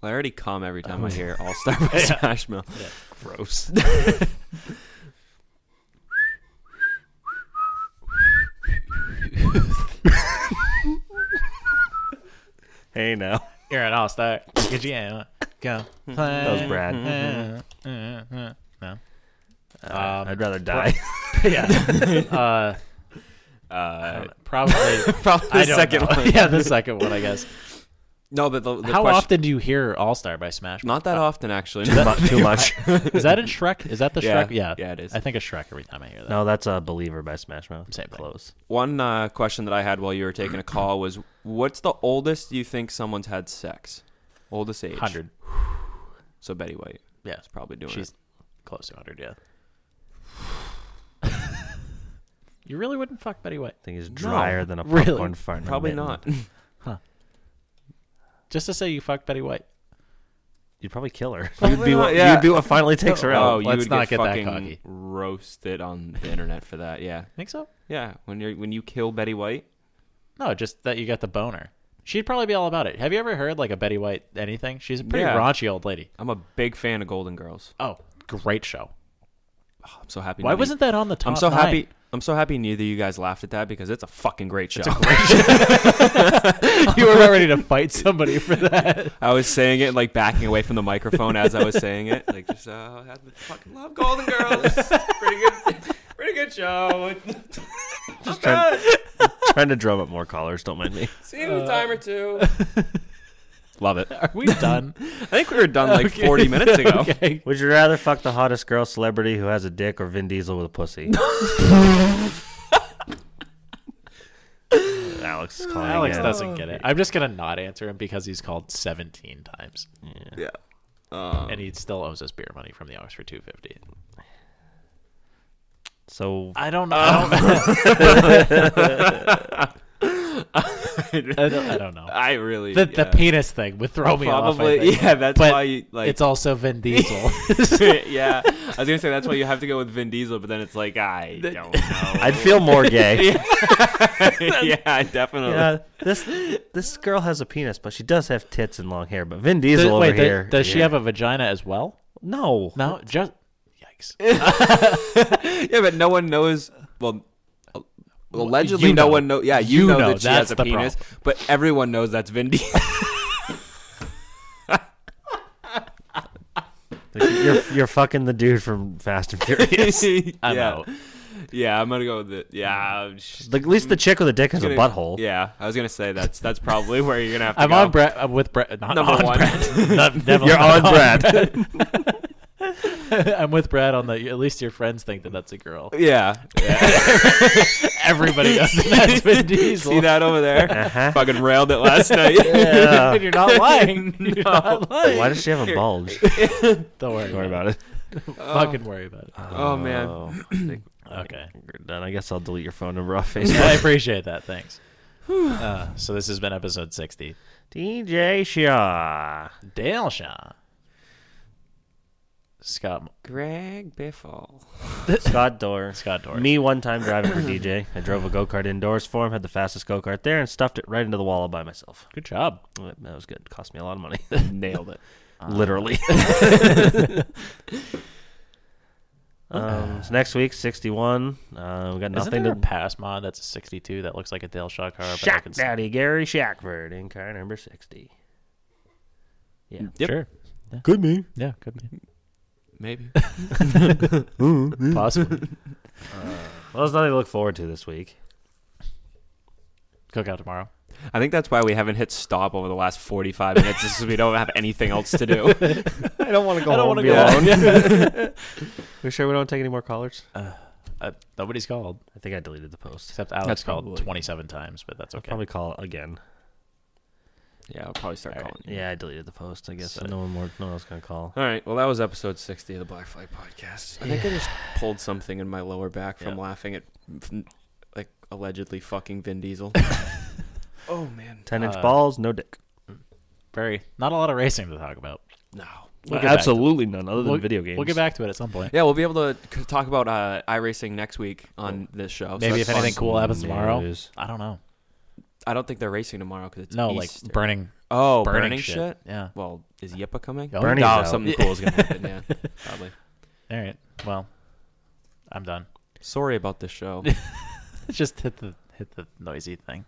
[SPEAKER 1] I already come every time
[SPEAKER 10] Oh.
[SPEAKER 1] I hear All Star by Smash Mouth.
[SPEAKER 2] Gross. hey now.
[SPEAKER 10] You're an all star. Get your hand up. uh, Go.
[SPEAKER 2] That was Brad.
[SPEAKER 10] Mm-hmm. Brad. No. Um,
[SPEAKER 2] I'd rather die.
[SPEAKER 10] pro- yeah.
[SPEAKER 1] Uh,
[SPEAKER 10] Uh, I don't know. probably.
[SPEAKER 1] Probably the
[SPEAKER 10] I don't
[SPEAKER 1] second
[SPEAKER 10] know.
[SPEAKER 1] one.
[SPEAKER 10] yeah, the second one, I guess.
[SPEAKER 1] no, but the, the
[SPEAKER 10] How
[SPEAKER 1] question,
[SPEAKER 10] often do you hear All Star by Smash?
[SPEAKER 1] Not that often, actually.
[SPEAKER 10] Too much.
[SPEAKER 2] Too much.
[SPEAKER 10] Is that in Shrek? Is that the
[SPEAKER 1] Yeah.
[SPEAKER 10] Shrek? Yeah.
[SPEAKER 1] Yeah, it is.
[SPEAKER 10] I think of Shrek every time I hear that.
[SPEAKER 2] No, that's a believer by Smash Mouth.
[SPEAKER 10] Same thing.
[SPEAKER 2] Close.
[SPEAKER 1] One uh, question that I had while you were taking a call was, "What's the oldest you think someone's had sex? Oldest age?
[SPEAKER 10] 100.
[SPEAKER 1] So Betty White.
[SPEAKER 10] Yeah.
[SPEAKER 1] is probably doing
[SPEAKER 10] She's
[SPEAKER 1] it.
[SPEAKER 10] close to 100, yeah. you really wouldn't fuck Betty White.
[SPEAKER 2] Thing is
[SPEAKER 1] No,
[SPEAKER 2] drier than a
[SPEAKER 10] really.
[SPEAKER 2] popcorn fart. in a
[SPEAKER 1] Probably
[SPEAKER 2] mitten.
[SPEAKER 1] not.
[SPEAKER 10] Just to say you fucked Betty White.
[SPEAKER 2] You'd probably kill her. you'd
[SPEAKER 1] Probably
[SPEAKER 2] be
[SPEAKER 1] not,
[SPEAKER 2] what,
[SPEAKER 1] yeah.
[SPEAKER 2] you'd be what finally takes her out.
[SPEAKER 1] Oh, you
[SPEAKER 10] Let's
[SPEAKER 1] would
[SPEAKER 10] not
[SPEAKER 1] get,
[SPEAKER 10] get that
[SPEAKER 1] fucking
[SPEAKER 10] cocky.
[SPEAKER 1] roasted on the internet for that. Yeah,
[SPEAKER 10] Think so?
[SPEAKER 1] yeah. When you are when you kill Betty White,
[SPEAKER 10] No, just that you got the boner. She'd probably be all about it. Have you ever heard like a Betty White anything? She's a pretty
[SPEAKER 1] Yeah.
[SPEAKER 10] raunchy old lady.
[SPEAKER 1] I'm a big fan of Golden Girls.
[SPEAKER 10] Oh, great show.
[SPEAKER 1] Oh, I'm so happy.
[SPEAKER 10] Why
[SPEAKER 1] none of you-
[SPEAKER 10] wasn't that on the top?
[SPEAKER 1] I'm so
[SPEAKER 10] nine?
[SPEAKER 1] happy. I'm so happy neither of you guys laughed at that because it's a fucking great show.
[SPEAKER 10] you were not ready to fight somebody for that.
[SPEAKER 1] I was saying it like backing away from the microphone as I was saying it, like just uh, I fucking love Golden Girls. pretty good, pretty good show.
[SPEAKER 2] Just trying, trying to drum up more callers. Don't mind me.
[SPEAKER 1] See you in
[SPEAKER 10] Uh,
[SPEAKER 1] a time or two.
[SPEAKER 2] Love it.
[SPEAKER 10] Are we done?
[SPEAKER 1] I think we were done like 40 minutes ago.
[SPEAKER 10] okay.
[SPEAKER 2] Would you rather fuck the hottest girl celebrity who has a dick or Vin Diesel with a pussy? Alex is calling
[SPEAKER 10] Alex
[SPEAKER 2] again.
[SPEAKER 10] doesn't get it. I'm just gonna not answer him because he's called 17 times,
[SPEAKER 1] Yeah. Um,
[SPEAKER 10] and he still owes us beer money from the Oxford 250.
[SPEAKER 2] So
[SPEAKER 10] I don't know. I don't, I don't, I don't know.
[SPEAKER 1] I really
[SPEAKER 10] The,
[SPEAKER 1] yeah.
[SPEAKER 10] the penis thing would throw me off. I
[SPEAKER 1] Probably-
[SPEAKER 10] think.
[SPEAKER 1] yeah, that's
[SPEAKER 10] But
[SPEAKER 1] why you, like-
[SPEAKER 10] it's also Vin Diesel.
[SPEAKER 1] yeah, I was gonna say that's why you have to go with Vin Diesel, but then it's like I don't know.
[SPEAKER 2] I'd feel more gay.
[SPEAKER 1] yeah, definitely.
[SPEAKER 2] Yeah, this this girl has a penis, but she does have tits and long hair. But Vin Diesel over
[SPEAKER 10] wait, th-
[SPEAKER 2] here.
[SPEAKER 10] does she have a vagina as well?
[SPEAKER 2] no?
[SPEAKER 10] No, just yikes.
[SPEAKER 1] Yeah, but no one knows. Well, uh, allegedly,
[SPEAKER 10] you
[SPEAKER 1] no
[SPEAKER 10] know.
[SPEAKER 1] one knows. Yeah, you,
[SPEAKER 10] You
[SPEAKER 1] know,
[SPEAKER 10] know,
[SPEAKER 1] that she has
[SPEAKER 10] that's
[SPEAKER 1] a
[SPEAKER 10] the
[SPEAKER 1] penis,
[SPEAKER 10] problem.
[SPEAKER 1] but everyone knows that's Vin Diesel.
[SPEAKER 2] You're you're fucking the dude from Fast and Furious.
[SPEAKER 10] I'm
[SPEAKER 1] yeah.
[SPEAKER 10] out. Mm.
[SPEAKER 1] Yeah, I'm gonna go with it. Yeah, I'm sh-
[SPEAKER 2] Like, at least the chick with a dick has a
[SPEAKER 1] gonna-
[SPEAKER 2] butthole.
[SPEAKER 1] Yeah, I was gonna say that's that's probably where you're gonna have to
[SPEAKER 10] I'm
[SPEAKER 1] go.
[SPEAKER 10] on Brett. I'm with Brett. Not
[SPEAKER 1] Number
[SPEAKER 10] on
[SPEAKER 1] one.
[SPEAKER 10] Brett. Not- never-
[SPEAKER 2] You're
[SPEAKER 10] not
[SPEAKER 2] on Brad.
[SPEAKER 10] Brett. I'm with Brad on the. At least your friends think that that's a girl.
[SPEAKER 1] Yeah,
[SPEAKER 10] Everybody does. That. That's Vin Diesel.
[SPEAKER 1] see that over there?
[SPEAKER 2] Uh-huh.
[SPEAKER 1] Fucking railed it last night.
[SPEAKER 10] and you're not lying. You're not lying.
[SPEAKER 2] Why does she have a bulge?
[SPEAKER 10] Don't worry,
[SPEAKER 2] Sorry
[SPEAKER 10] about
[SPEAKER 2] about it.
[SPEAKER 10] it. Fucking worry about it.
[SPEAKER 1] Oh man,
[SPEAKER 2] Oh, I think
[SPEAKER 10] Okay.
[SPEAKER 2] we're done. I guess I'll delete your phone number off
[SPEAKER 10] I
[SPEAKER 2] Facebook.
[SPEAKER 10] appreciate that. Thanks. Uh, so this has been episode 60.
[SPEAKER 2] DJ Shaw.
[SPEAKER 10] Dale Shaw. Scott
[SPEAKER 1] Greg Biffle.
[SPEAKER 2] Scott Dorr.
[SPEAKER 10] Scott Dorr.
[SPEAKER 2] Me one time driving for DJ. I drove a go kart indoors for him, had the fastest go kart there, and stuffed it right into the wall all by myself.
[SPEAKER 10] Good job.
[SPEAKER 2] That was good. Cost me a lot of money.
[SPEAKER 10] Nailed it.
[SPEAKER 2] Literally. um, so next week, 61. Uh, we got
[SPEAKER 10] Uh, Isn't
[SPEAKER 2] nothing
[SPEAKER 10] there
[SPEAKER 2] to
[SPEAKER 10] a pass mod that's a 62 that looks like a Dale Shaw car? but I
[SPEAKER 2] Shack
[SPEAKER 10] can s-
[SPEAKER 2] Daddy Gary Shackford in car number 60. Yeah.
[SPEAKER 1] Yep.
[SPEAKER 10] Sure. Yeah.
[SPEAKER 2] Could be.
[SPEAKER 10] Yeah, could be.
[SPEAKER 1] Maybe.
[SPEAKER 10] Possibly.
[SPEAKER 2] Uh, Well, there's nothing to look forward to this week.
[SPEAKER 10] Cookout tomorrow.
[SPEAKER 1] I think that's why we haven't hit stop over the last 45 minutes, is 'cause we don't have anything else to do.
[SPEAKER 2] I don't want to go
[SPEAKER 10] I don't
[SPEAKER 2] home
[SPEAKER 10] wanna
[SPEAKER 2] and be
[SPEAKER 10] go
[SPEAKER 2] alone.
[SPEAKER 10] home.
[SPEAKER 2] we sure we don't take any more callers?
[SPEAKER 10] Uh, nobody's called
[SPEAKER 2] I think I deleted the post.
[SPEAKER 10] except Alex
[SPEAKER 1] That's
[SPEAKER 10] called
[SPEAKER 1] probably-
[SPEAKER 10] 27 times, but that's okay.
[SPEAKER 2] Probably call again.
[SPEAKER 1] yeah, I'll probably start calling you.
[SPEAKER 2] Yeah, I deleted the post. I guess
[SPEAKER 1] So-
[SPEAKER 2] no one more, no one else gonna call.
[SPEAKER 1] All right. Well, that was episode 60 of the Black Flag podcast. I think I just pulled something in my lower back from
[SPEAKER 2] Yeah.
[SPEAKER 1] laughing at, from, like, allegedly fucking Vin Diesel. oh, man.
[SPEAKER 2] Ten inch
[SPEAKER 10] Uh,
[SPEAKER 2] balls, no dick.
[SPEAKER 10] Very not a lot of racing to talk about.
[SPEAKER 1] No.
[SPEAKER 10] We'll get back to
[SPEAKER 2] absolutely none, other
[SPEAKER 10] it.
[SPEAKER 2] than
[SPEAKER 10] We'll-
[SPEAKER 2] video games.
[SPEAKER 10] We'll get back to it at some point.
[SPEAKER 1] Yeah, we'll be able to c- talk about uh, iRacing next week on this show. so
[SPEAKER 10] Maybe
[SPEAKER 1] that's
[SPEAKER 10] if anything
[SPEAKER 1] fun.
[SPEAKER 10] cool happens tomorrow.
[SPEAKER 2] News.
[SPEAKER 10] I don't know.
[SPEAKER 1] I don't think they're racing tomorrow because it's
[SPEAKER 10] No,
[SPEAKER 1] Easter.
[SPEAKER 10] like burning.
[SPEAKER 1] Oh, burning,
[SPEAKER 10] burning
[SPEAKER 1] shit.
[SPEAKER 10] shit. Yeah.
[SPEAKER 1] Well, is Yippa coming?
[SPEAKER 10] Oh,
[SPEAKER 2] Bernie's
[SPEAKER 1] no,
[SPEAKER 2] out.
[SPEAKER 1] something cool is gonna happen. Yeah, probably.
[SPEAKER 10] All right. Well, I'm done.
[SPEAKER 1] Sorry about this show.
[SPEAKER 10] Just hit the hit the noisy thing.